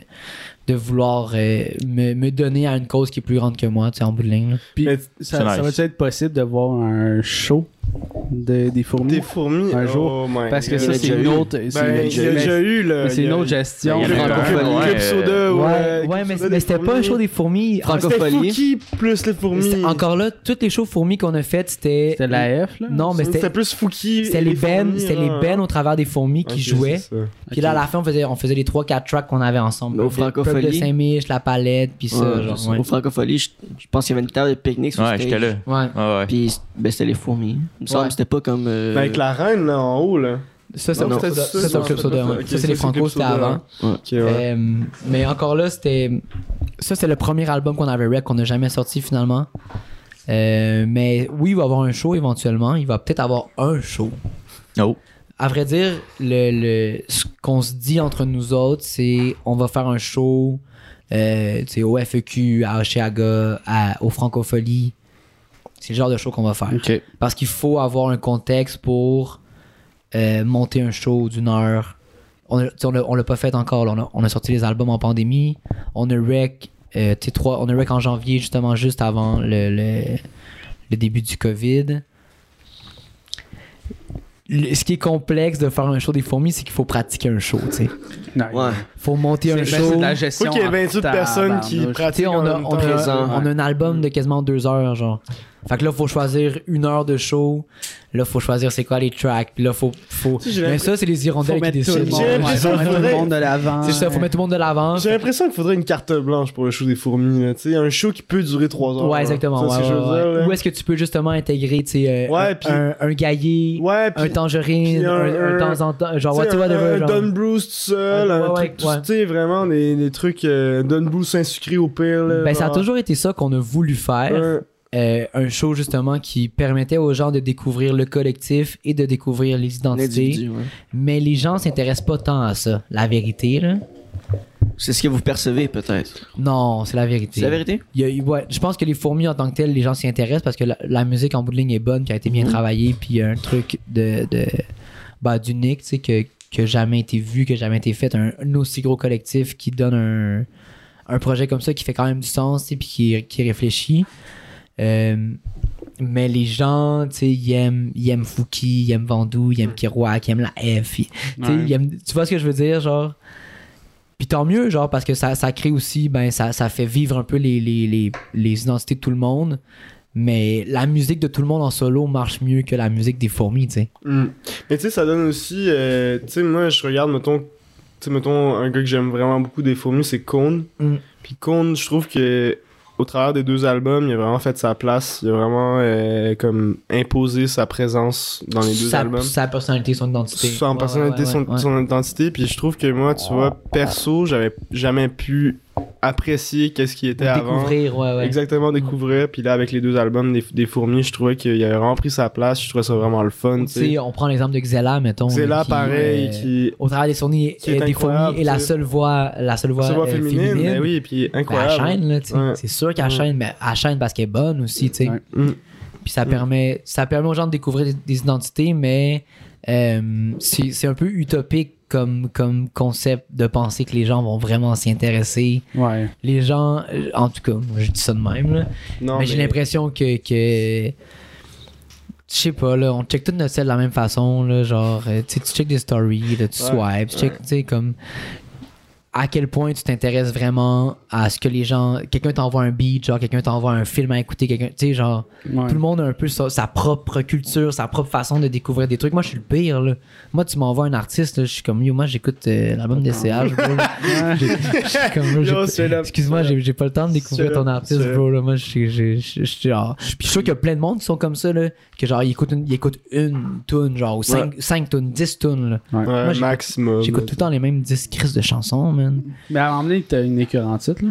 de vouloir euh, me, me donner à une cause qui est plus grande que moi, tu sais, en bout de ligne. là. Puis, Mais ça, c'est ça nice. va-tu être possible de voir un show de, des fourmis? Des fourmis. Un jour. Oh my Parce que God. ça, c'est une autre. Ben, c'est- il y a déjà eu, là. mais c'est Il y a une eu- autre gestion. Il y en Cube- a eu un, Cube- ouais, Cube Soda, euh, ouais, Ouais, Cube ouais, mais, Soda, mais des c'était pas un fourmis. show des fourmis. Franco- Ah, C'était Francophonie. Fouki plus les fourmis. C'était- Encore là, toutes les shows fourmis qu'on a faites, c'était. C'était la F, là? Non, mais c'était. C'était plus Fouki. C'était et les bands, fourmis, c'était les là. bands au travers des fourmis qui Ok, jouaient. c'est ça. Puis là, à la fin, on faisait, on faisait les 3-4 tracks qu'on avait ensemble. Mais au Le Peuple de Francophonie. Saint-Mich, La Palette, puis ça. Ouais, genre, je- ouais. Au Francophonie, je, je pense qu'il y avait une table de pique-nique sur Ouais, stage. j'étais là. Ouais. Ouais, ouais. Puis ben, c'était les fourmis. Il me semble Ouais. que c'était pas comme. euh, Ben, Avec la reine, là, en haut, là. Ça, c'est Non, au Club ça, Soda. Ça, ça, c'est au ça, Club ça, Soda, ça, ouais. ok, Ça, ça, c'est les c'est Club Franco, c'était Soda, avant. Ok, ouais. Euh, mais encore là, c'était. Ça, c'est le premier album qu'on avait rec, qu'on n'a jamais sorti finalement. Euh, mais oui, il va y avoir un show éventuellement. Il va peut-être avoir un show. Oh. À vrai dire, le, le- ce qu'on se dit entre nous autres, c'est on va faire un show euh, tu sais, au FEQ, à Oshiaga, à, au Francofolie. C'est le genre de show qu'on va faire. Ok. Parce qu'il faut avoir un contexte pour euh, monter un show d'une heure. On a- tu sais, on l'a on l'a pas fait encore. là. On, a, on a sorti les albums en pandémie. On a rec, euh, tu sais, trois- on a rec en janvier, justement, juste avant le, le, le début du COVID. le- ce qui est complexe de faire un show des fourmis, c'est qu'il faut pratiquer un show, tu sais. Ouais. Faut monter un show. ben, de la Faut gestion. qu'il y ait en 28 tabarnouche. personnes qui Tu sais, pratiquent on a, en on, a- même temps. présent. on a un album de quasiment deux heures, genre. Fait que là, faut choisir une heure de show. Là, faut choisir c'est quoi les tracks. Puis là, faut. faut... Tu sais, j'ai Mais l'impression- ça, c'est les hirondelles Faut qui mettre tout décident. le monde, J'ai ouais, l'impression faut mettre tout qu'il le monde de l'avant. C'est ça, faut mettre tout le monde de l'avant. J'ai l'impression qu'il faudrait une carte blanche pour le show des fourmis. là. Tu sais, un show qui peut durer 3 heures. Ouais, là. exactement. Ça, ouais, c'est ce que je veux ouais, dire, ouais. là. Où est-ce que tu peux justement intégrer tu sais, euh, Ouais, un, puis- un, un gaillé, Ouais, puis un tangerine, puis un- un, un, un- temps en temps, genre, Tu sais, what, un, whatever. un genre. Don Bruce tout seul, Ouais, un ouais, truc, tout- ouais. tu sais, vraiment des, des trucs euh, Don Bruce insucré au pire. là, Ben, ça a genre. toujours été ça qu'on a voulu faire. Ouais. Euh, un show justement qui permettait aux gens de découvrir le collectif et de découvrir les identités. L'individu, ouais. Mais les gens s'intéressent pas tant à ça. La vérité, là. C'est ce que vous percevez, peut-être. Non, c'est la vérité. C'est la vérité? Il y a- il- ouais, je pense que les fourmis en tant que telles, les gens s'y intéressent parce que la, la musique en bout de ligne est bonne, qui a été Mhm. bien travaillée, puis il y a un truc de, de bah, d'unique, tu sais, que, que jamais été vu, que jamais été fait, un, un aussi gros collectif qui donne un, un projet comme ça qui fait quand même du sens, tu sais, puis qui, qui réfléchit. Euh, mais les gens, tu sais, ils aiment, ils aiment Fouki, ils aiment Vandou, ils aiment Kirouac, ils aiment la F. ils- tu sais, ils aiment- tu vois ce que je veux dire, genre? Puis tant mieux, genre, parce que ça, ça crée aussi, ben, ça, ça fait vivre un peu les, les, les, les identités de tout le monde. Mais la musique de tout le monde en solo marche mieux que la musique des fourmis, tu sais. Mm. Mais tu sais, ça donne aussi. euh, tu sais, moi, je regarde, mettons, tu sais, mettons, un gars que j'aime vraiment beaucoup des fourmis, c'est Cone. Mm. Puis Cone, je trouve que au travers des deux albums, il a vraiment fait sa place. Il a vraiment euh, comme imposé sa présence dans les deux sa, albums. sa personnalité, son identité. Son Ouais, personnalité, ouais, ouais, son, ouais. son identité. Puis je trouve que moi, tu vois, perso, j'avais jamais pu apprécier qu'est-ce qui était avant. Découvrir, ouais, ouais. Exactement, découvrir. Puis là, avec les deux albums des, des fourmis, je trouvais qu'il avait vraiment pris sa place. Je trouvais ça vraiment le fun. Tu sais, on prend l'exemple de Xella, mettons. C'est là qui, pareil. euh, qui... Au travers des fourmis, qui est euh, des incroyable, fourmis est la tu sais. seule voix, la seule voix, se voit euh, féminine, féminine. mais oui, puis Ben, elle incroyable. chaîne, là, tu sais. Ouais. C'est sûr qu'elle Ouais. chaîne, mais elle chaîne parce qu'elle est bonne aussi, tu sais. Ouais. Mm. Puis ça permet, ça permet aux gens de découvrir des, des identités, mais euh, c'est c'est un peu utopique comme, comme concept de penser que les gens vont vraiment s'y intéresser. Ouais. Les gens, euh, en tout cas, moi, je dis ça de même, là. non, mais, j'ai l'impression que, que je sais pas là, on check toute notre selle de la même façon là, genre euh, tu sais, tu check des stories, là, tu Ouais, swipes, tu check, tu sais comme à quel point tu t'intéresses vraiment à ce que les gens, quelqu'un t'envoie un beat, genre quelqu'un t'envoie un film à écouter, quelqu'un, tu sais genre tout le monde a un peu sa, sa propre culture, sa propre façon de découvrir des trucs. Moi, je suis le pire. Là. Moi, tu m'envoies un artiste, là, je suis comme, yo, moi, j'écoute euh, l'album des CH, bro. J'ai- je suis comme, bro, j'ai Yo, pas- celui-là, Excuse-moi, j'ai j'ai pas le temps de découvrir celui-là, ton artiste, celui-là. bro. là. Moi, je suis- je- je- je suis genre. Puis je suis sûr qu'il y a plein de monde qui sont comme ça, là, que genre, ils écoutent une, ils écoutent une tune, genre, ou cinq, cinq tunes, dix tunes. là. Ouais, Moi, j'ai- maximum. J'écoute tout le temps les mêmes dix crises de chansons, man. Mais Ben, à emmener, t'as une écœurantite, là.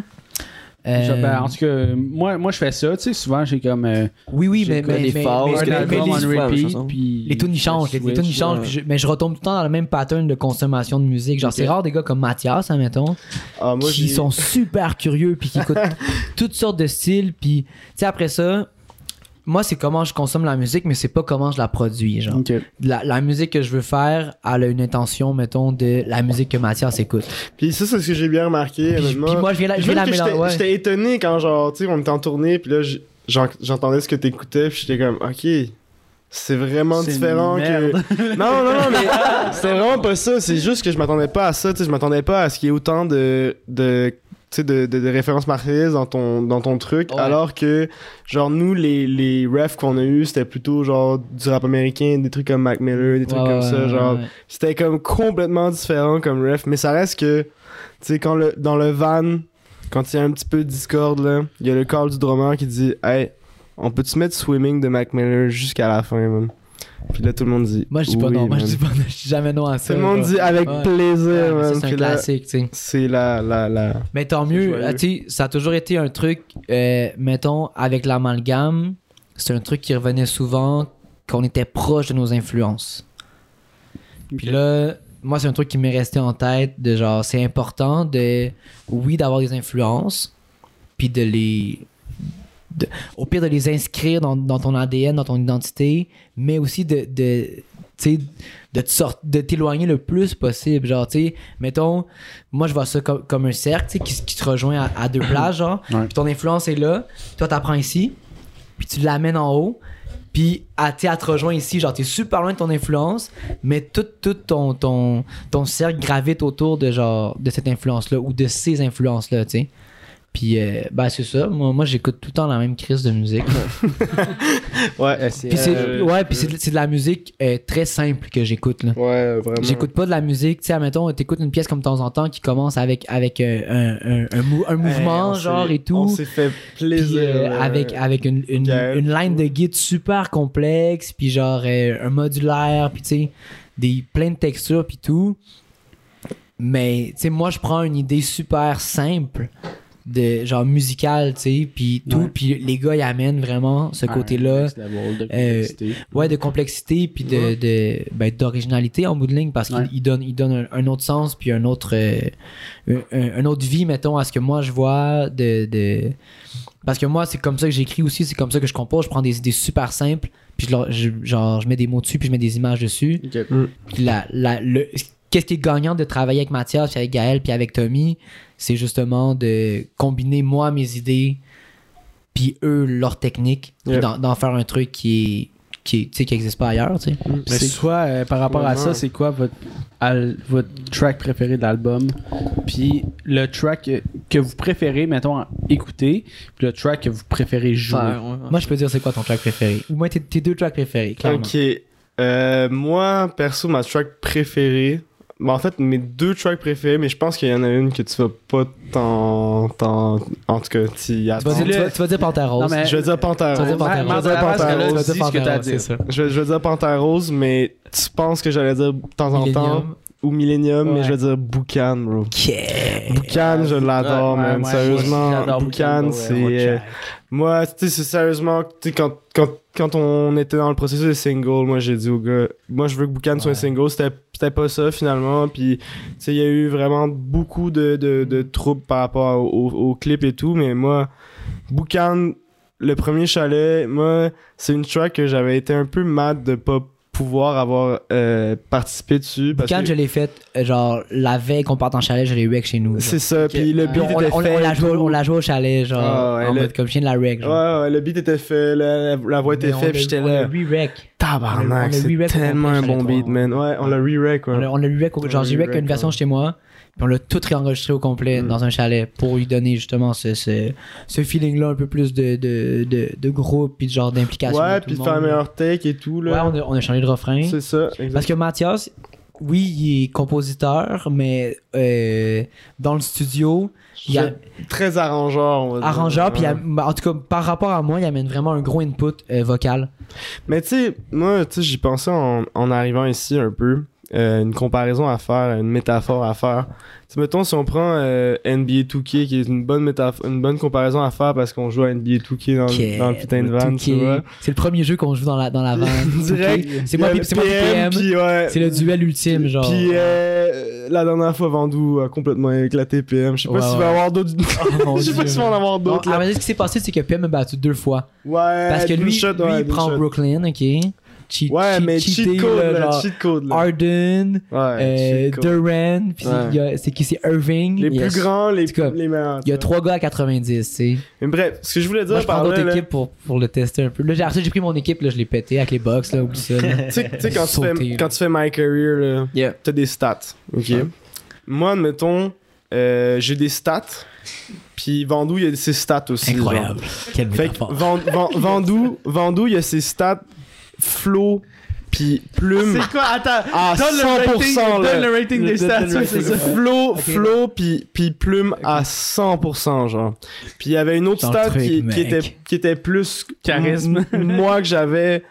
Euh, Je- ben, en tout cas, moi, moi je fais ça, tu sais, souvent j'ai comme euh, oui, oui, mais, J'ai mais, des mais- phases mais- Oh, que un mais- les mais album gens- les- on les- repeat, puis Les tunes, ils changent. Les, les tunes, ils changent. puis je- mais je retombe tout le temps dans le même pattern de consommation de musique. Genre, c'est rare des gars comme Mathias, admettons, Ah, moi, qui j'ai- sont super curieux puis qui écoutent toutes sortes de styles. Puis, tu sais, après ça, moi, c'est comment je consomme la musique, mais c'est pas comment je la produis. Genre, Ok. la, la musique que je veux faire, elle a une intention, mettons, de la musique que Mathias écoute. Puis ça, c'est ce que j'ai bien remarqué, Puis, honnêtement. puis moi, je viens la, Puis je viens la que j'étais mélanger. ouais. j'étais étonné quand, genre, tu sais, on était en tournée, puis là, j'- j'en- j'entendais ce que t'écoutais, puis j'étais comme, ok, c'est vraiment C'est une différent que. merde. Non, non, non, mais c'était vraiment pas ça. C'est juste que je m'attendais pas à ça, tu sais, je m'attendais pas à ce qu'il y ait autant de. de tu sais, de, de, de références marseillaises dans ton, dans ton truc, Ouais. alors que, genre, nous, les, les refs qu'on a eu c'était plutôt, genre, du rap américain, des trucs comme Mac Miller, des trucs Ouais, comme ouais, ça, ouais, genre, ouais. c'était comme complètement différent comme ref, mais ça reste que, tu sais, quand le, dans le van, quand il y a un petit peu de discorde, là, il y a le call du drummer qui dit Hey, on peut-tu mettre Swimming de Mac Miller jusqu'à la fin, man? Puis là, tout le monde dit Moi, je dis pas Oui, non. Moi, man. je dis pas non. Je dis jamais non à ça. Tout le monde genre. dit avec Ouais. plaisir, Ouais, ça, man. C'est un Puis là, classique, tu sais. C'est la, la, la. Mais tant C'est mieux, joyeux. euh, tu sais, ça a toujours été un truc, euh, mettons, avec l'amalgame, c'est un truc qui revenait souvent, qu'on était proche de nos influences. Puis là, moi, c'est un truc qui m'est resté en tête, de genre, c'est important de, oui, d'avoir des influences, puis de les... de- au pire, de les inscrire dans, dans ton ADN, dans ton identité, mais aussi de... de tu sais, de te sort- de t'éloigner le plus possible. Genre, tu sais, mettons, moi je vois ça comme, comme un cercle tu sais, qui, qui te rejoint à, à deux places genre Ouais. puis ton influence est là toi t'apprends ici puis tu l'amènes en haut Puis, à, tu sais, elle te rejoint ici, genre, t'es super loin de ton influence, mais tout, tout ton, ton, ton cercle gravite autour de, genre, de cette influence-là ou de ces influences-là, tu sais. Puis, euh, bah, c'est ça. Moi, moi j'écoute tout le temps la même crise de musique. Ouais, Euh, euh, Puis c'est ouais, puis c'est de, c'est de la musique euh, très simple que j'écoute. là. ouais, vraiment. J'écoute pas de la musique, tu sais, admettons, t'écoutes une pièce comme de temps en temps qui commence avec, avec euh, un, un- un mou- un Hey, mouvement, on s'est- genre, et On tout. s'est fait Puis, plaisir. euh, ouais. avec avec une, une, Gaël, une line de guide super complexe, puis genre euh, un modulaire, puis tu sais, des, plein de textures, puis tout. Mais tu sais, moi, je prends une idée super simple, de genre musicale, tu sais, puis tout, Ouais. puis les gars, ils amènent vraiment ce côté-là. Next level de euh, complexité. Ouais, de complexité puis de, de- ben, d'originalité en bout de ligne parce Ouais. qu'il il donne, il donne un, un autre sens puis un autre, euh, un, un- un autre vie, mettons, à ce que moi je vois. De, de- Parce que moi, c'est comme ça que j'écris aussi, c'est comme ça que je compose. Je prends des idées super simples puis je, leur- je- genre, je mets des mots dessus puis je mets des images dessus. Ok. Mm. Puis la, la- le- qu'est-ce qui est gagnant de travailler avec Mathias, puis avec Gaël, puis avec Tommy, c'est justement de combiner moi mes idées, puis eux leur technique, puis Yep. d'en, d'en faire un truc qui est, qui est- tu sais, qui existe pas ailleurs, tu sais. Mais c'est quoi, euh, par rapport à Vraiment. ça, c'est quoi votre, al- votre track préféré de l'album? Puis le track euh, que vous préférez, mettons, à écouter, puis le track que vous préférez jouer. Ah, Moi, je peux dire c'est quoi ton track préféré, ou moi tes, tes deux tracks préférés, clairement. Ok. Euh, moi, perso, ma track préférée. bah, en fait, mes deux tracks préférés, mais je pense qu'il y en a une que tu vas pas t'en. t'en- en tout cas, t'y Tu vas, attends. dire, tu vas- tu vas dire Panthère Rose. Non, mais- euh, Je vais dire Panthère Tu vas dire Rose. Panthère Je vais Rose. dire Panthère Tu vas Rose. dire dis ce que t'as Panthère à Rose, dire. c'est ça. Je vais, je vais dire Panthère Rose, mais tu penses que j'allais dire de temps en temps Millennium. ou Millennium, mais Ouais. je vais dire Boucan, bro. Yeah. Boucan, je l'adore, Ouais, man. ouais, moi aussi, Sérieusement, j'adore Boucan, Boucan, ouais, ouais, c'est. euh, Moi, tu sais, c'est sérieusement, tu sais, quand, quand, quand on était dans le processus de single, moi, j'ai dit au gars, moi, je veux que Boucan soit un single. C'était c'était pas ça, finalement. Puis, tu sais, il y a eu vraiment beaucoup de, de, de troubles par rapport au, au- au clip et tout. Mais moi, Boucan, le premier chalet, moi, c'est une track que j'avais été un peu mad de pas pouvoir avoir euh, participé dessus. Parce Quand que je l'ai faite, euh, genre la veille qu'on parte en chalet, je l'ai eu avec chez nous. genre. c'est ça. Puis le beat Puis on, était on- on fait. la et joue, tout. on la joue au chalet, genre, Ah ouais, en le- mode comme chien de la rec, Ouais, genre. ouais, le beat était fait, la, la- la voix était Mais on faite, puis l'a- j'étais on l'a là. re-rec. Tabarnak, On a- on a c'est re-rec au tellement un complet, bon Chalet beat, Noir. man. Ouais, on l'a re-rec, On l'a- ouais. on l'a rec, au- genre, j'ai rec re-rec, une version ouais. Mm. chez moi, puis on l'a tout réenregistré au complet dans un chalet pour lui donner justement ce, ce, ce feeling-là, un peu plus de, de, de, de groupe, puis de genre d'implication. Ouais, de tout puis le de faire un monde. meilleur take et tout, Ouais, là. on a, on a changé de refrain. C'est ça, Parce exact. que Mathias, oui, il est compositeur, mais euh, dans le studio, il y a, Très arrangeur, on va dire. arrangeur, puis il y a- Ouais. en tout cas, par rapport à moi, il amène vraiment un gros input euh, vocal. Mais tu sais, moi, tu sais, j'y pensais en, en arrivant ici un peu. euh, une comparaison à faire, une métaphore à faire. Tu sais, mettons, si on prend euh, NBA 2K, qui est une bonne métaphore, une bonne comparaison à faire parce qu'on joue à NBA 2K dans, le- Qui est- dans le putain de van, tu qui est- vois. C'est le premier jeu qu'on joue dans la, dans la van. Direct, Ok. C'est moi, Il puis- y a c'est moi puis PM, PM. puis ouais. C'est le duel ultime, genre. Puis euh, la dernière fois, Vandou a complètement éclaté PM. Je sais pas Ouais, s'il ouais. va y avoir d'autres. Oh, mon Je sais Dieu. pas s'il va en avoir Bon, d'autres. à là. vrai dire, ce qui s'est passé, c'est que PM m'a battu deux fois. Ouais, Parce que lui, Deanshot, lui, ouais, il prend Deanshot. Brooklyn, ok? Cheat, Ouais, cheat- mais cheat cheaté, code, là, là. genre, Cheat code, là. Harden, Ouais, euh, cheat code. Durant, puis Ouais. il y a- c'est qui? C'est Irving. Les Il y a- plus grands, les En tout cas, les meilleurs. Il y a tu trois gars à 90, tu sais. vois. Mais bref, ce que je voulais dire Moi, je prends par là. d'autres là, équipes pour, pour le tester un peu. Là, j'ai après ça, j'ai pris mon équipe, là, je l'ai pété avec les box, là, oublie ça. là. Tu sais, tu sais, quand, tu Sauter, fais, là. quand tu fais My Career, là, Yeah. t'as des stats. OK? Moi, admettons, euh, j'ai des stats. Puis Vandou, il y a ses stats aussi. genre. Incroyable. Quelle Fait que métaphore. Van- Van- Vandou, Vandou, il y a ses stats flow puis plume quoi? Attends, à 100% là. rating Le- le- le- Flow, flow puis puis plume à 100% genre. Puis il y avait une autre Dans le stat truc, qui, qui mec. était qui était plus Charisme. m- moi que j'avais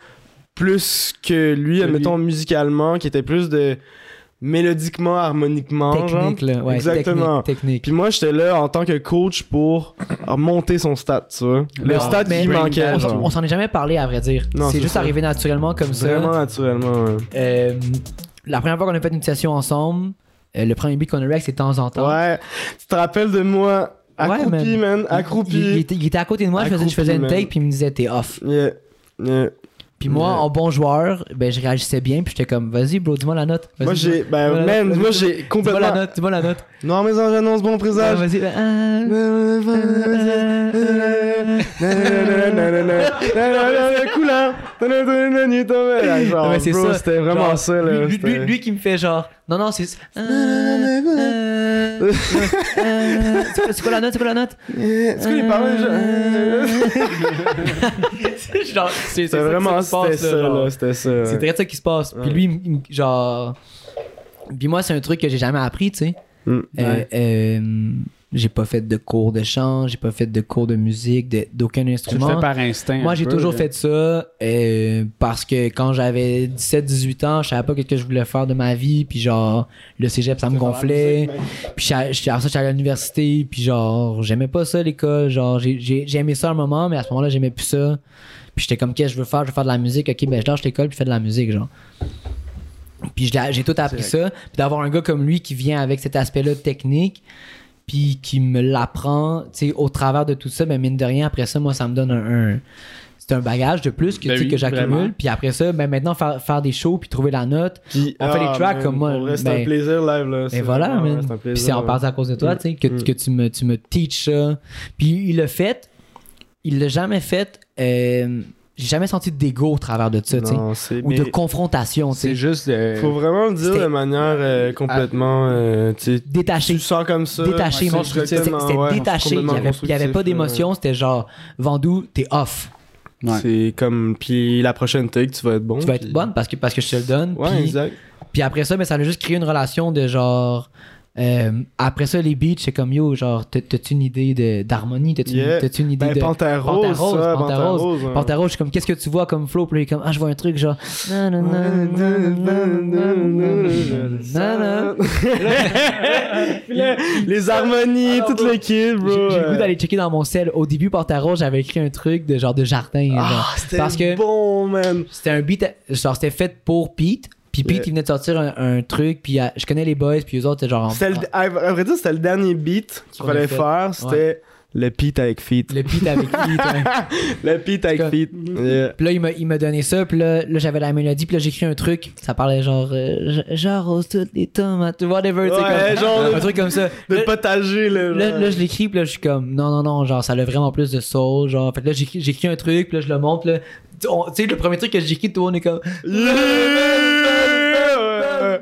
plus que lui, admettons musicalement, qui était plus de mélodiquement, harmoniquement genre. Technique, là. Ouais, Exactement. Technique. Puis technique. moi, j'étais là en tant que coach pour remonter son stat, tu vois. Le Mais- stat mais- qui manquait. On s'en- genre. on s'en est jamais parlé, à vrai dire. Non, C'est c'est juste ça. arrivé naturellement comme Vraiment ça. naturellement, ouais. Euh, la première fois qu'on a fait une session ensemble, euh, le premier beat qu'on a rec, c'est de temps en temps. Ouais. Tu te rappelles de moi accroupi, Ouais, man. Il, il accroupi. était, il était à côté de moi, je faisais, je faisais une Accroupi, man. take, puis il me disait, t'es off. Yeah. Yeah. Puis moi, Ouais. en bon joueur, ben, je réagissais bien, puis j'étais comme, vas-y, bro, dis-moi la note. Vas-y, Moi, j'ai. Ben, Voilà, man, vas-y, moi, dis-moi- j'ai Dis-moi la complètement. note, dis-moi la note. Non, mais anges annonce bon Ah, présage. vas-y, ben, ah, Couleur. Non, mais c'est Ah, Bro, ça. C'était vraiment Genre, ça, là. lui, lui- c'était- lui- lui qui me fait genre. Non, non, c'est. Euh, euh, euh, c'est quoi- c'est quoi la note? C'est quoi la note? Est-ce que les parents déjà- C'est genre- c'est- c'est C'était vraiment ça qui c'était se passe, là, ça, genre. là. C'était ça. C'est ouais. très ça qui se passe. Puis lui, il me- il me- genre. Puis moi, c'est un truc que j'ai jamais appris, tu sais. Mm. Euh, euh, j'ai pas fait de cours de chant, j'ai pas fait de cours de musique, de- d'aucun Tu le fais instrument. par instinct. Moi, un j'ai peu, toujours là. fait ça euh, parce que quand j'avais 17-18 ans, je savais pas ce que je voulais faire de ma vie. Puis genre, le cégep, ça me gonflait. Puis j'a- j'a- après ça, j'étais allé à l'université. Puis genre, j'aimais pas ça, l'école. Genre, j'ai j'ai- j'ai aimé ça un moment, mais à ce moment-là, j'aimais plus ça. Puis j'étais comme, qu'est-ce que je veux faire? Je veux faire de la musique. Ok, ben je lâche l'école puis je fais de la musique, genre. Puis je l'ai- j'ai tout appris ça. Puis d'avoir un gars comme lui qui vient avec cet aspect-là technique, puis qui me l'apprend, tu sais, au travers de tout ça, ben mine de rien, après ça, moi, ça me donne un... un- c'est un bagage de plus que, Ben tu sais, oui, que j'accumule. vraiment. Puis après ça, ben maintenant, faire, faire des shows, puis trouver la note. ben Puis, On fait ah, des tracks man, comme moi, pour vrai, C'était ben- un plaisir live, là. Et c'est- voilà, ah, ouais, man. c'était un plaisir, Puis c'est en ouais. partie à cause de toi, tu sais, que, Mm. que tu me, tu me teaches ça. Puis il l'a fait. Il l'a jamais fait. euh, J'ai jamais senti d'ego au travers de ça, tu sais. Non, c'est- Ou de mais confrontation, tu sais. C'est juste. euh, Faut vraiment le dire C'était- de manière euh, complètement. euh, tu sais, tu Détaché. le sens comme ça. détaché, man. C'était constructif, c'était ouais, détaché. Il complètement n'y avait, il y avait pas constructif, d'émotion. C'était genre, Vandou, t'es off. ouais. Ouais. C'est comme. Puis la prochaine take, tu vas être bon. Tu vas être puis- bonne parce que, parce que je te le donne. Ouais, puis, exact. puis après ça, mais ça a juste créé une relation de genre. euh, après ça, les beats, c'est comme yo, genre, t'as- t'as-tu une idée de- d'harmonie? T'as-tu une- Yeah. t'as-tu une idée Ben, de. Panthère Rose, Panthère Rose, ça, Panthère Panthère Rose, Rose, ouais. Pantaro, je suis comme, qu'est-ce que tu vois comme flow? Puis là, il est comme, ah, je vois un truc genre. nanana. Les harmonies, Alors, toute bro, l'équipe, bro. J'ai j'ai le goût ouais. d'aller checker dans mon sel. Au début, Pantaro, j'avais écrit un truc de genre de jardin. Ah, genre. Parce c'était que- bon, man. C'était un beat, genre c'était fait pour Pete. Puis Pete, Yeah. il venait de sortir un, un truc. Puis euh, je connais les boys, puis eux autres, c'était genre. en- C'était le, en- à à vrai dire, c'était le dernier beat qu'il Qu'on a fallait fait. faire. C'était le beat avec feet. le Pete avec Pete. hein. Le beat avec cas- feet. Yeah. Puis là, il m'a, il m'a donné ça. Puis là, là, j'avais la mélodie. Puis là, j'écris un truc. Ça parlait genre. euh, je- j'arrose toutes les tomates. Whatever. tu sais, Ouais, comme- genre un de- truc comme ça. De Là- potager, là. Là, genre. là, je l'écris, puis là, je suis comme, non, non, non, genre, ça a vraiment plus de soul, genre. Fait que là, j'écris, j'écris un truc, puis là, je le montre, puis là. Tu on- tu sais, le premier truc que j'écris, tout le monde est comme. Yeah!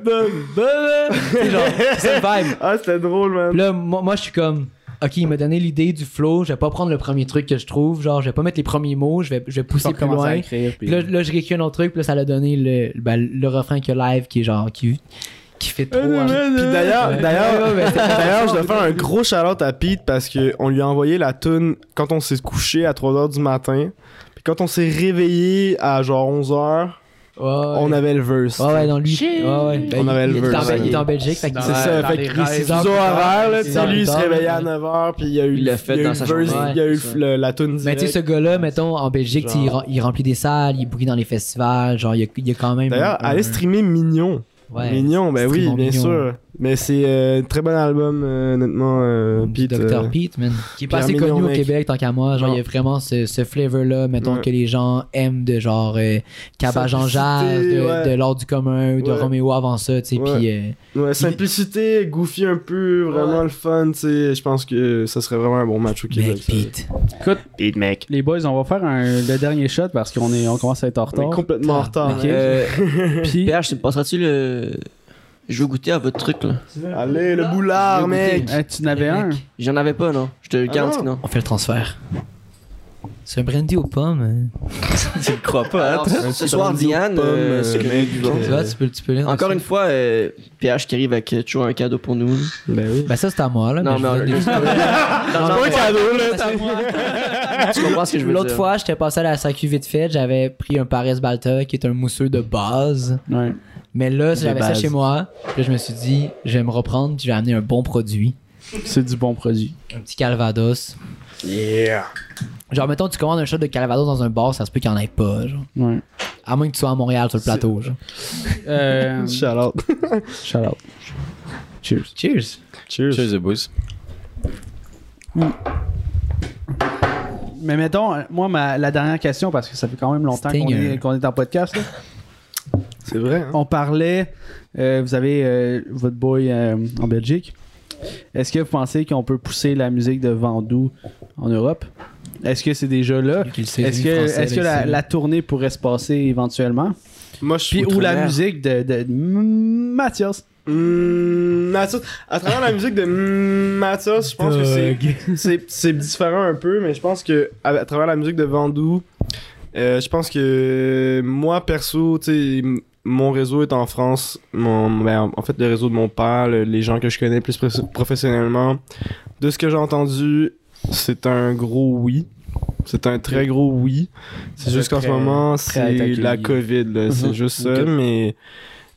Tu sais, genre, c'est le vibe. Ah, c'était drôle, man. Puis là, moi, moi, je suis comme, ok, il m'a donné l'idée du flow, je vais pas prendre le premier truc que je trouve, genre, je vais pas mettre les premiers mots, je vais, je vais faut pousser plus recommencer à loin. écrire, puis- Puis là, là, je réécris un autre truc, puis là, ça l'a donné le, ben, le refrain que live qui est genre, qui, qui fait trop. hein. Puis d'ailleurs, Ouais. d'ailleurs, Ouais, ouais, ouais, c'est- d'ailleurs, je dois faire un gros shout-out à Pete parce qu'on lui a envoyé la tune quand on s'est couché à 3h du matin. Puis quand on s'est réveillé à genre 11h, Ouais, ouais. on avait le verse. Ouais, ouais, non, lui. Ouais, ouais. Ben, On il- avait le il était en verse, Bel- Il ouais. était en Belgique, fait qu'il- C'est ça, dans fait les que les rêves. six Six fuseaux heures horaires, là, plus tu sais, tard, lui, il plus se tard, réveillait à ouais. 9h, puis il y a eu, Il l'a fait il y a dans eu sa le verse, chambre. il y a eu Ouais. le- la tune Mais tu sais, directe. ce gars-là, mettons, en Belgique, tu sais, il, ren- il remplit des salles, il bouquille dans les festivals, genre, il y a, il y a quand même. D'ailleurs, un- allez streamer Mignon. Ouais. Mignon, ben oui, Streamons bien Mignon. sûr. Mais c'est euh, un très bon album, euh, honnêtement, euh, Pete, Pete. Dr. euh, Pete, man. Qui est pas Pierre assez Mignon, connu au mec. Québec, tant qu'à moi. Genre, Non. il y a vraiment ce, ce flavor-là, mettons, Ouais. que les gens aiment de genre euh, Cabage en jazz, Simplicité, de, ouais. de l'ordre du commun, ou de Ouais. Roméo avant ça, tu sais. Ouais. Puis, euh, ouais, simplicité, goofy un peu, vraiment le fun, tu sais. Je pense que ça serait vraiment un bon match au Québec. mec, ça. Pete. Les boys, on va faire un- le dernier shot parce qu'on est, on commence à être en On retard. est complètement en retard. Ok. Euh, Puis, PH, tu me passeras-tu le. Je veux goûter à votre truc, là. hein. Allez, le boulard, mec! Hein, tu n'avais un. J'en avais pas, non. Je te le Ah garantis, non. que non. On fait le transfert. C'est un brandy aux pommes. hein. tu le crois pas, hein, Alors, toi? ce ce soir, Diane, pommes, euh, euh, ce que- mec, bon. Tu vois, tu peux, tu peux lire. Encore dessus. une fois, euh, PH qui arrive avec euh, toujours un cadeau pour nous. Ben oui. Ben, ça, c'est à moi, là. Non, je mais on- veux- Non, non, Pas cadeau, là, t'as- tu Ah, comprends ce que je veux dire. L'autre fois, j'étais passé à la SAQ vite fait, j'avais pris un Paris Balta qui est un mousseux de base. Ouais. Mais là, j'avais ça base. chez moi. Là, je me suis dit, je vais me reprendre, puis je vais amener un bon produit. C'est du bon produit. Un petit Calvados. Yeah! Genre, mettons, tu commandes un shot de Calvados dans un bar, ça se peut qu'il n'y en ait pas, genre. Ouais. À moins que tu sois à Montréal sur le plateau, genre. Euh, Shout-out. shout out. Cheers. Cheers! Cheers. Cheers, les boys. Mais mettons, euh, moi, ma, la dernière question, parce que ça fait quand même longtemps qu'on Stinger. est, qu'on est en podcast. là. C'est vrai, hein? On parlait, euh, vous avez euh, votre boy euh, en Belgique. Est-ce que vous pensez qu'on peut pousser la musique de Vendoux en Europe Est-ce que c'est déjà là? Est-ce que, est-ce que la, la tournée pourrait se passer éventuellement? Moi, je Puis ou la Outre-mer. musique de, de Mathias. Mm, Matos. À travers la musique de Mm, Matos, je pense que c'est- c'est c'est différent un peu, mais je pense que à, à travers la musique de Vandou, euh, je pense que moi perso, tu sais, m- mon réseau est en France. Mon, ben, en fait, le réseau de mon père, le- les gens que je connais plus pro- professionnellement. De ce que j'ai entendu, c'est un gros oui. C'est un très gros oui. C'est juste qu'en ce Très- moment, à être c'est accueilli. la COVID. là. C'est Mhm. juste ça, mais.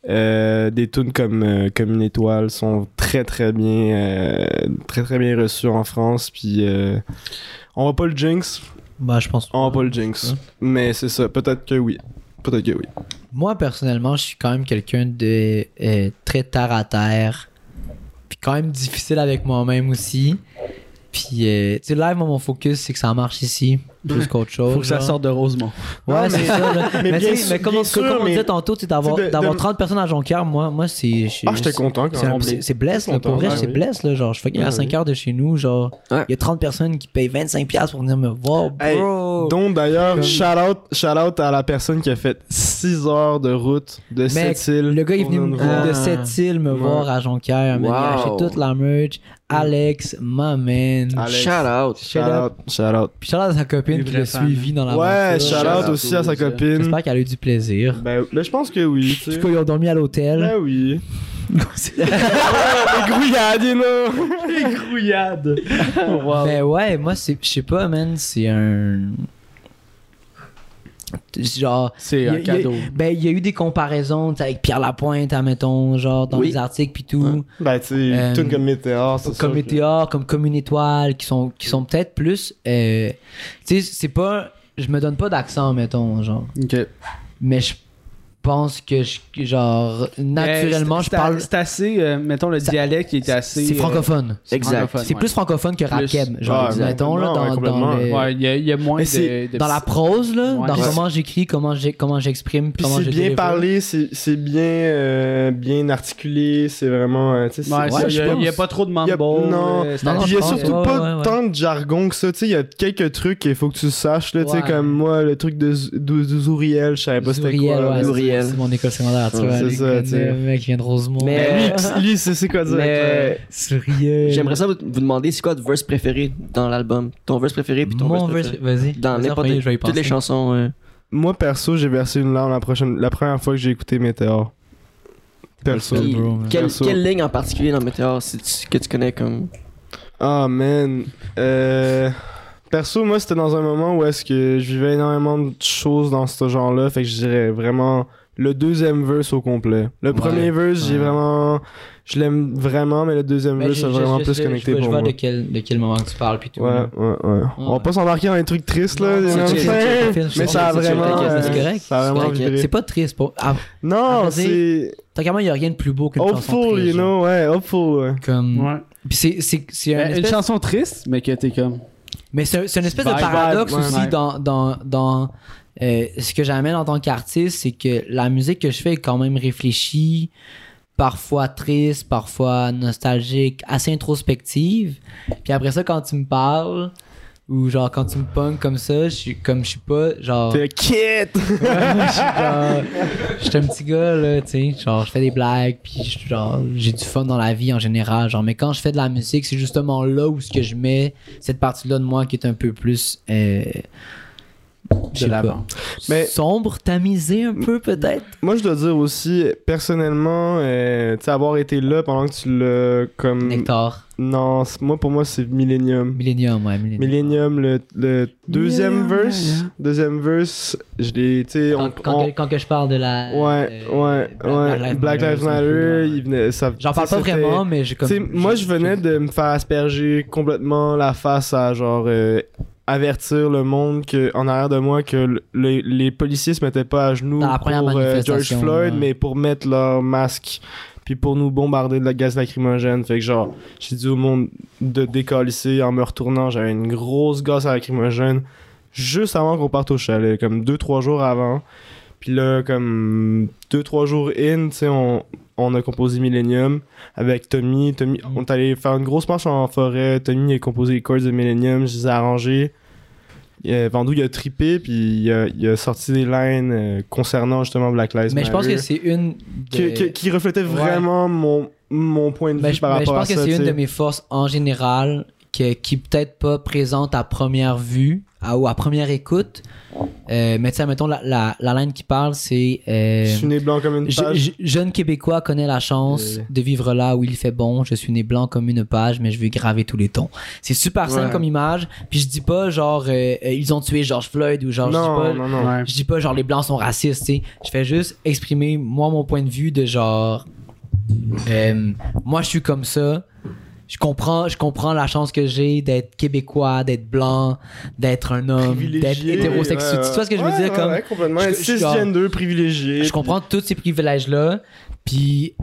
Euh, des tunes comme euh, comme une étoile sont très très bien euh, très très bien reçues en France puis euh, on va pas le jinx Bah, je pense. on va pas le jinx mais c'est ça peut-être que oui peut-être que oui Moi, personnellement, je suis quand même quelqu'un de euh, très terre à terre. Puis quand même difficile avec moi-même aussi. Puis, euh, tu sais, live, moi, mon focus, c'est que ça marche ici, plus qu'autre chose. Faut que ça genre. sorte de Rosemont. Ouais, Non, c'est mais- ça. là. Mais, bien tu sais, sûr- mais comme, bien on- comme sûr, on mais- disait tantôt, tu sais, d'avoir Tu sais, de- d'avoir de- 30 personnes à Jonquière, moi, moi c'est. je- ah j'étais c'est- content quand c'est un- même C'est c'est blesse, là, Content, pour vrai, ouais, c'est oui. blesse, là. Genre, je fais qu'il y a Ouais, 5 heures de chez nous, genre, il Ouais. y a 30 personnes qui payent 25$ pour venir me voir, Hey, bro. donc d'ailleurs shout out shout out à la personne qui a fait 6 heures de route de Mec, cette île le gars est venu me- de cette île me Ouais. voir à Jonquière, man. Il a acheté Wow. Ah, toute la merch. Alex, ma man. Alex, Shout out. shout out shout out Puis shout out à sa copine Des qui vrais l'a fans. suivi dans la ouais voiture. shout out Shout-out aussi à sa aux- copine J'espère qu'elle a eu du plaisir. ben là je pense que oui tu En sais tout cas, ils ont dormi à l'hôtel. ben oui les grouillades il est là les grouillades Ben ouais, moi, c'est, je sais pas, man, c'est un. Genre. C'est il y a- un il y a- cadeau. ben, il y a eu des comparaisons tu sais, avec Pierre Lapointe, admettons, genre dans Oui. les articles, puis tout. ben tu sais Euh, tune comme météore c'est comme sûr que- Météor, comme Comme une étoile, qui sont, qui sont peut-être plus. euh, tu sais, c'est pas. Je me donne pas d'accent, mettons, genre. Ok. Mais je pense que, je, que genre, naturellement, Eh, je c'est- parle. C'est assez, euh, mettons, le Ça- dialecte qui est assez. C'est euh, francophone. Exact. francophone, C'est ouais. plus francophone que Plus. Rakem, genre, euh, Ouais, mettons, là, ouais, dans, complètement. dans, les- Ouais, il y, a- il y a moins Mais de, c'est- de- dans la prose, là, Ouais. dans Ouais. comment j'écris, comment j'ai- comment j'exprime, Puis comment c'est je bien délivre. parlé, c'est c'est bien, euh, bien articulé, c'est vraiment. euh, tu sais, c'est- Ouais, ça, Ouais, il je y a- il y a, pense. pas trop de Il y a- mambo. non. euh, c'est Non, assez- non, Puis il y a je pense, surtout ouais, pas ouais, ouais. tant de jargon que ça, tu sais, il y a quelques trucs qu'il faut que tu saches, là, tu sais, Ouais. comme moi, le truc de, Z- de, de Zouriel, je savais pas c'était quoi. Zouriel, là. ouais, Zouriel. c'est- C'est mon école secondaire, tu Ouais, vois. hein, c'est les ça, gars, tu sais. Le mec qui vient de Rosemont. Mais- Lui, pis- lui c'est c'est quoi dire? Mais Souriel. j'aimerais ça vous, vous demander c'est quoi votre verse préféré dans l'album Ton verse préféré puis ton Mon verse verse, préféré. vas-y. Dans Vas-y, n'importe Raphaël, je vais y toutes les penser. chansons. euh, Moi, perso, j'ai versé une larme la, prochaine, la première fois que j'ai écouté Météor. Perso. puis bro, man. quelle, Perso. quelle ligne en particulier dans Meteor que tu connais comme. Ah, man. Euh, Perso, moi, c'était dans un moment où est-ce que je vivais énormément de choses dans ce genre-là. Fait que je dirais vraiment le deuxième verse au complet. Le premier verse, j'ai vraiment... Je l'aime vraiment, mais le deuxième Mais verse, je- c'est je- vraiment je- plus je- je connecté vois- pour Je moi. vois de quel, de quel moment que tu parles, puis tout. Ouais, ouais, ouais. On va ouais. pas s'embarquer dans des trucs tristes, là. Non, you c'est know what chill, I'm c'est saying? chill, mais c'est ça a chill, c'est chill, vraiment... t'inquiète, euh, c'est correct, Ça a vraiment c'est correct. vibré. C'est pas triste. Pour... Ah, Non, Arrêtez. c'est... tant qu'à moi, il n'y a rien de plus beau qu'une chanson Hopeful, triste, you genre. know? Ben, Ouais, hopeful, ouais. Comme... Ouais. Puis c'est- c'est c'est Euh, un Une espèce... chanson triste, mais que t'es comme. Mais c'est un- c'est une espèce de Vibe, paradoxe vibe, ouais. aussi Ouais. dans, dans, dans euh, ce que j'amène en tant qu'artiste, c'est que la musique que je fais est quand même réfléchie, parfois triste, parfois nostalgique, assez introspective. Puis après ça, quand tu me parles, ou genre quand tu me punks comme ça, je suis comme je suis pas genre. T'es kit! je suis genre- je suis un petit gars, là, tu sais. Genre, je fais des blagues, puis je- genre, j'ai du fun dans la vie en général. Genre, mais quand je fais de la musique, c'est justement là où ce que je mets cette partie-là de moi qui est un peu plus. Euh, je sais pas. Mais- Sombre, tamisé un peu, peut-être. Moi, je dois dire aussi, personnellement, euh, tu sais, avoir été là pendant que tu l'as comme. Nectar. Non, c'est- moi, pour moi, c'est Millennium. Millennium, ouais, Millennium. Millennium, le, le deuxième Yeah, verse. yeah, yeah. Deuxième verse, je l'ai. Tu sais, on. Quand, quand on- que, quand que je parle de la. Ouais, euh, ouais, ouais. Black Lives Matter, ouais. il venait. ça- J'en parle tu sais, pas c'était- vraiment, mais j'ai Tu comme. sais, moi, je venais de me faire asperger complètement la face à genre euh, avertir le monde que, en arrière de moi que le- le- les policiers se mettaient pas à genoux Dans la première pour euh, George manifestation, Floyd, ouais. mais pour mettre leur masque puis pour nous bombarder de la gaz lacrymogène. Fait que genre, j'ai dit au monde de décalisser en me retournant, j'avais une grosse gosse à lacrymogène juste avant qu'on parte au chalet, comme 2-3 jours avant. Puis là, comme 2-3 jours in, tu sais, on, on a composé Millennium avec Tommy. Tommy, on est allé faire une grosse marche en forêt. Tommy a composé les chords de Millennium, je les ai arrangés. euh, Vandou, il a trippé, puis il a, il a sorti des lines euh, concernant justement Black Lives Mais je pense que Matter, c'est une. de- qui, qui- qui reflétait Ouais. vraiment mon, mon point de vue Mais je, par mais je rapport pense à que ça. c'est une t'sais. de mes forces en général que- qui peut-être pas présente à première vue à- ou à première écoute. Euh, mais tu sais, mettons, la, la, la ligne qui parle, c'est... euh, Je suis né blanc comme une je- page. je- jeune Québécois connaît la chance Euh. de vivre là où il fait bon. Je suis né blanc comme une page, mais je veux graver tous les tons. C'est super simple Ouais. comme image. Puis je dis pas genre euh, euh, ils ont tué George Floyd ou genre je dis pas- non, non, non. je dis pas genre les blancs sont racistes, tu sais. Je fais juste exprimer moi mon point de vue de genre euh, moi je suis comme ça. Je comprends, je comprends la chance que j'ai d'être québécois, d'être blanc, d'être un homme, d'être Privilégié, hétérosexuel. ouais, Tu vois ce que je veux ouais, dire ouais, comme ouais, complètement. je- je- Cisgender privilégié. je comprends tous ces privilèges là, puis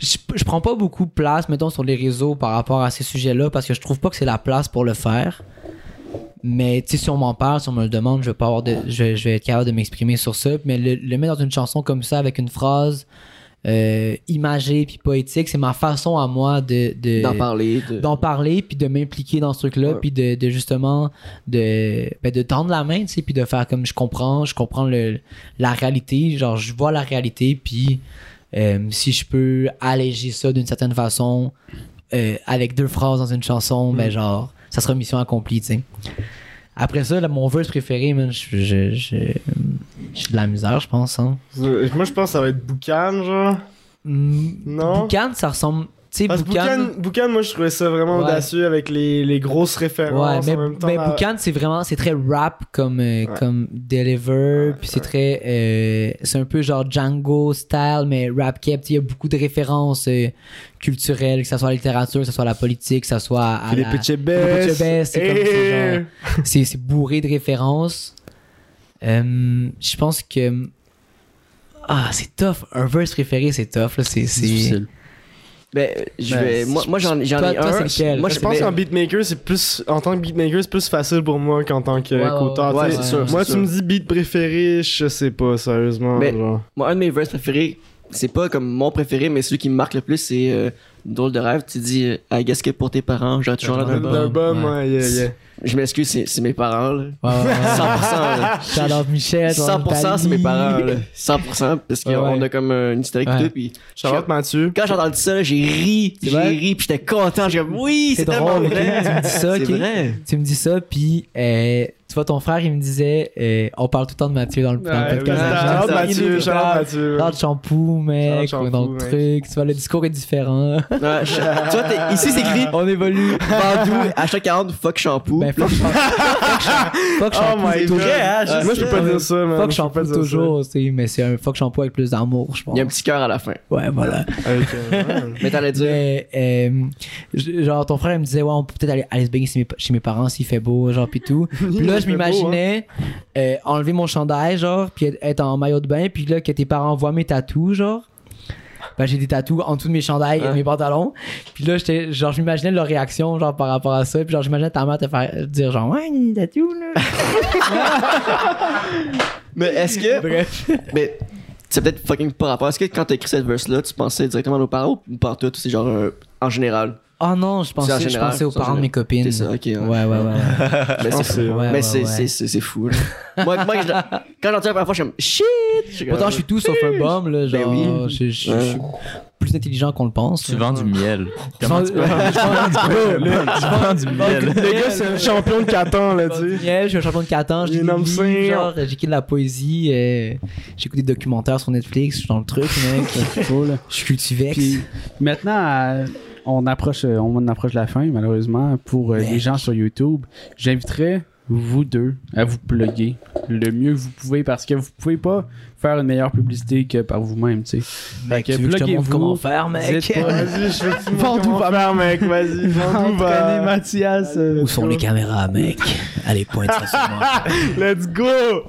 je, je prends pas beaucoup de place mettons sur les réseaux par rapport à ces sujets-là parce que je trouve pas que c'est la place pour le faire. Mais tu sais, si on m'en parle, si on me le demande, je vais pas avoir de, je, je vais être capable de m'exprimer sur ça. Mais le, le mettre dans une chanson comme ça avec une phrase euh, imagée puis poétique, c'est ma façon à moi de, de D'en parler. De... d'en parler puis de m'impliquer dans ce truc là Ouais. puis de, de justement de ben, de tendre la main tu sais puis de faire comme je comprends je comprends le la réalité genre je vois la réalité puis euh, si je peux alléger ça d'une certaine façon euh, avec deux phrases dans une Mm. chanson ben genre ça sera mission accomplie tu sais après ça là, mon verse préféré man, je je, je, je suis de la misère je pense hein. Euh, Moi, je pense que ça va être Boucan, genre. Mm, Non. Boucan ça ressemble tu sais Parce que Boucan, Boucan Boucan, moi, je trouvais ça vraiment Ouais. audacieux avec les, les grosses Ouais, références mais, en même temps. mais là. Boucan, c'est vraiment, c'est très rap comme, euh, comme Deliver, puis c'est très, euh, c'est un peu genre Django style, mais rap cap, il y a beaucoup de références euh, culturelles, que ça soit à la littérature, que ça soit à la politique, que ça soit à, à Philippe la- Etchebest. Philippe Etchebest, c'est comme Eh. ce genre. c'est, c'est bourré de références. Euh, je pense que, ah, c'est tough, un verse préféré, c'est tough, là, c'est, c'est- Ben, je vais. Moi, moi j'en j'en Toi- ai toi, un. c'est lequel? Moi, je pense mais- qu'en beatmaker, c'est plus. En tant que beatmaker, c'est plus facile pour moi qu'en tant que Ouais, ouais, qu'auteur. ouais, tu sais. c'est sûr, Moi, c'est tu me sûr. dis beat préféré, je sais pas, sérieusement. Mais- genre. Moi, un de mes verses préférés, c'est pas comme mon préféré, mais celui qui me marque le plus, c'est euh, Drôle de rêve. Tu dis, euh, ah, qu'est-ce que pour tes parents, j'aurais toujours l'air d'un L'album, bon. ouais. ouais, yeah, yeah. Je m'excuse, c'est c'est mes parents, là. Ouais, ouais, ouais. 100%, là. Shout out Michel, toi, 100% c'est mes Italie. parents, là. 100% parce Ouais, qu'on ouais. a comme euh, une historique Ouais. et tout, puis Charlotte Mathieu. quand j'ai entendu ça, là, j'ai ri, j'ai vrai? ri, puis j'étais content, j'ai comme oui, C'est c'est tellement drôle, ok, vrai. tu me dis ça, c'est ok. vrai. Tu me dis ça, puis euh, tu vois, ton frère, il me disait, euh, on parle tout le temps de Mathieu dans le, dans le Ouais, podcast. oui, Genre, Charlotte ça, Mathieu, inévitable. Charlotte Mathieu. Parle de shampoo, mec, Parle de dans shampoo, le mec. truc. Tu vois, le discours est différent. Ouais, je- tu vois, t'es- ici c'est écrit on évolue. Bandou, hashtag 40, fuck shampoo. Ben, fuck shampoo. Fuck shampoo. Fuck Oh shampoo my god. toujours. euh, Ouais, Moi, je peux pas dire ça, man. Fuck Je peux pas shampoo dire ça. toujours, tu sais, mais c'est un fuck shampoo avec plus d'amour, je pense. Il y a un petit cœur à la fin. Ouais, voilà. Avec, euh, ouais. Mais t'allais dire. Mais, euh, je- genre, ton frère, il me disait, ouais, on peut peut-être aller, aller se baigner chez mes, chez mes parents s'il fait beau, genre, pis tout. Puis là, je Il fait m'imaginais euh, enlever mon chandail, genre, puis être- être en maillot de bain, puis là, que tes parents voient mes tatous, genre. Ben, j'ai des tatous en dessous de mes chandails Hein? et de mes pantalons. Puis là, j'étais, genre, je m'imaginais leur réaction, genre, par rapport à ça. Puis genre, j'imaginais ta mère te faire dire, genre, ouais, il y a des tatous, là. Mais est-ce que. Mais c'est peut-être fucking par rapport. Est-ce que quand t'as écrit cette verse-là, tu pensais directement aux parents ou par toi, c'est genre euh, en général Oh non, je pensais, en je général, pensais aux c'est en parents de mes copines. C'est ça, ok. ouais. Ouais, ouais, ouais. Mais pense c'est- que c'est- Ouais, ouais, Mais c'est- ouais. c'est c'est- c'est fou. là. Moi, moi, je- quand j'entends la première fois, je suis comme shit. suis comme- Pourtant, je suis tout sauf un bum, là. Genre, Ben je, je- je Ouais. suis plus intelligent qu'on le pense. Tu vends du miel. Je vends- Comment tu peux- Tu vends du miel. Le gars, c'est un champion de Catan, là, tu sais. Yeah, je suis un champion de 4 ans, Il j'ai est nomme des livres, Saint. genre, j'écris de la poésie, euh, j'écoute des documentaires sur Netflix, je suis dans le truc, mec. C'est cool, là. je suis cultivex. Puis maintenant, euh, on approche, euh, on approche la fin, malheureusement, pour euh, les gens sur YouTube. J'inviterais vous deux à vous plugger le mieux que vous pouvez parce que vous pouvez pas faire une meilleure publicité que par vous-même, tu sais. mec, fait que tu veux que je te montre bloquez-vous, comment faire, mec? dites pas- Vas-y, je fais tout Vends tout, mon faire, mec, vas-y. Vends tout, va. Entraînez Mathias. euh, Où sont les caméras, mec? Allez, pointe ça sur moi. Let's go!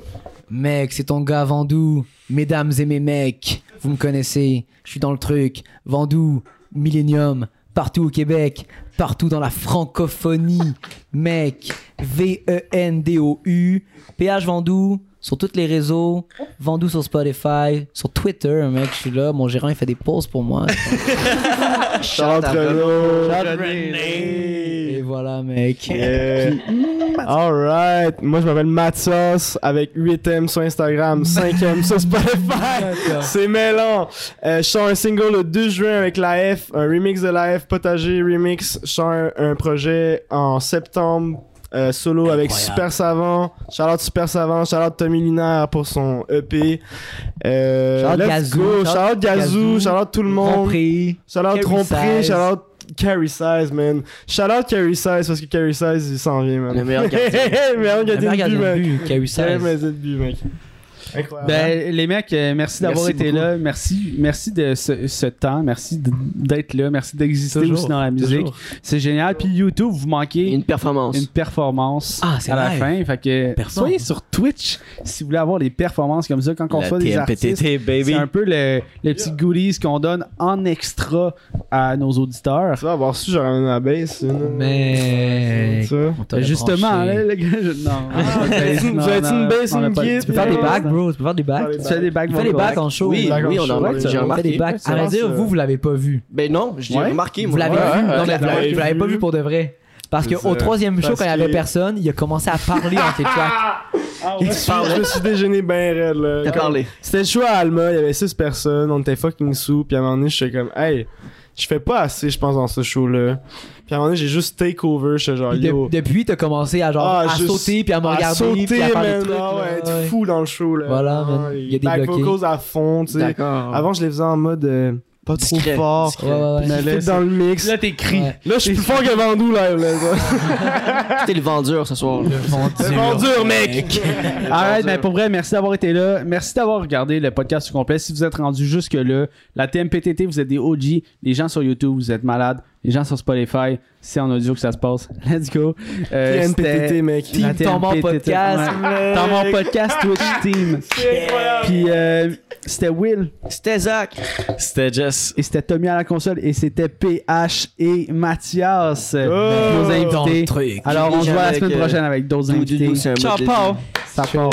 Mec, c'est ton gars Vandou. Mesdames et mes mecs, vous me connaissez, je suis dans le truc. Vandou, Millennium, partout au Québec, partout dans la francophonie. Mec, V-E-N-D-O-U, PH Vandou, sur tous les réseaux, Vandou sur Spotify, sur Twitter, mec, je suis là, mon gérant il fait des pauses pour moi. Shout out à Rob. Charlotte Renaud. Et voilà. toi, mec. Alright, moi je m'appelle Matos avec 8 M sur Instagram, 5 M sur Spotify. C'est mêlant. Euh, je sors un single le 2 juin avec la F, un remix de la F, potager remix. Je sors un, un projet en septembre euh, solo avec Super Savant. Charlotte Super Savant, Charlotte Tommy Linaire pour son EP. Euh, Shout out let's Gazou, go. shout out Charlotte Gazou, Gazou, Charlotte tout le monde. Compris. Shout-out Carrie Tromperie, Size. shout-out Carrie Size, man. Shout-out Carrie Size, parce que Carrie Size, il s'en vient, man. Le meilleur gardien. le meilleur La meilleure gardien de but, gardienne man. de but qui a eu Quel 16. meilleur gardien de but, mec. Incroyable. Ben, les mecs, euh, merci d'avoir Merci été beaucoup. là. Merci, merci de ce, ce temps. Merci d- d'être là. Merci d'exister Toujours, aussi dans la musique. toujours. C'est génial. Puis YouTube, vous manquez Une performance. une performance Ah, c'est à la live. fin. Fait que Performance. soyez sur Twitch si vous voulez avoir des performances comme ça quand on La soit des artistes. TMPTT, C'est baby. un peu le- les petits goodies qu'on donne en extra à nos auditeurs. Tu vas avoir su, j'aurais amené la base. une- euh, Mais. Ça. On t'aurait Ben, Justement, branché. là, le gars, je- non. tu- Non, tu vas être non, une bass, on une a pas- guide, Tu Tu peux faire des bacs, bro. Tu peux faire des bacs. Faire Tu fais des bacs, Tu fais des bacs en show. Oui, là. D'accord, oui, on a je remarqué. vois, J'ai on Tu fais des remarqué. bacs. Ouais, Arrête de c'est dire, vrai. vous, vous l'avez pas vu. Ben non, j'ai Ouais. remarqué. Vous moi. l'avez Ouais, vu. ouais, Non, mais ouais, vous l'avez- je vous l'avez l'ai pas vu. vu pour de vrai. Parce C'est qu'au ça. troisième show, Parce quand il y avait que- personne, il a commencé à parler entre les tracks. Je me suis- je me suis dégéné ben raide, là. T'as Comme- parlé. C'était le show à Alma, il y avait 6 personnes, on était fucking sous, puis à un moment donné, j'étais comme, hey, je fais pas assez, je pense, dans ce show-là. Puis à un moment donné, j'ai juste take over, j'étais genre, Puis de- yo. depuis, t'as commencé à genre Ah, à juste sauter, puis à me à regarder, sauter, puis à faire man, des trucs. ah ouais, là, être ouais. fou dans le show, là. Voilà, Ah, man, les il y a des back bloqués. vocals à fond, tu sais. D'accord. Avant, je les faisais en mode euh, pas trop Discret, fort. discret. Ouais, ouais, ouais. Je fais dans le mix. Là, t'es Ouais. je suis plus fort que Vandou, là. là. T'es le vendeur ce soir. Mon Dieu. dur, mec! Arrête, mais pour vrai, merci d'avoir été là. Merci d'avoir regardé le podcast au complet. Si vous êtes rendu jusque-là, la TMPTT, vous êtes des OG. Les gens sur YouTube, vous êtes malades. Les gens sur Spotify, c'est en audio que ça se passe. Let's go. Euh, TNPTT, c'était mec. la Team Tom en TMPTT. podcast. Ouais. Dans mon podcast Twitch Team. Puis euh, c'était Will C'était Zach. C'était Jess. et c'était Tommy à la console et c'était PH et Mathias. euh, nos Dans le invités. truc. Alors on se voit la Avec, semaine euh, prochaine avec d'autres invités. Ciao, Paul. Ça part.